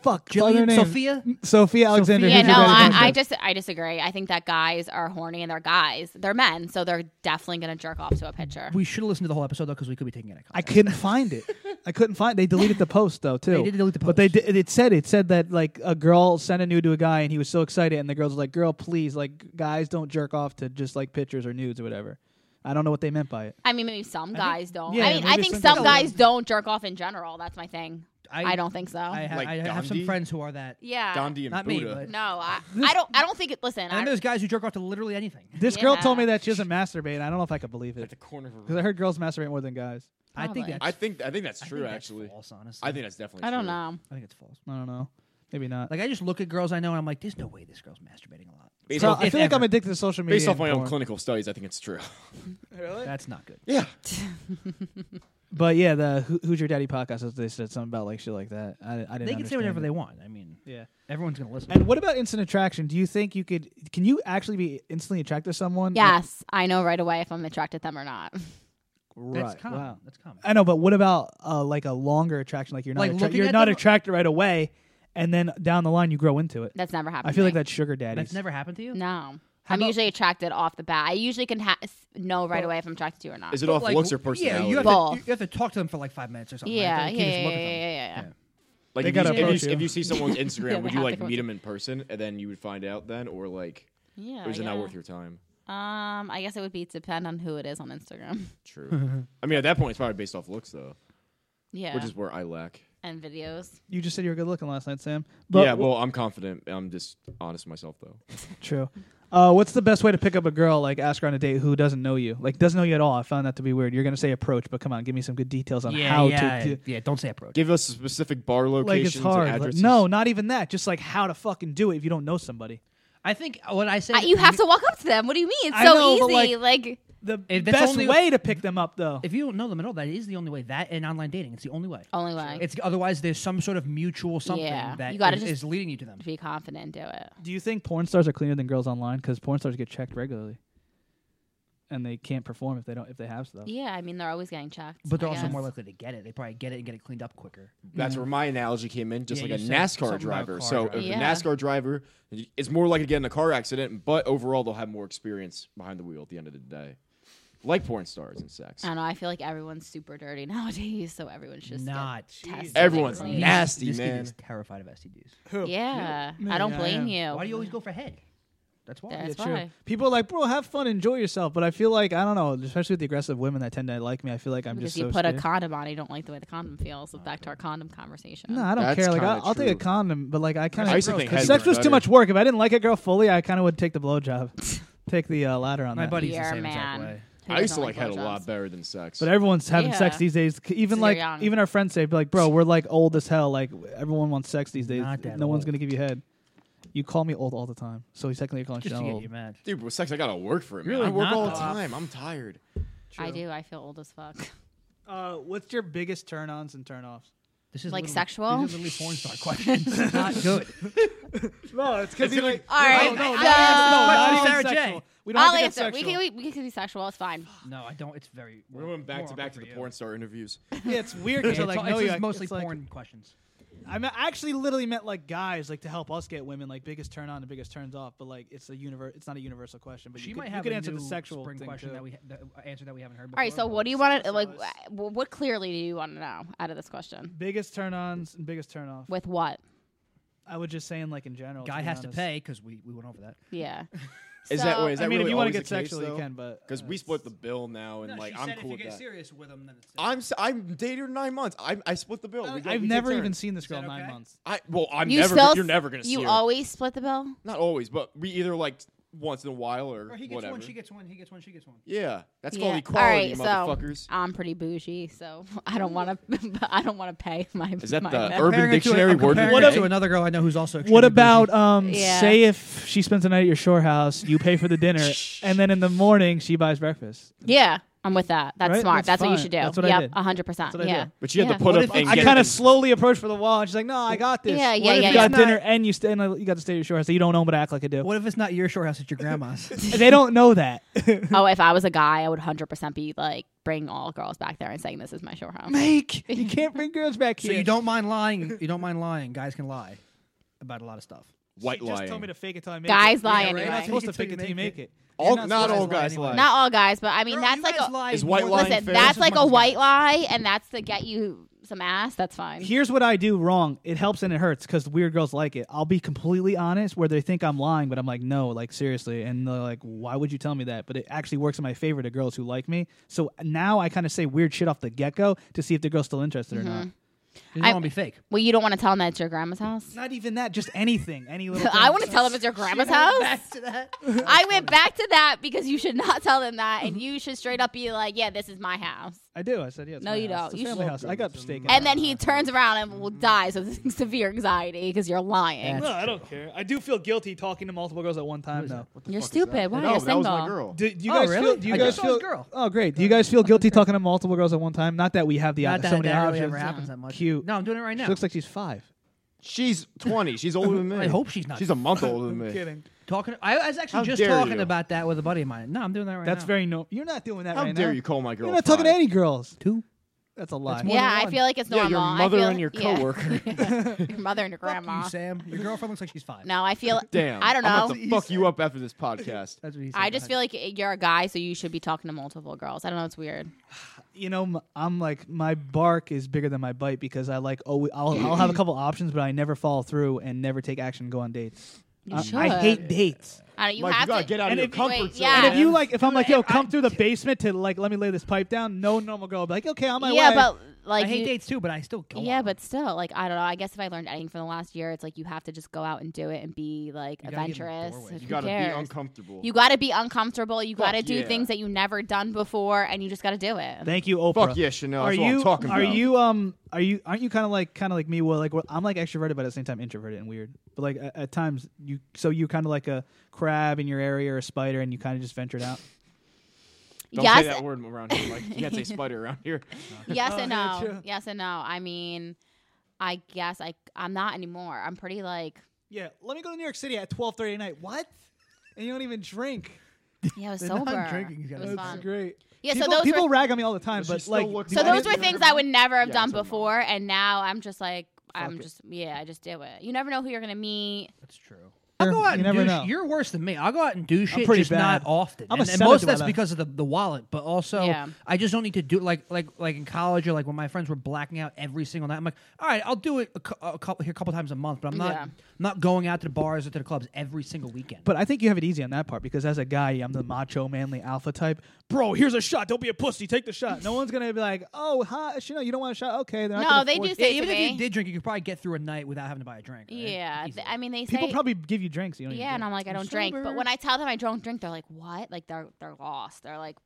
Fuck,
Jillian?
Jillian,
Sophia?
Sophia Alexander.
Yeah,
Who's
no,
Your Daddy
I,
podcast.
I just I disagree. I think that guys are horny and they're guys. They're men, so they're definitely gonna jerk off to a picture.
We should have listened to the whole episode though, because we could be taking it. out of
I couldn't find it. I couldn't find. They deleted the post though too.
They did delete the
But they did, it said it said that like a girl sent a nude to a guy and he was so excited and the girls was like, "Girl, please, like guys don't jerk off to just like pictures or nudes or whatever." I don't know what they meant by it.
I mean, maybe some guys don't.
yeah,
I mean,
maybe
I think
some
some
guys-
guys don't jerk off in general. That's my thing. I, don't think so.
I, ha-
Like
I have some
Gandhi?
friends who are that.
yeah,
Gandhi and
Not me,
Buddha.
but-
no, I, I don't. I don't think it. Listen,
And then
I,
there's guys who jerk off to literally anything.
This girl
Yeah.
told me that she doesn't masturbate. and I don't know if I could believe it. At the
corner of her
because I heard girls masturbate more than guys.
I think
Probably.
that's
I think I think that's
I
true.
think that's
actually,
false,
I think that's definitely.
I don't
true.
know.
I think it's false.
I don't know. Maybe not.
Like I just look at girls I know and I'm like, there's no way this girl's masturbating a lot.
Based
So
off-
I
if
feel like I'm
ever.
addicted to social media.
Based off
and
my own
porn.
clinical studies, I think it's true.
Really?
That's not good.
Yeah.
But yeah, the Who, Who's Your Daddy podcast. They said something about like shit like that. I, I didn't.
They can say whatever
understand it.
they want. I mean,
yeah,
everyone's gonna listen.
And what about instant attraction? Do you think you could? Can you actually be instantly attracted to someone?
yes, I know right away if I'm attracted to them or not.
Right.
That's common.
Wow.
That's common.
I know, but what about uh, like a longer attraction? Like you're not
Like
attra-
looking
you're
at
not
them-
attracted right away, and then down the line you grow into it.
That's never happened.
I feel
to
like
me.
that's sugar daddies.
That's never happened to you.
No.
How
I'm
about-
usually attracted off the bat. I usually can ha- s- know right away if I'm attracted to you or not.
Is it off
Like,
looks or
Yeah,
personality?
you have,
Both.
to, you have to talk to them for like five minutes or something. right?
Yeah,
You
yeah,
can't just look
yeah,
at them.
yeah, yeah, yeah.
Like
They
if you,
gotta
if, you,
approach you.
if you see someone's Instagram,
Yeah, they
would you
have
like
to go-
meet them in person and then you would find out then, or like,
Yeah,
or is it not
Uh, yeah.
worth your time?
Um, I guess it would be depend on who it is on Instagram.
True. I mean, at that point, it's probably based off looks though.
Yeah.
Which is where I lack.
and videos.
You just said you were good looking last night, Sam.
yeah, well, I'm confident. I'm just honest with myself, though.
True. Uh, what's the best way to pick up a girl? Like, ask her on a date who doesn't know you, like doesn't know you at all. I found that to be weird. You're gonna say approach, but come on, give me some good details on
Yeah,
how
yeah,
to. Do,
yeah, don't say approach.
Give us specific bar
like it's
locations
hard.
and
Like,
addresses.
no, not even that. Just like how to fucking do it if you don't know somebody.
I think what I said.
Uh, you have to walk up to them. What do you mean? It's
I
so
know, but,
easy.
like,
Like,
the
If that's
best
only-
way to pick them up though.
If you don't know them at all, that is the only way. That and online dating, it's the only way.
Only way.
It's otherwise there's some sort of mutual something
yeah,
that
you gotta
is-
just
is leading you to them.
Be confident and do it.
Do you think porn stars are cleaner than girls online? Because porn stars get checked regularly, and they can't perform if they don't if they have stuff.
Yeah, I mean they're always getting checked.
But they're
I
also
guess.
more likely to get it. They probably get it and get it cleaned up quicker.
That's where my analogy came in, just
Yeah,
like a
you said something
NASCAR
about
driver.
car
So
driving.
if
Yeah.
a NASCAR driver is more likely to get in a car accident, but overall they'll have more experience behind the wheel at the end of the day, like porn stars and sex.
I don't know. I feel like everyone's super dirty nowadays, so everyone's just
Not.
tested.
Everyone's
Like,
nasty,
this
man.
Kid is terrified of STDs.
Yeah, I don't blame you.
Why do you always go for head? That's why.
That's
Yeah, true.
why.
People are like, bro, have fun, enjoy yourself. But I feel like I don't know, especially with the aggressive women that tend to like me. I feel like I'm
Because
just
you
so
put a
scared.
condom on, you don't like the way the condom feels. It's back to our condom conversation.
No, I don't
That's
care. Like I'll,
kinda
I'll take a
true.
condom, but like I kind
I used to think
of
heads
sex
were
was too
better.
much work. If I didn't like a girl fully, I kind of would take the blowjob, take the uh, ladder on
My
that.
buddy's the
You're a
same exact
man.
way.
Who
I used
doesn't
to like head a
blowjobs?
lot better than sex.
But everyone's having sex
Yeah.
these days. C- Even
So
like
you're young.
even our friends say, be like, bro, we're like old as hell. Like everyone wants sex these days.
Not that
no one's
old.
gonna give you head. You call me old all the time, so he's technically calling
Just to
Chanel
get
old.
you mad.
Dude, with sex, I gotta work for it. Man.
Really
I work
not,
all the
though.
time. I'm tired.
I do. I feel old as fuck.
Uh, what's your biggest turn-ons and turn-offs?
This is
Like
literally-
sexual?
These are literally porn star questions. Not good.
no, it's because
It's
he
gonna- Oh,
like.
All right,
No, no, no,
so-
not even
Sarah J.
sexual. We don't
I'll
have to get
answer. We
sexual.
can we, we can be sexual. It's fine.
No, I don't. It's very.
We're going back to
more
back to
awkward
the
for you.
porn star interviews.
Yeah, it's weird because I
It's
like
all-
know
it's
you.
just
I-
mostly
it's like-
porn questions.
I mean, I actually literally meant like guys, like to help us get women, like biggest turn on and biggest turns off. But like, it's a univer- It's not a universal question. But
She
you
might
could,
have
you could
a
answer the
new
sexual
spring
thing
question
too.
that we ha- that, uh, answer that we haven't heard
All
before.
right. So what do you want to like? wh- What clearly do you want to know out of this question?
biggest turn ons and biggest turn off.
With what?
I would just saying like in general.
guy
be
has to
honest.
pay because we, we went over that.
Yeah.
Is that
So-
wait, is that
I mean, if
really
you wanna
always
get
the case,
sexual, you can, but,
because
uh,
we split the bill now, and like I'm cool with that.
serious with him, then it's
I'm s- I'm dated her nine months. I I split the bill. We go-
I've
we take
never even
turns.
seen this girl in nine
okay?
months.
I well, I'm
you
never.
still?
you're never gonna see
You
her.
always split the bill.
Not always, but we either like once in a while or,
Or he gets
whatever.
one, she gets one, he gets one, she gets one.
yeah, that's
Yeah.
called equality,
All right,
motherfuckers.
So I'm pretty bougie, so I don't want to. I don't want to pay my.
Is that
my
the
bill.
Urban
Comparing it to a-
Dictionary
I'm
word of
comparing
the
it
day?
to another girl I know who's also.
What
extremely
about
bougie.
um?
Yeah.
Say if she spends the night at your shore house, you pay for the dinner, and then in the morning she buys breakfast.
Yeah, I'm with that. That's
Right?
smart. That's,
That's
what
fine.
you should do.
That's what I
yep,
did.
100. percent
That's what I
Yeah.
did.
But you have
Yeah.
to put
What
up
if
and
I
I
get
kind
it.
of slowly approach for the wall. And she's like, "No, I got this."
Yeah,
What
yeah,
if
yeah,
You
yeah.
got dinner and you stay. And you got to stay at your shore house. So you don't own, but act like I do.
What if it's not your shore house? It's your grandma's.
they don't know that.
Oh, if I was a guy, I would 100 percent be like bring all girls back there and saying this is my shore house.
Make you can't bring girls back
so
here.
you don't mind lying. You don't mind lying. Guys can lie about a lot of stuff.
White
She just told me
lying.
to fake it till I make
Guys
it.
lie
You're
anyway.
not supposed to
Fake it till
fake it till you make it.
All
You're
not
supposed
all
to lie
guys
anyway.
lie.
Not all guys, but I mean that's like a
Is white lying
listen.
fair?
That's
Just
like a white lie, and that's to get you some ass. That's fine.
Here's what I do wrong. It helps and it hurts because weird girls like it. I'll be completely honest where they think I'm lying, but I'm like, no, like seriously, and they're like, why would you tell me that? But it actually works in my favor to girls who like me. So now I kind of say weird shit off the get go to see if the girl's still interested or not.
Mm-hmm.
You
I-
don't want to be fake.
Well, you don't want to tell them that's your grandma's house.
Not even that, just anything, any little.
I
thing.
want to tell them it's your grandma's house.
to that.
I went back to that because you should not tell them that, and you should straight up be like, "Yeah, this is my house."
I do. I said yes.
No, you don't.
It's a
You
family
should-
house. I got steak.
And then he turns around and will die, so this is severe anxiety because you're lying.
No, I don't care. I do feel guilty talking to multiple girls at one time though.
You're stupid. Why are
No,
you
that was my
single?
girl.
Do, do you
Oh,
guys
really?
feel? Do you
I
guys
just saw
feel?
his girl.
Oh, great. Do you guys feel guilty talking to multiple girls at one time? Not that we have the
Not
option.
that
so
it
many
really
options.
ever happens that much.
uh, Cute.
No, I'm doing it right now.
She looks like she's five.
She's 20. She's older than me.
I hope she's not.
She's a month older than me.
Kidding.
talking. I was actually
How
just
dare
talking
you.
about that with a buddy of mine. No, I'm doing that right
That's
now.
very no. You're not doing that
How
right
dare
now.
you call my girl?
You're not talking to
five?
any girls.
two.
That's a lie.
more
Yeah,
than
I
one.
feel like it's
Yeah,
normal.
your
I
mother
feel-
and your
yeah.
coworker.
your mother and your
Fuck
grandma.
you, Sam. Your girlfriend looks like she's five.
No, I feel.
Damn.
I don't
I'm
know.
about to fuck you up after this podcast.
That's what he said.
I just feel like you're a guy, so you should be talking to multiple girls. I don't know. It's weird.
You know, m- I'm like my bark is bigger than my bite because I like oh I'll, I'll have a couple options, but I never follow through and never take action and go on dates.
You
Um, I,
should.
I hate dates.
I don't- you
Mike, you
have
gotta
to
get out of
And
your
if-
comfort
wait,
zone.
yeah.
And if you like, if I'm like, yo,
If
come
I-
through the basement to like, let me lay this pipe down. No normal girl will be like, okay, on my
yeah,
way.
but Like
I hate
you-
dates too, but I still go.
yeah, but still, like I don't know. I guess if I learned anything from the last year, it's like you have to just go out and do it and be like
You gotta get in the
adventurous.
doorway.
Who
You gotta be
cares?
uncomfortable.
You got to be uncomfortable. You
Fuck
got to do
yeah.
things that you never done before, and you just got to do it.
Thank you, Oprah.
Fuck yeah, Chanel,
Are
that's
you
what I'm talking
are
about.
you um are you aren't you kind of like kind of like me? Well, like well, I'm like extroverted, but at the same time introverted and weird. But like at, at times you so you kind of like a crab in your area or a spider, and you kind of just ventured out.
Don't
Yes.
say that word around here. Like, you can't say spider around here.
yes and
Oh, yeah,
no.
true.
yes and no. I mean, I guess I I'm not anymore. I'm pretty like
Yeah, let me go to New York City at 12:30 at night. What? And you don't even drink.
yeah, I was
They're not
sober.
drinking.
It was
That's
fun.
great.
Yeah, so
people,
those
people
were-
rag on me all the time,
Does she
but
still
like,
look So those were things I would never have done before, and now I'm just like
Fuck
I'm
it.
just yeah, I just do it. You never know who you're gonna meet.
That's true. I'll go out
You
and
never
do
know.
sh- You're worse than me. I'll go out and do shit,
pretty
just not
bad.
often.
I'm a
and, and most
seventh
of that's
one.
because of the, the wallet, but also
Yeah.
I just don't need to do like like like in college or like when my friends were blacking out every single night. I'm like, all right, I'll do it a, cou- a couple here a couple times a month, but I'm not
Yeah.
I'm not going out to the bars or to the clubs every single weekend.
But I think you have it easy on that part because as a guy, I'm the macho, manly alpha type. Bro, here's a shot. Don't be a pussy. Take the shot. No one's gonna be like, oh, hi, you know, you don't want a shot. Okay, they're not gonna force-
Yeah, even if you did drink, you could probably get through a night without having to buy a drink. right?
Yeah, th- I mean they
People
say
probably give you drinks. You don't even
yeah, and
drink.
I'm like I
I'm
don't drink, but
sober.
when I tell them I don't drink, they're like what? Like they're they're lost. They're like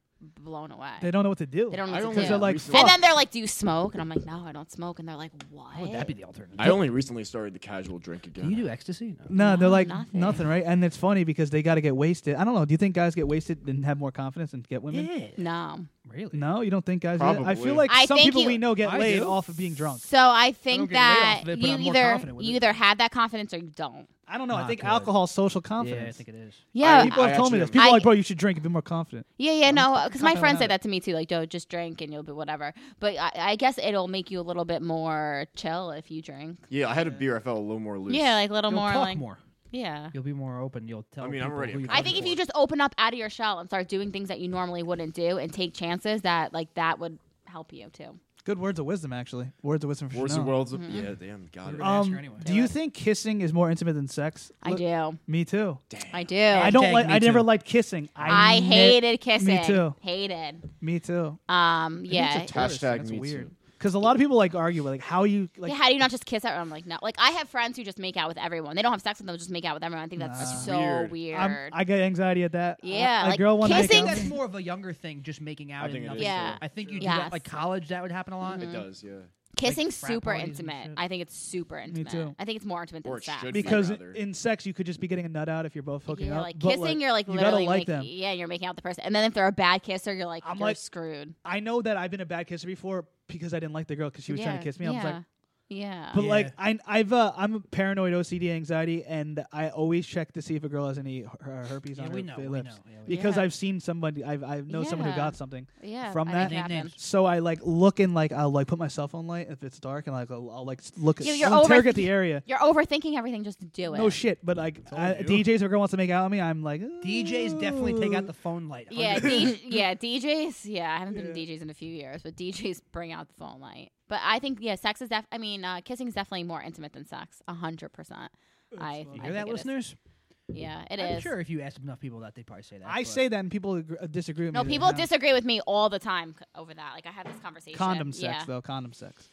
blown away.
They don't know what to do.
They don't know
I
what
only
to do.
they're like,
and
"Fuck."
then they're like, "Do you smoke?" And I'm like, "No, I don't smoke." And they're like, "What?" Would
that be the alternative?
I only recently started the casual drink again.
Do you do ecstasy? No.
No, they're like nothing.
nothing.
right? And it's funny because they got to get wasted. I don't know. Do you think guys get wasted and have more confidence and get women?
No.
Really?
No, you don't think guys? do that? I feel like
I
some
think
people
you-
we know get
I
laid
do.
off of being drunk.
So I
don't
think
get laid
that
off of it, but
you
I'm more
either
confident with
you
it.
either have that confidence or you don't.
I don't know. I
Not
think
good.
alcohol is social confidence.
think it is.
Yeah,
people
I-
have told me
I
this.
actually-
People are
I-
like, bro, you should drink and be more confident.
Yeah, yeah, no, because my
confident
friends say
about
that to me too. Like, "Yo, just drink and you'll be whatever." But I, I guess it'll make you a little bit more chill if you drink.
Yeah, I had a beer. I felt a little more loose.
Yeah, like a little
You'll
more
talk
like
more.
Yeah.
You'll be more open. You'll tell.
I mean, I'm
people
already
who
a
you
I think if you just open up out of your shell and start doing things that you normally wouldn't do and take chances that like that would help you too.
Good words of wisdom, actually. Words of wisdom for
Words
Chanel.
of worlds of
Mhm.
yeah, damn, got it.
Um, do you think kissing is more intimate than sex?
I
Look-
do.
Me too.
I do.
I don't like. I never liked kissing.
I,
I, ne-
hated kissing.
Me too.
Hated.
Me too.
Um. Yeah.
Hashtag
That's
me too.
weird. Because a lot of people like argue with like how you like.
yeah, how do you not just kiss everyone? I'm like, no. Like, I have friends who just make out with everyone. They don't have sex with them, just make out with everyone. I think that's,
That's
so
weird.
weird.
I'm, I get anxiety at that. A-
Yeah,
a
like,
girl one night
kissing-
goes-
That's more of a younger thing, just making out.
I think
and
it
nothing.
is,
Yeah.
I think you do
Yes.
that, like college. That would happen a lot.
It Mhm.
does, yeah.
Kissing's
frat
super
parties and
intimate.
shit.
I think it's super intimate.
too.
I think it's more intimate
Or
than
it
sex.
should be,
because
rather.
in sex you could just be getting a nut out if you're both hooking
You're
up.
like
but,
kissing, you're like
you gotta
literally
like
making-
them.
yeah, you're making out with the person, and then if they're a bad kisser, you're like,
I'm
you're
like-
screwed.
I know that I've been a bad kisser before because I didn't like the girl because she was trying to
Yeah,
kiss me. I was
yeah,
like,
yeah,
but like I, I've uh, I'm a paranoid OCD anxiety, and I always check to see if a girl has any her- her herpes
Yeah,
on
we
her
know,
fa-
we
lips
know, yeah, we know.
because
Yeah.
I've seen somebody I've I know someone who
Yeah.
got something
Yeah,
from
I
that.
think it happens.
So I like look in like I'll like put my cell phone light if it's dark and like I'll, I'll like s- look at
You- you're
I'll interrogate
overth-
the area.
You're overthinking everything. Just do it.
No shit, but like I, DJs, if a girl wants to make out with me, I'm like "Uh,
DJs definitely take out the phone light.
Yeah, D- yeah, DJs. Yeah, I haven't been to DJs in a few years, but DJs bring out the phone light. But I think yeah, sex is def. I mean, uh, kissing is definitely more intimate than sex, a hundred percent. I
You
I
hear that,
think it is.
listeners?
Yeah, it is.
I'm sure if you asked enough people that, they'd probably say that.
I
but-
say that and people agree, uh, disagree with
No,
me.
people
Now,
disagree with me all the time c- over that. Like I have this conversation.
Condom sex
yeah.
though, condom sex.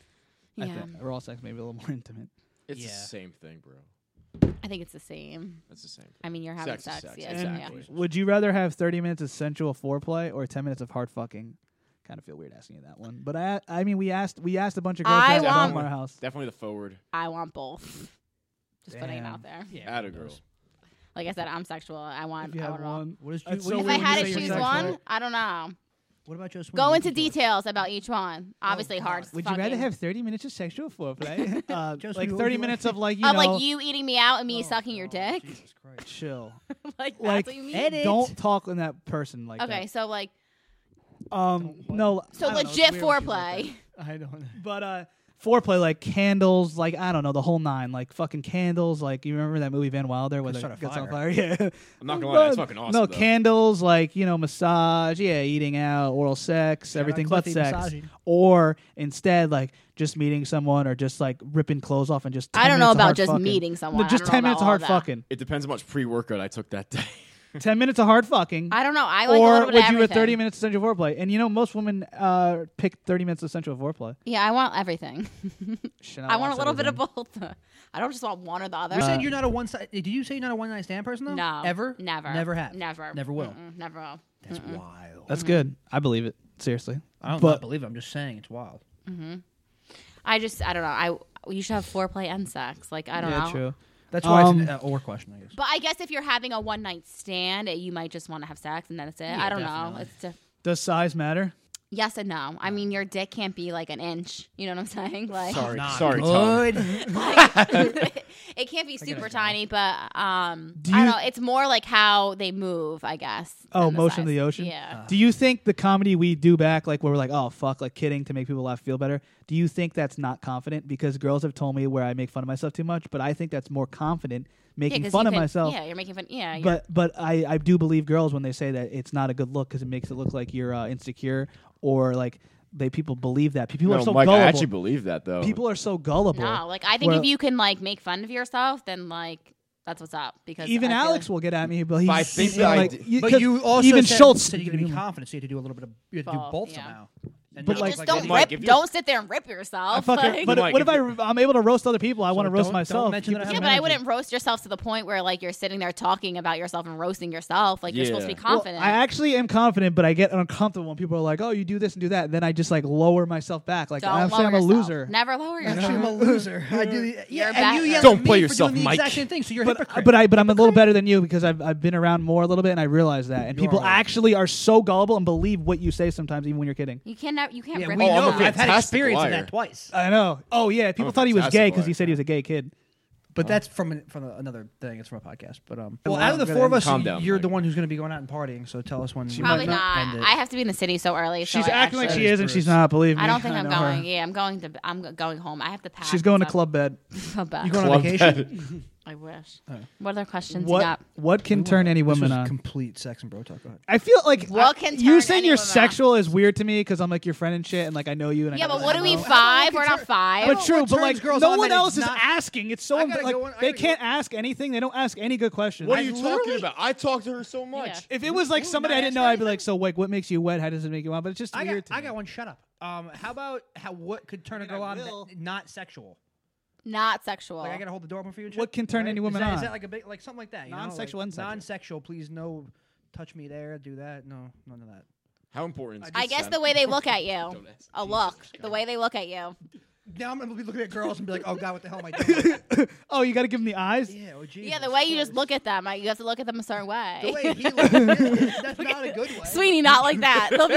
I
Yeah.
think. raw sex maybe a little more intimate.
It's
Yeah.
the same thing, bro.
I think it's the same.
That's the same thing.
I mean, you're having
Sex is
sex.
sex,
yeah,
And
yeah.
Would you rather have 30 minutes of sensual foreplay or 10 minutes of hard fucking? Kind of feel weird asking you that one, but I I mean we asked we asked a bunch of girls
I
that were
want-
in our house.
Definitely the forward.
I want both. Just putting it out there.
Atta girl.
Like I said, I'm sexual. I want.
If you
I
had
want
one,
what is
all. If I had to choose one, I don't know.
What about Joe Sweeney?
Go
What
into
do you
details about each one. Obviously, hard.
Oh, Would you rather
fucking.
have 30 minutes of sexual foreplay, uh,
Just
like
me, what
30
would you
minutes
like?
of like you
of
know
like you eating me out and me sucking
Oh,
your dick?
chill,
like that's
like
what you mean?
don't talk on that person like
okay, so like
that. Um, no,
so
I don't know, it's
legit
weird.
foreplay.
I don't. know.
But uh, foreplay like candles, like I don't know, the whole nine, like fucking candles. Like you remember that movie Van Wilder where
Gonna
the
start a
gets on fire?
fire.
Yeah.
I'm not gonna lie, that's fucking awesome,
Oh, No
though.
candles, like you know, massage, yeah, eating out, oral sex, everything but
Cliffy
sex.
massaging.
Or instead, like just meeting someone, or just like ripping clothes off and just. 10
I don't know
minutes of
about
hard
just
fucking.
meeting
No,
someone. I
just
don't know
ten
about
minutes of
all
hard
that.
fucking.
It depends how much pre-workout I took that day.
ten minutes of hard fucking.
I don't know. I like a
or
little
would
bit of
you
everything.
a thirty minutes of sensual foreplay? And you know, most women uh, pick thirty minutes of sensual foreplay.
Yeah, I want everything.
Chanel
I want a
wants
little bit
everything.
of both. I don't just want one or the other.
You said you're not a one side. Did you say you're not a one night stand person though?
no
Ever?
never
Never have.
never
Never will.
Mm-mm, never will. That's
wild.
That's good. I believe it. Seriously,
I don't
but,
not believe it. I'm just saying it's wild.
hmm I just I don't know. I you should have foreplay and sex. Like I don't know.
That's why
Um,
it's an uh, or question, I guess.
But I guess if you're having a one night stand, eh, you might just want to have sex and then it's it.
Yeah,
I don't know.
definitely.
It's diff-
Does size matter?
yes and no. I mean, your dick can't be like an inch. You know what I'm saying? Like
Sorry- Not sorry, Tom. good.
Like, it can't be
I get
super
it.
tiny, but um,
Do
I don't
you-
know. It's more like how they move, I guess.
Oh,
than the
motion of the
size.
ocean. Ah,
Yeah.
Do you think the comedy we do back, like where we're like, oh fuck, like kidding to make people laugh, feel better? Do you think that's not confident? Because girls have told me where I make fun of myself too much, but I think that's more confident making
'cause you
fun of
can-
myself.
Yeah, you're making fun. Yeah, you're-
But but I I do believe girls when they say that it's not a good look because it makes it look like you're uh, insecure or like they people believe that people are
No,
so
Mike, I
gullible.
actually believe that, though.
People are so gullible.
no, like I think
where-
if you can like make fun of yourself, then like that's what's up. Because
even
I feel
Alex will get at me, but he's,
But I think
he's
that I
like,
did-
you-
But
'cause
you also
even
said,
Schultz
said you're gonna be confident, so you had to do a little bit of you had to
Both,
do both
yeah.
somehow.
But
not
like-
just
Like,
don't
Mike,
rip.
if you're-
don't sit there and rip yourself.
I fucking,
like-
but what if I I'm able to roast other people? I want to
don't-
roast
don't
myself.
mention that I
yeah,
have
but I
energy.
wouldn't roast yourself to the point where like you're sitting there talking about yourself and roasting yourself. Like you're supposed to be
Yeah.
confident.
Well, I actually am confident, but I get uncomfortable when people are like, "Oh, you do this and do that." Then I just like lower myself back, like
Don't lower
I'm saying I'm a
yourself.
loser.
Never lower yourself.
I'm a loser. I do. the-
You're
Yeah, and
back-
you yell
Don't
at
play
me
yourself,
for doing
Mike.
The exact same thing. So you're a hypocrite.
But I, but I'm a little better than you because I've I've been around more a little bit, and I realize that. And
You
people
are.
actually are so gullible and believe what you say sometimes, even when you're kidding.
you can't. nev- You can't.
Yeah,
rip
we
yourself.
know. I've had experience in that twice.
I know. Oh yeah, people
a
thought he was
fantastic
gay because
liar.
he said he was a gay kid.
But that's from an, from another thing. It's from a podcast. But um, uh. well,
Well,
out of the
I'm gonna
four of
end-
us,
Calm down,
you're the one who's going to be going out and partying. So tell us when. you
Probably
might
not.
end it.
I have to be in the city so early. so
She's
I
acting like
actually-
she is, and she's not. Believe me,
I don't think I'm
know her.
going. Yeah, I'm going to. I'm g- going home. I have to pack.
She's going to
so-
club bed.
I'm back.
You going on Club vacation? bed.
I wish. What other questions
What
you got?
what can
Ooh,
turn any
this
woman
was
on?
Complete sex and bro talk. Go ahead.
I feel like
What
I-
can
you
turn
saying you're
anyone off?
sexual is weird to me because I'm like your friend and shit, and like I know you. And
Yeah,
I know
but what are we
know.
five? We're not five.
But true, but like
girls
no
on
one
that
else
it's
is
not-
asking. It's so
I
im-
gotta
like
go on- I
they
gotta go-
can't ask anything. They don't ask any good questions.
What are you talking about? I talked to her so much.
If it was like somebody I didn't know, I'd be like, "So, like, what makes you wet? How does it make you wet?" But it's just
I
weird.
got, I got one. Shut up. Um, how about how what could turn a girl on that, not sexual?
Not sexual.
Like I gotta hold the door open for you. and
What
shit?
can turn any
Is
woman
that- Is
on?
that like a big like something like that? you know? Like,
Non-sexual and sexual.
non-sexual. Please no, touch me there. Do that. No, none of that.
How important?
I guess the way they look at you, a look, the way they look at you.
Now I'm gonna be looking at girls and be like, oh god, what the hell am I doing?
oh, you got to give them the eyes.
Yeah, oh,
Yeah, the way you just look at them, I- you have to look at them a certain way.
The way he looks, yeah, that's not a good way.
Sweeney, not like that. They'll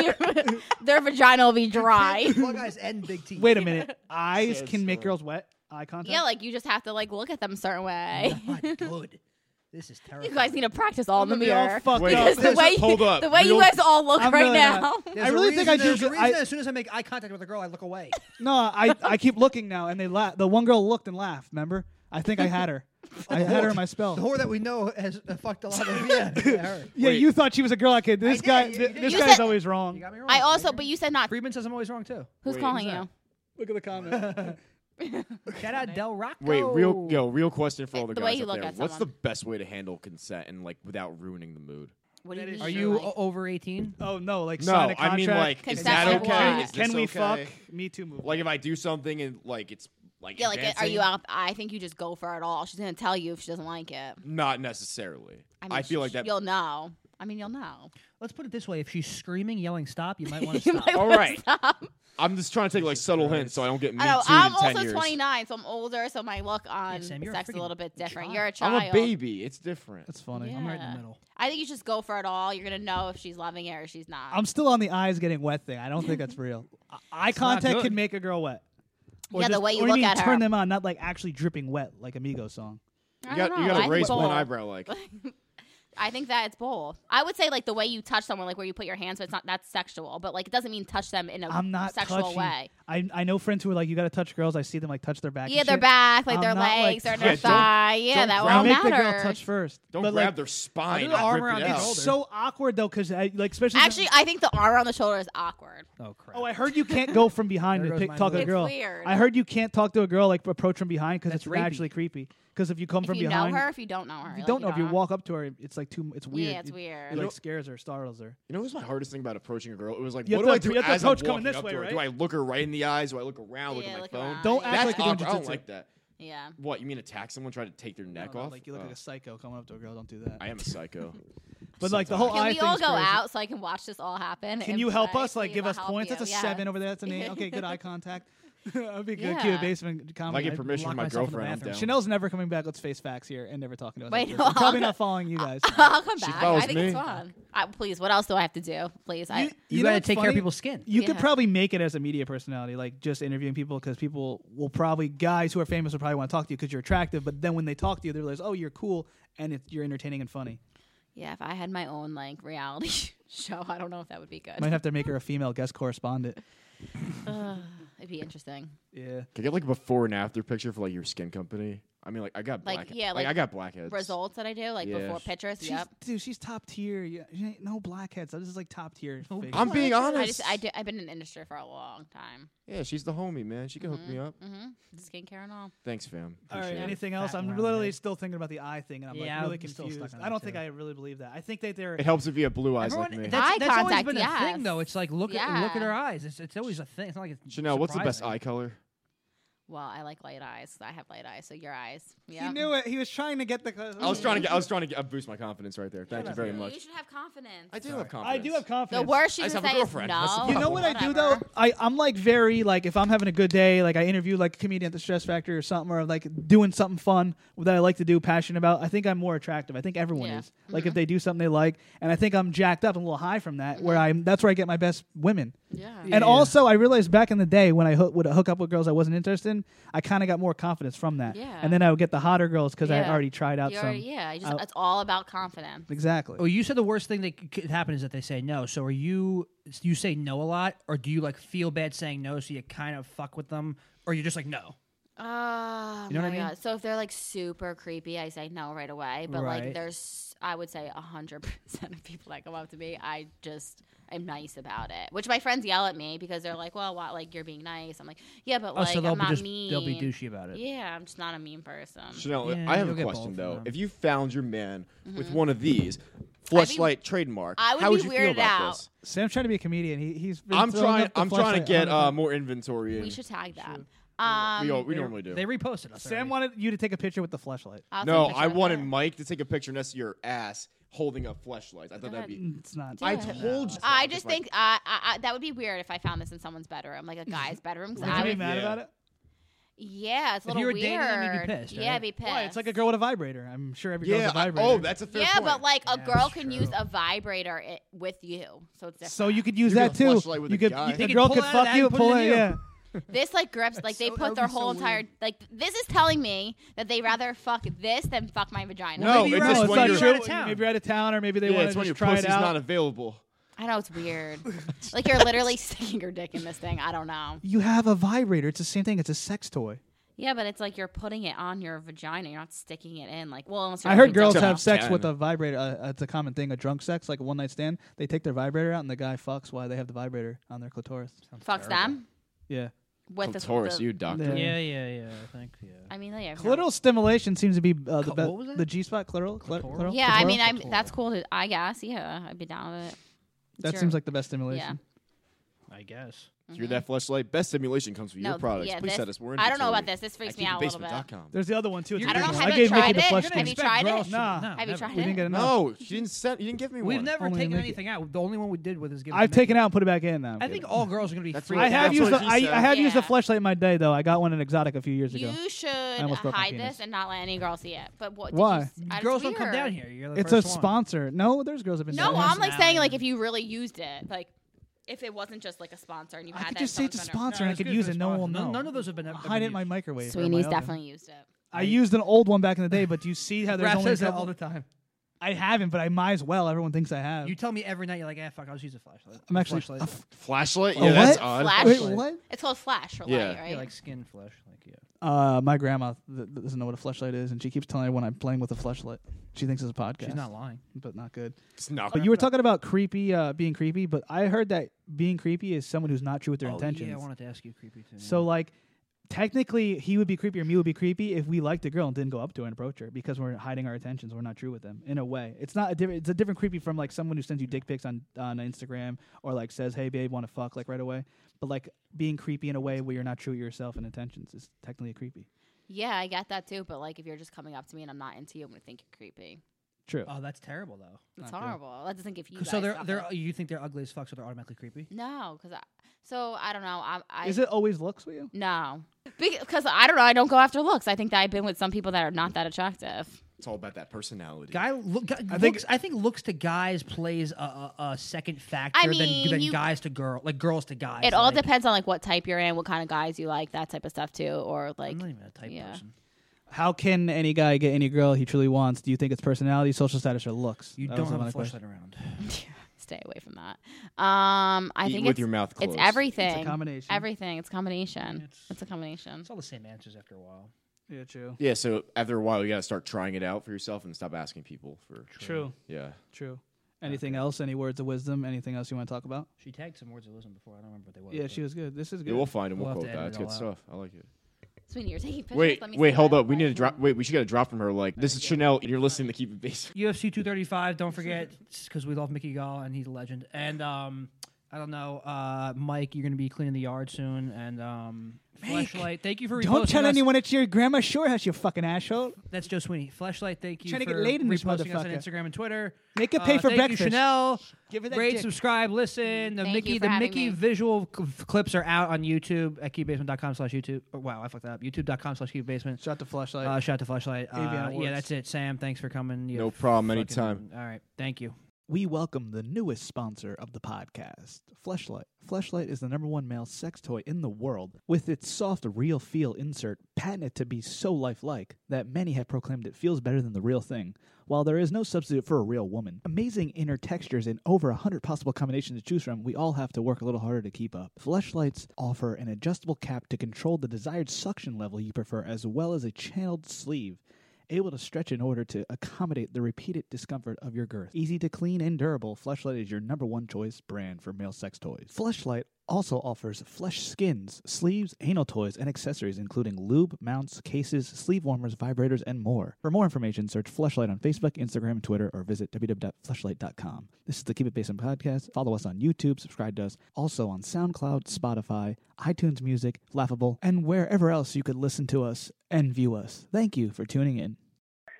be, their vagina will be dry.
Plug eyes and big teeth.
Wait a minute. Eyes can make girls wet. Eye contact.
Yeah, like you just have to like look at them a certain
Oh
way.
good. This is terrible.
You guys need to practice all in the
I'm gonna be all
mirror.
fucked
Wait, up.
Because the way,
hold up.
the way you
Real-
guys all look
I'm
right
really
now.
not.
There's
I
a
really think
reason-
I do
There's a
good-
reason
I-
as soon as I make eye contact with a girl, I look away.
No, I, I keep looking now, and they laugh. The one girl looked and laughed. Remember? I think I had her. I
The
had her in
whore-
my spell.
The whore that we know has uh, fucked a lot of yeah. yeah, her.
Yeah, you thought she was a girl. Okay, this
did,
guy,
you
th-
did.
this
You
guy's
said-
always wrong.
got me wrong.
I also, but you said not.
Friedman says I'm always wrong too.
Who's
Wait,
calling
who's
you?
Look at the comment.
Shout out Del Rocco.
Wait, real yo, real question for all the,
The way
guys
you
out
look
there.
at
What's the
someone.
best way to handle consent and like without ruining the mood?
What do you mean?
Are you o- over 18?
Oh no, like
no,
sign a
I mean
contract.
like, is that
Consent for
okay?
what?
Is
Can
this
we
okay?
fuck? Me too. Movie.
Like if I do something and like it's like
Yeah, like, are you
advancing?
out? I think you just go for it all. She's gonna tell you if she doesn't like it.
Not necessarily. I,
I, mean,
feel
sh-
like that.
You'll know. I mean, you'll know.
Let's put it this way: if she's screaming, yelling, "Stop!" You might want to
You
stop.
might
All
wanna
right.
stop.
I'm just trying to take like subtle hints so I don't get me
I know.
too'd
I'm
in ten
also
years.
29, so I'm older, so my look on
Sam, you're a
sex is a
freaking
little bit different. You're a child.
I'm a baby. It's different.
That's funny.
I'm right in the Yeah. middle. I think you just go for it all. You're gonna know if she's loving it or she's not.
I'm still on the eyes getting wet thing. I don't think that's real. Eye- Eye
not
contact
good.
can make a girl wet.
Yeah, the
just-
way you
or
look
mean
at her.
Turn them on, not like actually dripping wet, like Amigo song.
I don't
got- you
know.
gotta
I think
raise one
both.
eyebrow, like.
I think that it's both. I would say like the way you touch someone, like where you put your hands, but it's not that's sexual. But like it doesn't mean touch them in a
I'm not
sexual
touching.
way.
I I know friends who are like, you got to touch girls. I see them like touch their back. and
yeah, their
shit.
back, like
I'm
their
not, like,
legs, or their
Yeah, don't-
thigh. yeah,
don't
that
grab-
all
make
matters.
the girl touch first.
Don't
But,
grab
like,
their spine.
do the
not
arm
rip
around
it
the
out.
shoulder.
So awkward though, because like especially
Actually, I think the arm around the shoulder is awkward.
Oh crap!
Oh, I heard you can't go from behind
There
to
goes
pick,
my
talk to a
It's
girl.
weird.
I heard you can't talk to a girl like approach from behind because it's
rapey.
actually creepy. Because if you come
If
from
you know
behind,
her, if you don't know her,
if you
like,
don't
you
know, if
don't
you
know.
walk up to her, it's like too. It's
Yeah,
weird.
it's
It-
weird.
It,
You know-
like scares her, startles her.
You know, what was my hardest thing about approaching a girl? It was like,
You
what
have
do I do
to- you have to
as
approach
I'm
coming
walking
this
up
way,
to her?
right?
Do I look her right in the eyes? Do I look around? Look
Yeah,
at my
look
phone?
around.
Don't act
That's
like you're doing
awkward. I don't
jujitsu.
like that.
Yeah.
What you mean attack someone, try to take their neck
No, no,
off?
Like you look
Oh.
like a psycho coming up to a girl. Don't do that.
I am a psycho.
But like the whole
Can
eye
we all
thing's
go
crazy.
out so I can watch this all happen?
Can
and
you help
I
us? Like
see
give
if I
us
help
points.
you?
That's a
Yeah.
seven over there. That's an eight. Okay, good eye contact. That'd be good.
Yeah.
Cue a basement comedy.
If I get
I'd
permission
lock
from my
myself in the
girlfriend, I'm
bathroom.
down.
Chanel's never coming back. Let's face facts here and never talking to us.
Wait,
after
no,
this. I'm probably
I'll-
not following you guys.
I'll come
She
back. I
follows
think
me.
it's fun. I, please, what else do I have to do? Please, I.
You
know
gotta
what's
take care of
funny?
people's skin.
You could
Yeah.
probably make it as a media personality, like just interviewing people, because people will probably guys who are famous will probably want to talk to you because you're attractive. But then when they talk to you, they realize, oh, you're cool and it, you're entertaining and funny.
Yeah, if I had my own like reality show, I don't know if that would be good.
Might have to make her a female guest correspondent.
Ugh, it'd be interesting.
Yeah.
Can I get like a before and after picture for like your skin company? I mean, like I got
Like
black.
yeah, like,
I got blackheads.
Results that I do like
Yeah.
before pictures.
She's,
yep.
Dude, she's top tier. Yeah, she ain't no blackheads. This is like top tier. fake.
I'm being honest.
I just I do, I've been in the industry for a long time.
Yeah, she's the homie, man. She can hook me up.
Mm-hmm. Skincare and all.
Thanks, fam.
All right.
Appreciate it.
Anything else?
Fat
I'm
round
literally still thinking about the eye thing, and I'm
Yeah,
like really
I'm still
confused.
stuck on
I don't
that,
think
too.
I really believe that. I think that they're.
It helps if you have blue eyes like me.
That's, that's
contact,
always been a
yes.
thing, though. It's like look at look at
Yeah.
her eyes. It's, it's always a thing. It's not like it's
Chanel, what's the best
surprising.
eye color?
Well, I like light eyes. I have light eyes, so your eyes. Yeah.
He knew it. He was trying to get the.
I was trying to get. I was trying to get, uh, boost my confidence right there. Thank you very
You
much.
should have confidence.
I do have
I
confidence.
do have confidence.
The worst
I
you
just
can
have a
say is
girlfriend. That's the
no.
problem.
You know what I do though? I, I'm like very like if I'm having a good day, like I interview like a comedian at the Stress Factory or something, or like doing something fun that I like to do, passionate about. I think I'm more attractive. I think everyone
Yeah. Mm-hmm.
is. Like if they do something they like, and I think I'm jacked up and a little high from that. Where I'm that's where I get my best women.
Mm-hmm. Yeah.
And also, I realized back in the day when I hoo- would hook up with girls I wasn't interested in, I kind of got more confidence from that.
Yeah.
And then I would get the hotter girls because I
Yeah.
had already tried out
You
some.
already- yeah, you just,
out-
it's all about confidence.
exactly.
Oh, you said the worst thing that c- could happen is that they say no. So are you you say no a lot, or do you like feel bad saying no, so you kind of fuck with them, or you're just like no?
Oh,
You know
my
what I mean?
God. So if they're like super creepy, I say no right away. But
Right.
like, there's, I would say 100% of people that come up to me, I just am nice about it. Which my friends yell at me because they're like, well, what? Like, you're being nice. I'm like, yeah, but
Oh,
like,
so they'll
I'm
be
not
just-
mean.
they'll be douchey about it.
Yeah, I'm just not a mean person.
Chanel,
Yeah,
I have
you'll
a
get
question
both of
though.
them.
If you found your man with
Mhm.
one of these, fleshlight trademark,
I would
how
be
would you feel
weirded
about
out.
this?
Sam's trying to be a comedian. He, he's. been
I'm
throwing
trying.
up the Oh,
I'm trying
fleshlight
to get
on
uh, more inventory. In.
We should tag them. Um,
we all, we normally do.
They reposted us.
Sam wanted you to take a picture with the flashlight.
I'll
no,
send a
I
picture.
wanted Mike to take a picture next to your ass holding up fleshlights. I thought that'd be.
It's not.
I
Do it.
told you.
I
I'm
just
like,
think uh, I, I, that would be weird if I found this in someone's bedroom, like a guy's bedroom. 'cause
Would
I
you be
would-
mad
Yeah.
about it?
yeah, it's a
If
little
you were
weird.
dating them, you'd be pissed,
Yeah,
right?
I'd be pissed.
Why? It's like a girl with a vibrator. I'm sure every girl
Yeah.
has a
I-
vibrator.
oh, that's a fair
yeah,
point.
but like a
Yeah,
girl
that's
can
true.
use a vibrator it, with you, so it's different.
so you could use
You're
that
doing
too.
fleshlight with
You
a
could.
guy. They
You, the
could
girl
pull
could
out of
fuck
that
you
and
and
put it
pull
in
it.
you.
Yeah.
this like grips like they
so- that
put
would
their
be
whole
so
entire
weird.
like this is telling me that they rather fuck this than fuck my vagina.
No,
maybe
it's
you're
just
out-
when
maybe
you're-
you're out of town.
Maybe you're out of town, or maybe they
yeah,
want
it's
to
when your
just try
pussy's
it
not
out.
available.
I know it's weird. like you're literally sticking your dick in this thing. I don't know.
You have a vibrator. It's the same thing. It's a sex toy.
Yeah, but it's like you're putting it on your vagina. You're not sticking it in. Like, well, unless you're
I heard
having
girls
sex.
have sex
Ten.
with a vibrator. Uh, it's a common thing. A drunk sex, like a one night stand. They take their vibrator out, and the guy fucks while they have the vibrator on their clitoris.
fucks them
Yeah.
with the
Oh, Taurus,
the-
you doctor.
Yeah.
Yeah, yeah, yeah. I think yeah.
I mean, yeah.
Clitoral stimulation seems to be uh, the
Cl-
best.
what was that?
The G spot clitoral. clit-
Clitoral?
clitoral?
Yeah, I
Clitoral?
mean, I'm that's cool. To, I guess. Yeah, I'd be down with it. It's
That
your-
seems like the best stimulation.
Yeah.
I guess.
If you're that fleshlight, best stimulation comes from
Mm-hmm. No,
your products.
yeah,
Please
this-
set us. We're
I don't know about
inventory
this. This freaks
at
me out a little bit.
keepitbasement.com.
There's the other one too. It's
I don't
a
know.
good
Have
one. I
you
gave
tried
Mickey the
it?
flush
Have you
thing.
tried
Girls
it?
should-
Nah.
no,
Have you
never.
tried
We
it?
didn't get enough.
No, she didn't send. You didn't give me
We've
one.
never
Only
taken
Mickey.
anything out. The only one we did with is give. it to
I've
Mickey.
taken out and put it back in. Now.
I think all girls are gonna be.
That's
freaked
what-
I have
that's
used.
what
The,
she
I,
said.
I have used the
Yeah.
flashlight in my day though. I got one in Exotic a few years ago.
You should
almost broke my
hide
penis.
this and not let any girl see it. But what?
Why?
Did you, s- I-
Girls
it's
don't come down
weird.
here. You're the
It's a
first one.
sponsor. No, there's girls have been.
No,
doing
Someone's
I'm
that.
like
now
saying
in.
like if you really used it, like if it wasn't just like a sponsor and you
I
had
could
that.
just say it's a
someone's under-
sponsor and I
it's
could
good
use
for
it. No one will
sponsor.
know.
None- none of those have been-
I'll
ever
hide it
been
in my
used.
microwave. or in my
Sweeney's
oven.
definitely used it.
I used an old one back in the day, but you see how there's
Raph
only
says
a
that
couple-
all the time.
I haven't, but I might as well. Everyone thinks I have.
You tell me every night. You're like, ah, fuck. I'll just use a flashlight.
I'm actually.
Flashlight.
a f-
Flashlight?
A
Yeah, that's
what?
odd.
Flash-
Wait,
Flashlight.
what?
It's called flash or
Yeah.
light, right?
Yeah, like skin flash. Like yeah.
Uh, my grandma th- th- doesn't know what a flashlight is, and she keeps telling everyone I'm playing with a flashlight. She thinks it's a podcast.
She's not lying.
but not good.
It's not.
But you were talking about creepy, uh, being creepy. But I heard that being creepy is someone who's not true with their
Oh,
intentions.
Yeah, I wanted to ask you, creepy too.
So like, technically he would be creepy or me would be creepy if we liked a girl and didn't go up to her and approach her because we're hiding our attentions. We're not true with them in a way. It's not a different. It's a different creepy from like someone who sends you dick pics on on Instagram or like says, "Hey babe, want to fuck?" like right away. But like being creepy in a way where you're not true to yourself and intentions is technically creepy.
Yeah, I get that too. But like, if you're just coming up to me and I'm not into you, I'm gonna think you're creepy.
True.
Oh, that's terrible though.
It's
Not good.
horrible. That doesn't give you.
So
guys
they're
nothing.
they're you think they're ugly as fuck, so they're automatically creepy.
No, because I, so I don't know. I, I
Is it always looks with you?
no because I don't know. I don't go after looks. I think that I've been with some people that are not that attractive.
It's all about that personality.
Guy look. Guy,
I
I
think-
think I think looks to guys plays a, a, a second factor
mean,
than, than
you-
guys to girl, like girls to guys.
it all
like,
depends on like what type you're in, what kind of guys you like, that type of stuff too, or like. I'm not even
a type
person.
How can any guy get any girl he truly wants? Do you think it's personality, social status, or looks?
You
That
don't
was
have a
another question.
flashlight around.
Stay away from that. Um, I
Eat
think
with
it's-
your mouth
It's
closed.
everything.
It's a combination.
Everything. It's a combination. It's, a combination. It's
all the same answers after a while.
Yeah, true.
Yeah, so after a while, you got to start trying it out for yourself and stop asking people for.
True.
Yeah.
True. Anything else? Any words of wisdom? Anything else you want to talk about?
She tagged some words of wisdom before. I don't remember what they were.
Yeah, she was good. This is
Yeah,
good.
we'll find them. We'll,
We'll
quote
have to
that.
edit
It's
it
good
all
stuff. I like it.
Sweeney, you're taking pictures.
Wait,
Let me see
wait,
that.
hold up. We need to drop. Wait, we should get a drop from her. Like, this is Chanel. and You're listening to Keep It Basic.
UFC 235. Don't forget, because we love Mickey Gall and he's a legend. And um, I don't know, uh, Mike, you're gonna be cleaning the yard soon. And um,
Mike,
flashlight. Thank you for
Don't
reposting
tell
us.
anyone it's your grandma sure has you fucking asshole.
That's Joe Sweeney. Flashlight. Thank you
Trying to
for
get laid in this
reposting us on
motherfucker.
Instagram and Twitter.
Make it pay
Uh,
for
thank
breakfast.
You, Chanel.
Give her that
Rate,
dick.
subscribe, listen. The
Thank
Mickey,
you
the
for having
Mickey
me.
visual cl- clips are out on YouTube at keybasement.com slash YouTube. Oh, wow, I fucked that up. YouTube.com slash keybasement.
Shot the flashlight.
Uh, shot the flashlight.
AVN
Uh, yeah,
Awards.
that's it. Sam, thanks for coming. You
No problem.
fucking-
Anytime.
All right. Thank you.
We welcome the newest sponsor of the podcast, Fleshlight. Fleshlight is the number one male sex toy in the world, with its soft, real feel insert patented to be so lifelike that many have proclaimed it feels better than the real thing. While there is no substitute for a real woman, amazing inner textures and over 100 possible combinations to choose from, we all have to work a little harder to keep up. Fleshlights offer an adjustable cap to control the desired suction level you prefer, as well as a channeled sleeve able to stretch in order to accommodate the repeated discomfort of your girth. Easy to clean and durable, Fleshlight is your number one choice brand for male sex toys. Fleshlight also offers flesh skins, sleeves, anal toys, and accessories, including lube, mounts, cases, sleeve warmers, vibrators, and more. For more information, search Fleshlight on Facebook, Instagram, Twitter, or visit www.fleshlight.com. This is the Keep It Basin podcast. Follow us on YouTube, subscribe to us, also on SoundCloud, Spotify, iTunes Music, Laughable, and wherever else you could listen to us and view us. Thank you for tuning in.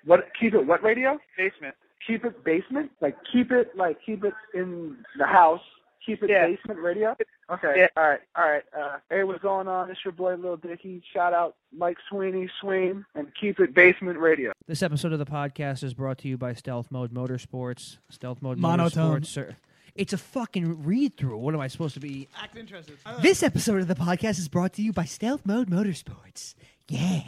What? Keep it what radio? Basement. Keep it basement. Like keep it like keep it in the house. Keep it
Yeah.
basement radio. Okay.
Yeah.
All right. All right. Uh, hey, what's going on? It's your boy Lil Dicky. Shout out Mike Sweeney, Swain, and keep it basement radio.
This episode of the podcast is brought to you by Stealth Mode Motorsports. Stealth Mode
Monotone.
Motorsports. Sir. It's a fucking read through. What am I supposed to be?
Act interested.
This episode of the podcast is brought to you by Stealth Mode Motorsports. Yeah.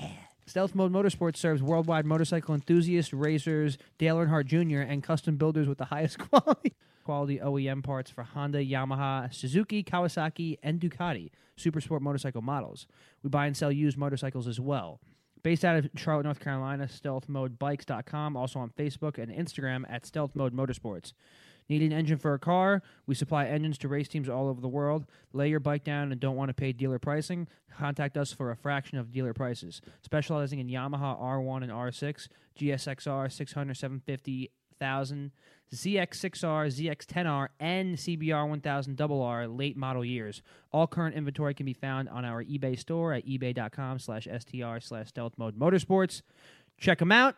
Stealth Mode Motorsports serves worldwide motorcycle enthusiasts, racers, Dale Earnhardt Jr., and custom builders with the highest quality quality OEM parts for Honda, Yamaha, Suzuki, Kawasaki, and Ducati supersport motorcycle models. We buy and sell used motorcycles as well. Based out of Charlotte, North Carolina, stealthmodebikes.com, also on Facebook and Instagram at Stealth Mode Motorsports. Need an engine for a car? We supply engines to race teams all over the world. Lay your bike down and don't want to pay dealer pricing? Contact us for a fraction of dealer prices. Specializing in Yamaha R1 and R6, GSXR 600, 750, 1000, ZX6R, ZX10R, and CBR 1000RR late model years. All current inventory can be found on our eBay store at ebay.com slash str slash stealth mode motorsports. Check them out.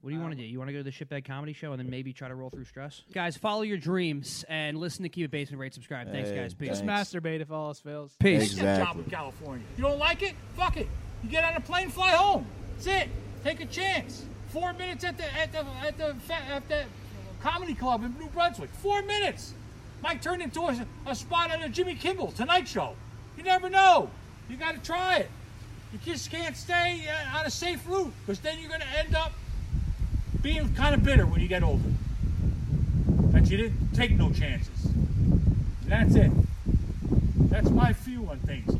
What do you want to do? You want to go to the Shitbag Comedy Show and then maybe try to roll through stress? Guys, follow your dreams and listen to Keep It Basement Rate Subscribe. Thanks,
Hey,
guys. Peace.
Just masturbate if all else fails.
Peace.
Exactly.
California. You don't like it? Fuck it. You get on a plane, fly home. That's it. Take a chance. Four minutes at the at the at the fa- at the comedy club in New Brunswick. Four minutes. Might turn into a, a spot on a Jimmy Kimmel Tonight Show. You never know. You got to try it. You just can't stay uh, on a safe route because then you're going to end up being kind of bitter when you get older that you didn't take no chances. And that's it. That's my view on things.